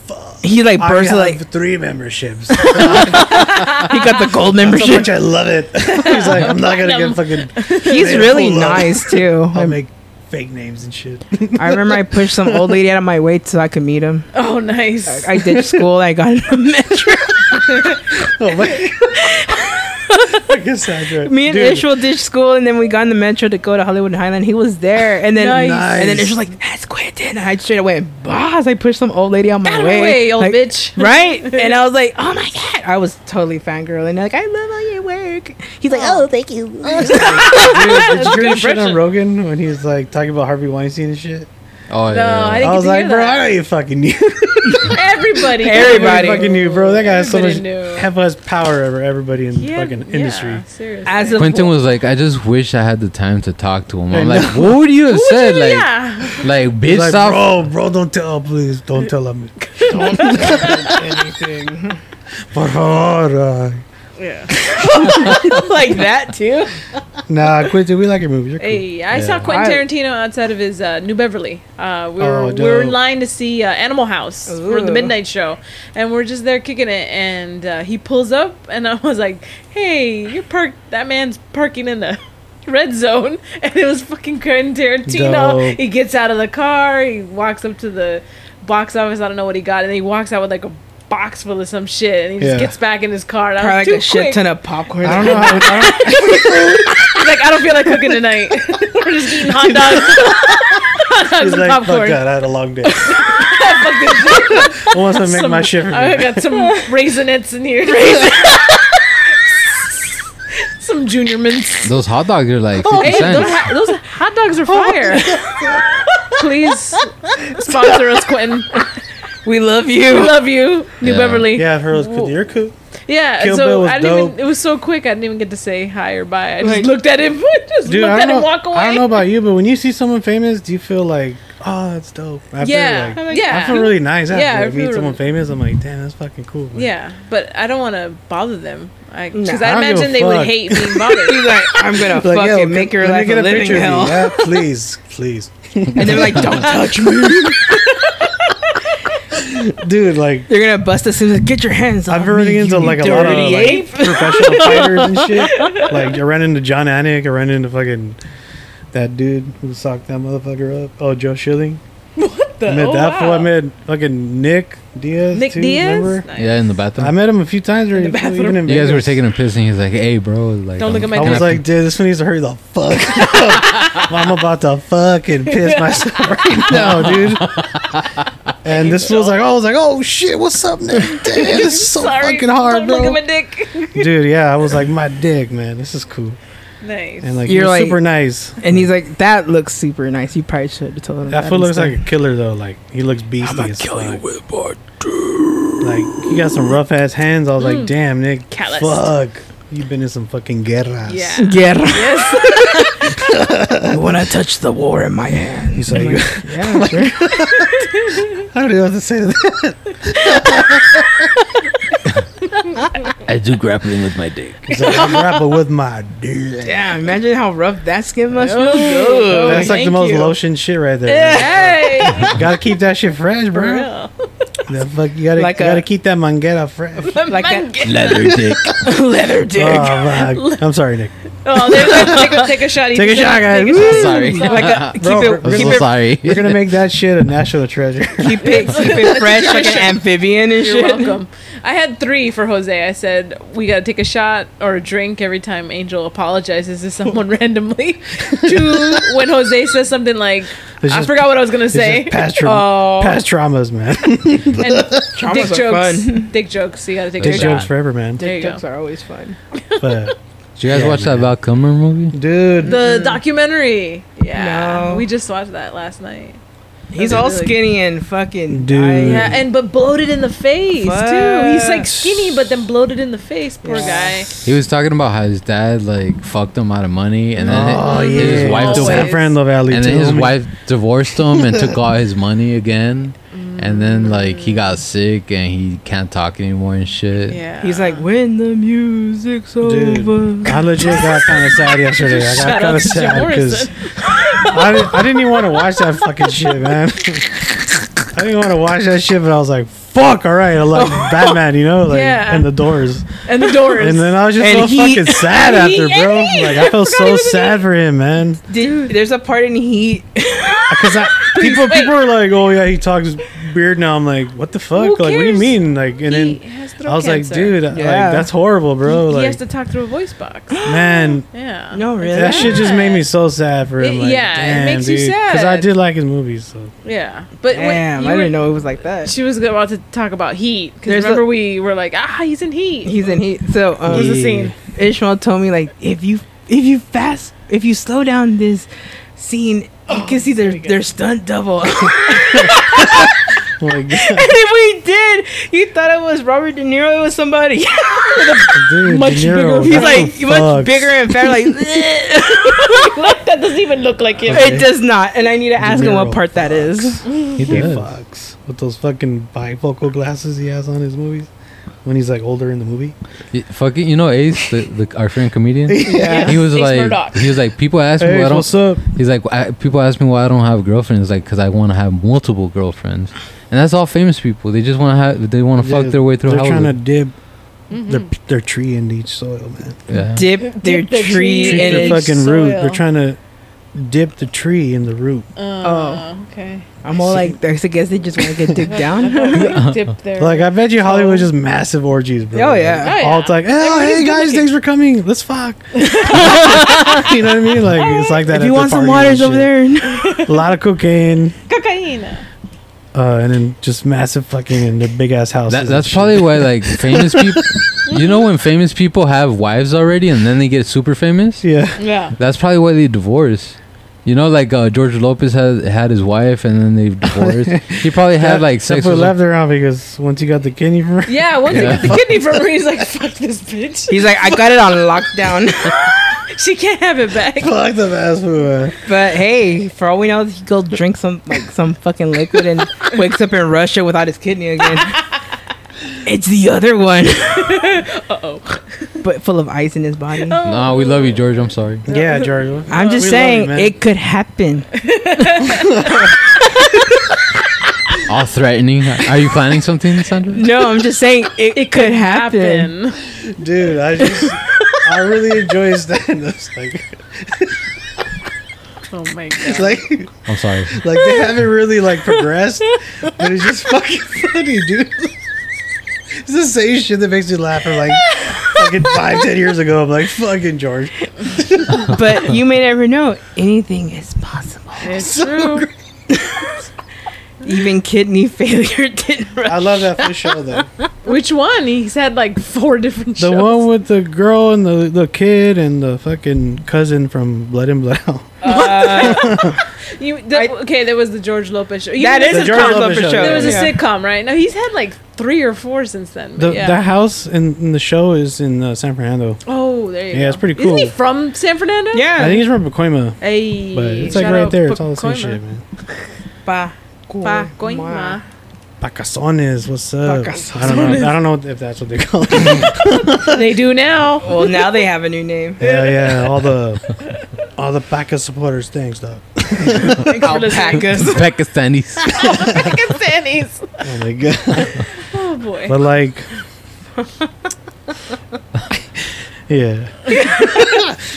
He like I burst have like three memberships. he got the gold so membership. much I love it. He's like, I'm not gonna get fucking. He's made a really fool of- nice too. I'll I'm- make fake names and shit. I remember I pushed some old lady out of my way so I could meet him. oh, nice. I ditched school. I got in the metro. oh my. I guess that's right. Me and Dude, Ish will ditch school, and then we got in the metro to go to Hollywood Highland. He was there, and then Nice. and then Ish was like, "That's Quentin." And I straight away went, "Boss!" I pushed some old lady out my Out of way, my way, old like, bitch. Right? And I was like, "Oh my god!" I was totally fangirling. Like, I love all your work. He's like, "Oh, thank you." Dude, did you hear the shit on impression. Rogan when he was like talking about Harvey Weinstein and shit? Oh yeah. No, yeah, I yeah. didn't I was get to like, hear bro, that. I know you fucking knew. Everybody. Everybody. fucking knew, bro. That guy has so much, Everybody knew. have us power over everybody in the Yeah, fucking yeah, industry. seriously. As of Quentin was like, I just wish I had the time to talk to him. I'm I like, what would you have Who said? would you- Like, yeah. like He's bitch, like, stop. bro, bro, don't tell, oh, please, don't tell him. Don't tell him anything. Por favor. uh, like that too. uh, Nah, Quentin, we like your movies. You're cool. Hey, I Yeah. saw Quentin I- Tarantino outside of his uh, New Beverly. Uh, we were Oh, we were in dope. line to see uh, Animal House for Ooh. the midnight show, and we're just there kicking it. And uh, he pulls up, and I was like, "Hey, you're parked. That man's parking in the." Red zone, and it was fucking Quentin Tarantino. Dope. He gets out of the car, he walks up to the box office. I don't know what he got, and then he walks out with like a box full of some shit, and he just Yeah. gets back in his car. And I was Probably like too a shit quick. ton of popcorn. I don't know how. I don't, He's like, I don't feel like cooking tonight. We're just eating hot dogs, hot dogs he's and like, fuck popcorn. God, I had a long day. Who wants to make Some- my shit for me? I got some raisinets in here. some junior mints. Those hot dogs are like fifty Oh, Hey, those, cents. hot- those hot dogs Oh. are fire. Please sponsor us, Quentin. We love We you. love you, New Yeah. Beverly. Yeah. Yeah, I've heard it was Quentin. You're cool. Kill Bill so was I didn't dope. even. It was so quick. I didn't even get to say hi or bye. I just Like- looked at him. just Dude, looked I at don't, him. know, Walk away. I don't know about you, but when you see someone famous, do you feel like, oh, that's dope? I feel Yeah, like- yeah. I feel really nice after Yeah, I I meet feel someone really- famous. I'm like, damn, that's fucking cool. man." Yeah, but I don't want to bother them. Because Nah. I, I don't give a imagine they would fuck. hate being bothered. He's like, I'm gonna Like, fucking yo, make can- your let me life get a a living picture of you. hell. Yeah, please, please, And they're like, don't touch me. dude. Like, They're gonna bust us and get your hands off I've run me, into you like a dirty lot of like, ape. professional fighters and shit. Like, I ran into John Anik. I ran into fucking that dude who socked that motherfucker up. Oh, Joe Schilling. The- I met oh, that wow. fool. I met fucking Nick Diaz. Nick too, Diaz. remember? Nice. Yeah, in the I bathroom. met him a few times already. In the fool, bathroom. even in You guys were Vegas. taking a piss, and he's like, "Hey, bro, like, Don't look I'm at my I kinda was like, dude, this one needs to hurry the fuck up. I'm about to fucking piss myself right now, dude. And this was like, oh, I was like, oh shit, what's up, nigga? Damn, this is so Sorry, fucking hard, don't look bro. at my dick. Dude, yeah, I was like, my dick, man, this is cool. nice. And like, You're you're, like- super nice. And he's like, that looks super nice. You probably should have told him. That fool looks like a killer though. Like he looks I'm beastly gonna as kill you fuck. with part two. Like he got some rough ass hands. I was like, damn, Nick, Mm. Calloused. fuck, you've been in some fucking guerras. yeah. yeah. Yes. I want to touch the war in my hand. He's like, Mm-hmm. Yeah, sure. I don't know what to say to that. I do grappling with my dick. He's like, I'm rapping with my dick. yeah. Imagine how rough that skin must feel. Oh, That's like the thank most you. lotion shit right there. Hey. Gotta keep that shit fresh, For bro. real. The fuck, you gotta, Like you a- gotta keep that manguera fresh. Like Man, that. get- Leather dick. Leather dick. Oh, fuck. I'm sorry, Nick. Oh, there's like, take, a, take a shot. Take a shot, guys. Take a Woo! shot. Sorry. Like a, keep Bro, it, I'm we're keep so it, sorry. We're gonna make that shit a national treasure. keep it, keep it fresh, like an amphibian and You're shit. welcome. I had three for Jose. I said we gotta take a shot or a drink every time Angel apologizes to someone randomly. Two, when Jose says something like, It's "I just- forgot what I was gonna It's say." just past, tra- oh, past traumas, man. and dick Traumas are jokes. fun. Dick jokes. You gotta take a Dick shot. jokes forever, man. There you Dick go. jokes are always fun. But, uh, Did you guys Yeah, watch that man. Val Kilmer movie? dude, The documentary. Yeah, No. we just watched that last night. He's Those are all really- skinny and fucking Dude. dying. Yeah, and but bloated in the face too. He's like skinny, but then bloated in the face. Poor Yeah. guy. He was talking about how his dad like fucked him out of money, and then oh it- yeah, his wife Always. San divorced, Fernando Valley, and then too, his homie. wife divorced him and took all his money again, and then like he got sick and he can't talk anymore and shit. Yeah, He's uh, like, when the music's Dude. over. I legit got kind of sad yesterday. I got Shout kind out to of sad Jim because I, didn't- I didn't even want to watch that fucking shit, man. I didn't want to watch that shit, but I was like, "Fuck, all right." I like Batman, you know, like Yeah. and the Doors, and the doors. and then I was just And so Heat. fucking sad after, And Heat, bro. and Heat. Like I felt Forgot he so was in sad for him, man, Dude, there's a part in Heat. because people people were like, "Oh yeah, he talks weird now." I'm like, "What the fuck? like, what do you cares? mean?" Like, and He then has throat I was cancer. like, "Dude, like Yeah. that's horrible, bro." he, like, he has to talk through a voice box. man, Yeah. No, really? That shit just made me so sad for him. It- Like, yeah, it damn, makes you Because I sad. did like his movies. So. Yeah. But when Damn, you I were- didn't know it was like that. She was about to talk about heat because There's a- remember we were like, ah, he's in heat. He's in Heat. So, What was um, the scene? Ishmael told me, like, if you if you fast, if you slow down this scene, Oh, you can see their, their stunt double. Oh my God, And we did. He thought it was Robert De Niro. It was somebody. dude, Much De Niro, bigger- what He's the like fuck? much bigger and fatter. Like that doesn't even look like him. it does not. And I need to De ask him Niro what part that is. He He does. fucks with those fucking bifocal glasses he has on his movies when he's like older in the movie. Y- Fucking, you know Ace, the, the, our friend comedian. Yeah. He was Ace like, Murdoch. he was like, people ask me Hey, why I don't. what's up? He's like, I, people ask me why I don't have girlfriends. It's like, cause I want to have multiple girlfriends, and that's all famous people. They just want to have, they want to fuck Yeah, their way through. They're trying to Hollywood. dip Mm-hmm. their, Mm. their tree in each soil, man. yeah. Dip their Dip the tree tree Treat in in their each it. fuck- fucking root. soil. They're trying to dip the tree in the root. Uh, oh, okay. I'm all like, there's- I guess they just want to get dipped down. Dip there. Like I bet you Hollywood Oh. just massive orgies, bro. Oh, Like, yeah. Oh, yeah. all it's like, oh Everybody's hey good guys, looking." thanks for coming. Let's fuck. you know what I mean? Like it's like that. if at you the want some parties waters and over there, shit. A lot of cocaine, cocaine. uh, and then just massive fucking in their big ass house. That, that's probably why, like, famous people. You know, when famous people have wives already and then they get super famous. yeah. Yeah. That's probably why they divorce. You know, like uh, George Lopez had had his wife and then they divorced. he probably had like sex That's what with left around because once you got the kidney from her, Yeah. Once Yeah. I got the kidney from her, he's like, fuck this bitch. he's like, I got it on lockdown. She can't have it back. fuck the fast food. But hey, for all we know, he go drink some like some fucking liquid and wakes up in Russia without his kidney again. it's the other one. uh oh. But full of ice in his body. Oh. No, we love you, George. I'm sorry. Man. Yeah, George. I'm just we love you, saying man. it could happen. All threatening. Are you planning something, Sandra? No, I'm just saying it, could, happen. Happen. Dude, I just, I really enjoy stand ups. Like, Oh my god. like, like I'm sorry. they haven't really like progressed, but it's just fucking funny, dude. It's the same shit that makes me laugh from like fucking five, ten years ago. I'm like, fucking George. But you may never know. Anything is possible. It's true. Even kidney failure didn't rush. I love that for show though. Which one? He's had like four different The shows. one with the girl and the, the kid and the fucking cousin from Blood and Blood Out. Uh, you, the, I- okay, there was the George Lopez show. You that know, is The a George George Lopez Lopez show, show. There was a yeah. sitcom, right? No, he's had like three or four since then. but The, yeah. the house in, in the show is in uh, San Fernando. oh, there you go. Yeah, it's pretty Isn't he cool. from San Fernando? Yeah. I think it's from Pacoima, Hey, but it's like shout right out there. It's all the same Pacoima. shit, man. Pa, pa, coima. Pacasones, what's up? Pacasones. I don't know. I don't know if that's what they call it. they do now. Well, now they have a new name. yeah, yeah. All the all the Paca supporters, thanks, dog. Thanks for listening. Alpacas. Pakistanis. Pakistanis. Oh my god. Oh boy. But like, yeah.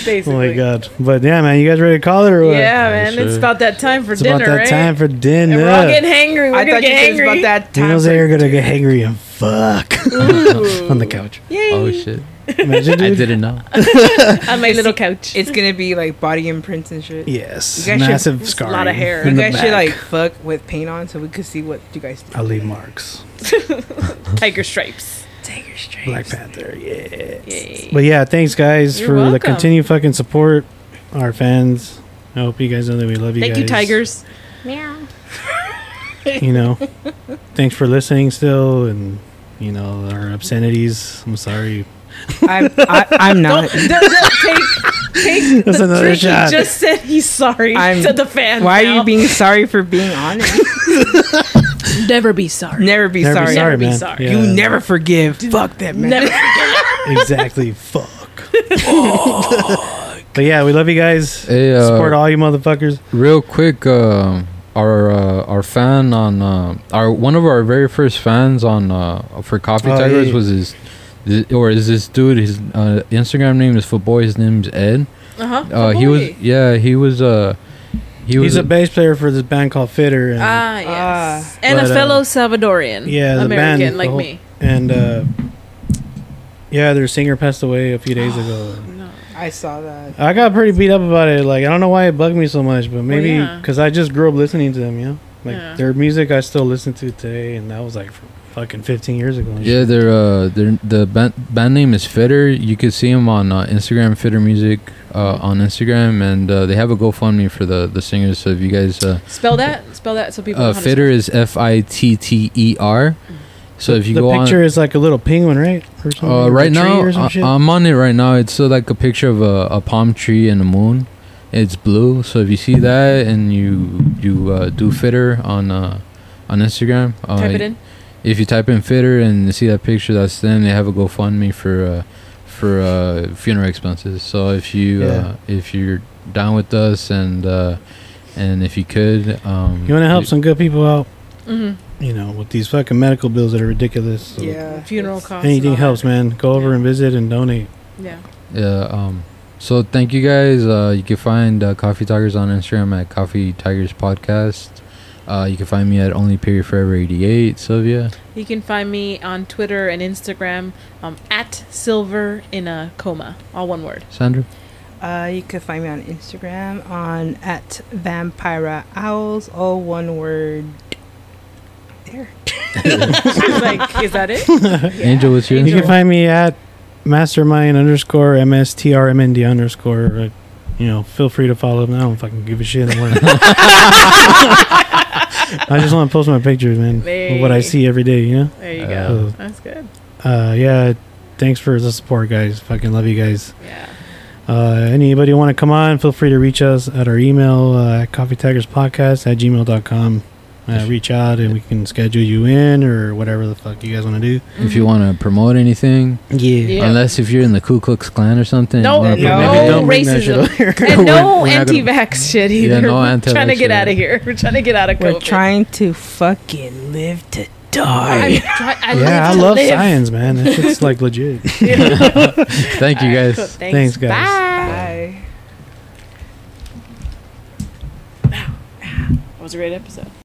Basically. Oh my god. But yeah, man, you guys ready to call it or what? Yeah, Oh, man, it's shit. about that time for It's dinner, about that right? time for and we're all dinner. getting hangry. We're I gonna thought you get said it was hangry. about that time. Dino's for- are gonna get hangry and fuck on the couch. Yay! Oh shit! Imagine, I dude. didn't know. On my little couch. It's gonna be like body imprints and shit. Yes. You guys should- Massive It's a scar. lot of hair. You In guys should like fuck with paint on so we could see what you guys I'll leave marks. tiger stripes. take your straight. Black Panther. Yeah. Yay! But yeah, thanks guys You're for the welcome. continued fucking support. Our fans. I hope you guys know that we love you Thank guys. you, tigers. You know. thanks for listening still and you know, our obscenities. I'm sorry. I'm, I, I'm Don't, not. don't, don't take, take That's the another trick shot. He just said he's sorry I'm- to the fans. Why are now. you being sorry for being honest? Never be sorry. Never be Never sorry. be sorry, Never be man. sorry. Yeah. You never forgive. Fuck that man. Never. exactly. Fuck. but yeah, we love you guys. Hey, uh, Support all you motherfuckers. Real quick, uh, our uh, our fan on uh, our one of our very first fans on uh, for Coffee Oh, Tigers yeah. was his, th- or is this dude? His uh, Instagram name is Footboy. His name's Ed. Uh-huh. Oh, Uh, he was yeah. He was uh, he was He's a bass player for this band called Fitter, and, Ah yes, and But, a uh, fellow Salvadorian, yeah, the American band, the like whole- me. and uh, yeah, their singer passed away a few days ago. No. I saw that. I got pretty beat up about it. Like I don't know why it bugged me so much, but maybe yeah. because I just grew up listening to them. You know, like Yeah. their music I still listen to today, and that was like f- fucking 15 years ago. and yeah. shit. Their uh, their the band, band name is Fitter. You could see him on uh, Instagram, Fitter Music uh, on Instagram, and uh, they have a GoFundMe for the the singers. So if you guys uh, Spell that. Spell that so people. uh know how to Fitter is F I T T E R. So if you the go on, picture is like a little penguin, right? Or something, Uh, like a um, right tree now, or some shit? I, am on it right now. It's uh, like a picture of a, a palm tree and a moon. It's blue. So if you see that and you you uh, do fitter on uh, on Instagram, uh, spell- Type it in. if you type in fitter and you see that picture, that's them. They have a GoFundMe for uh, for uh, funeral expenses. So if you uh, if you're down with us and uh, and if you could, um, you want to help some good people out. hmm you know, with these fucking medical bills that are ridiculous. So Yeah. Funeral costs. and Uh, Anything all that. helps, man. Go over Yeah. and visit and donate. Yeah. Yeah. Um. So thank you guys. Uh, you can find uh, Coffee Tigers on Instagram at Coffee Tigers Podcast. Uh, you can find me at Only Period Forever eighty eight. Sylvia. You can find me on Twitter and Instagram um, at Silver in a Coma, all one word. Sandra. Uh, you can find me on Instagram on at Vampira Owls, all one word. There. She's like, is that it? Angel, what's Uh, your Angel. You Instagram? can find me at mastermind underscore mstrmnd underscore. Uh, you know, feel free to follow me. I don't fucking give a shit. I wanna- I just want to post my pictures, man. of What I Hey. see every day, you know. There you Uh, go. That's good. Uh, yeah. Thanks for the support, guys. Fucking love you guys. Yeah. Uh, anybody want to come on, feel free to reach us at our email, uh, coffeetigerspodcast at gmail.com. Uh, reach out and we can schedule you in or whatever the fuck you guys want to do. If Mm-hmm. you want to promote anything, Yeah. unless if you're in the Ku Klux Klan or something. No, wanna no, Maybe promote don't bring that shit racism. over here. And no We're- we're not gonna- anti-vax shit Yeah, either. no We're trying to anti-vax shit. get out of here. We're trying to get out of COVID. We're trying to fucking live to I'm die. try- I yeah, I live to love live. science, man. That shit's like legit. Thank you guys. Thanks, guys. Bye. That was a great episode.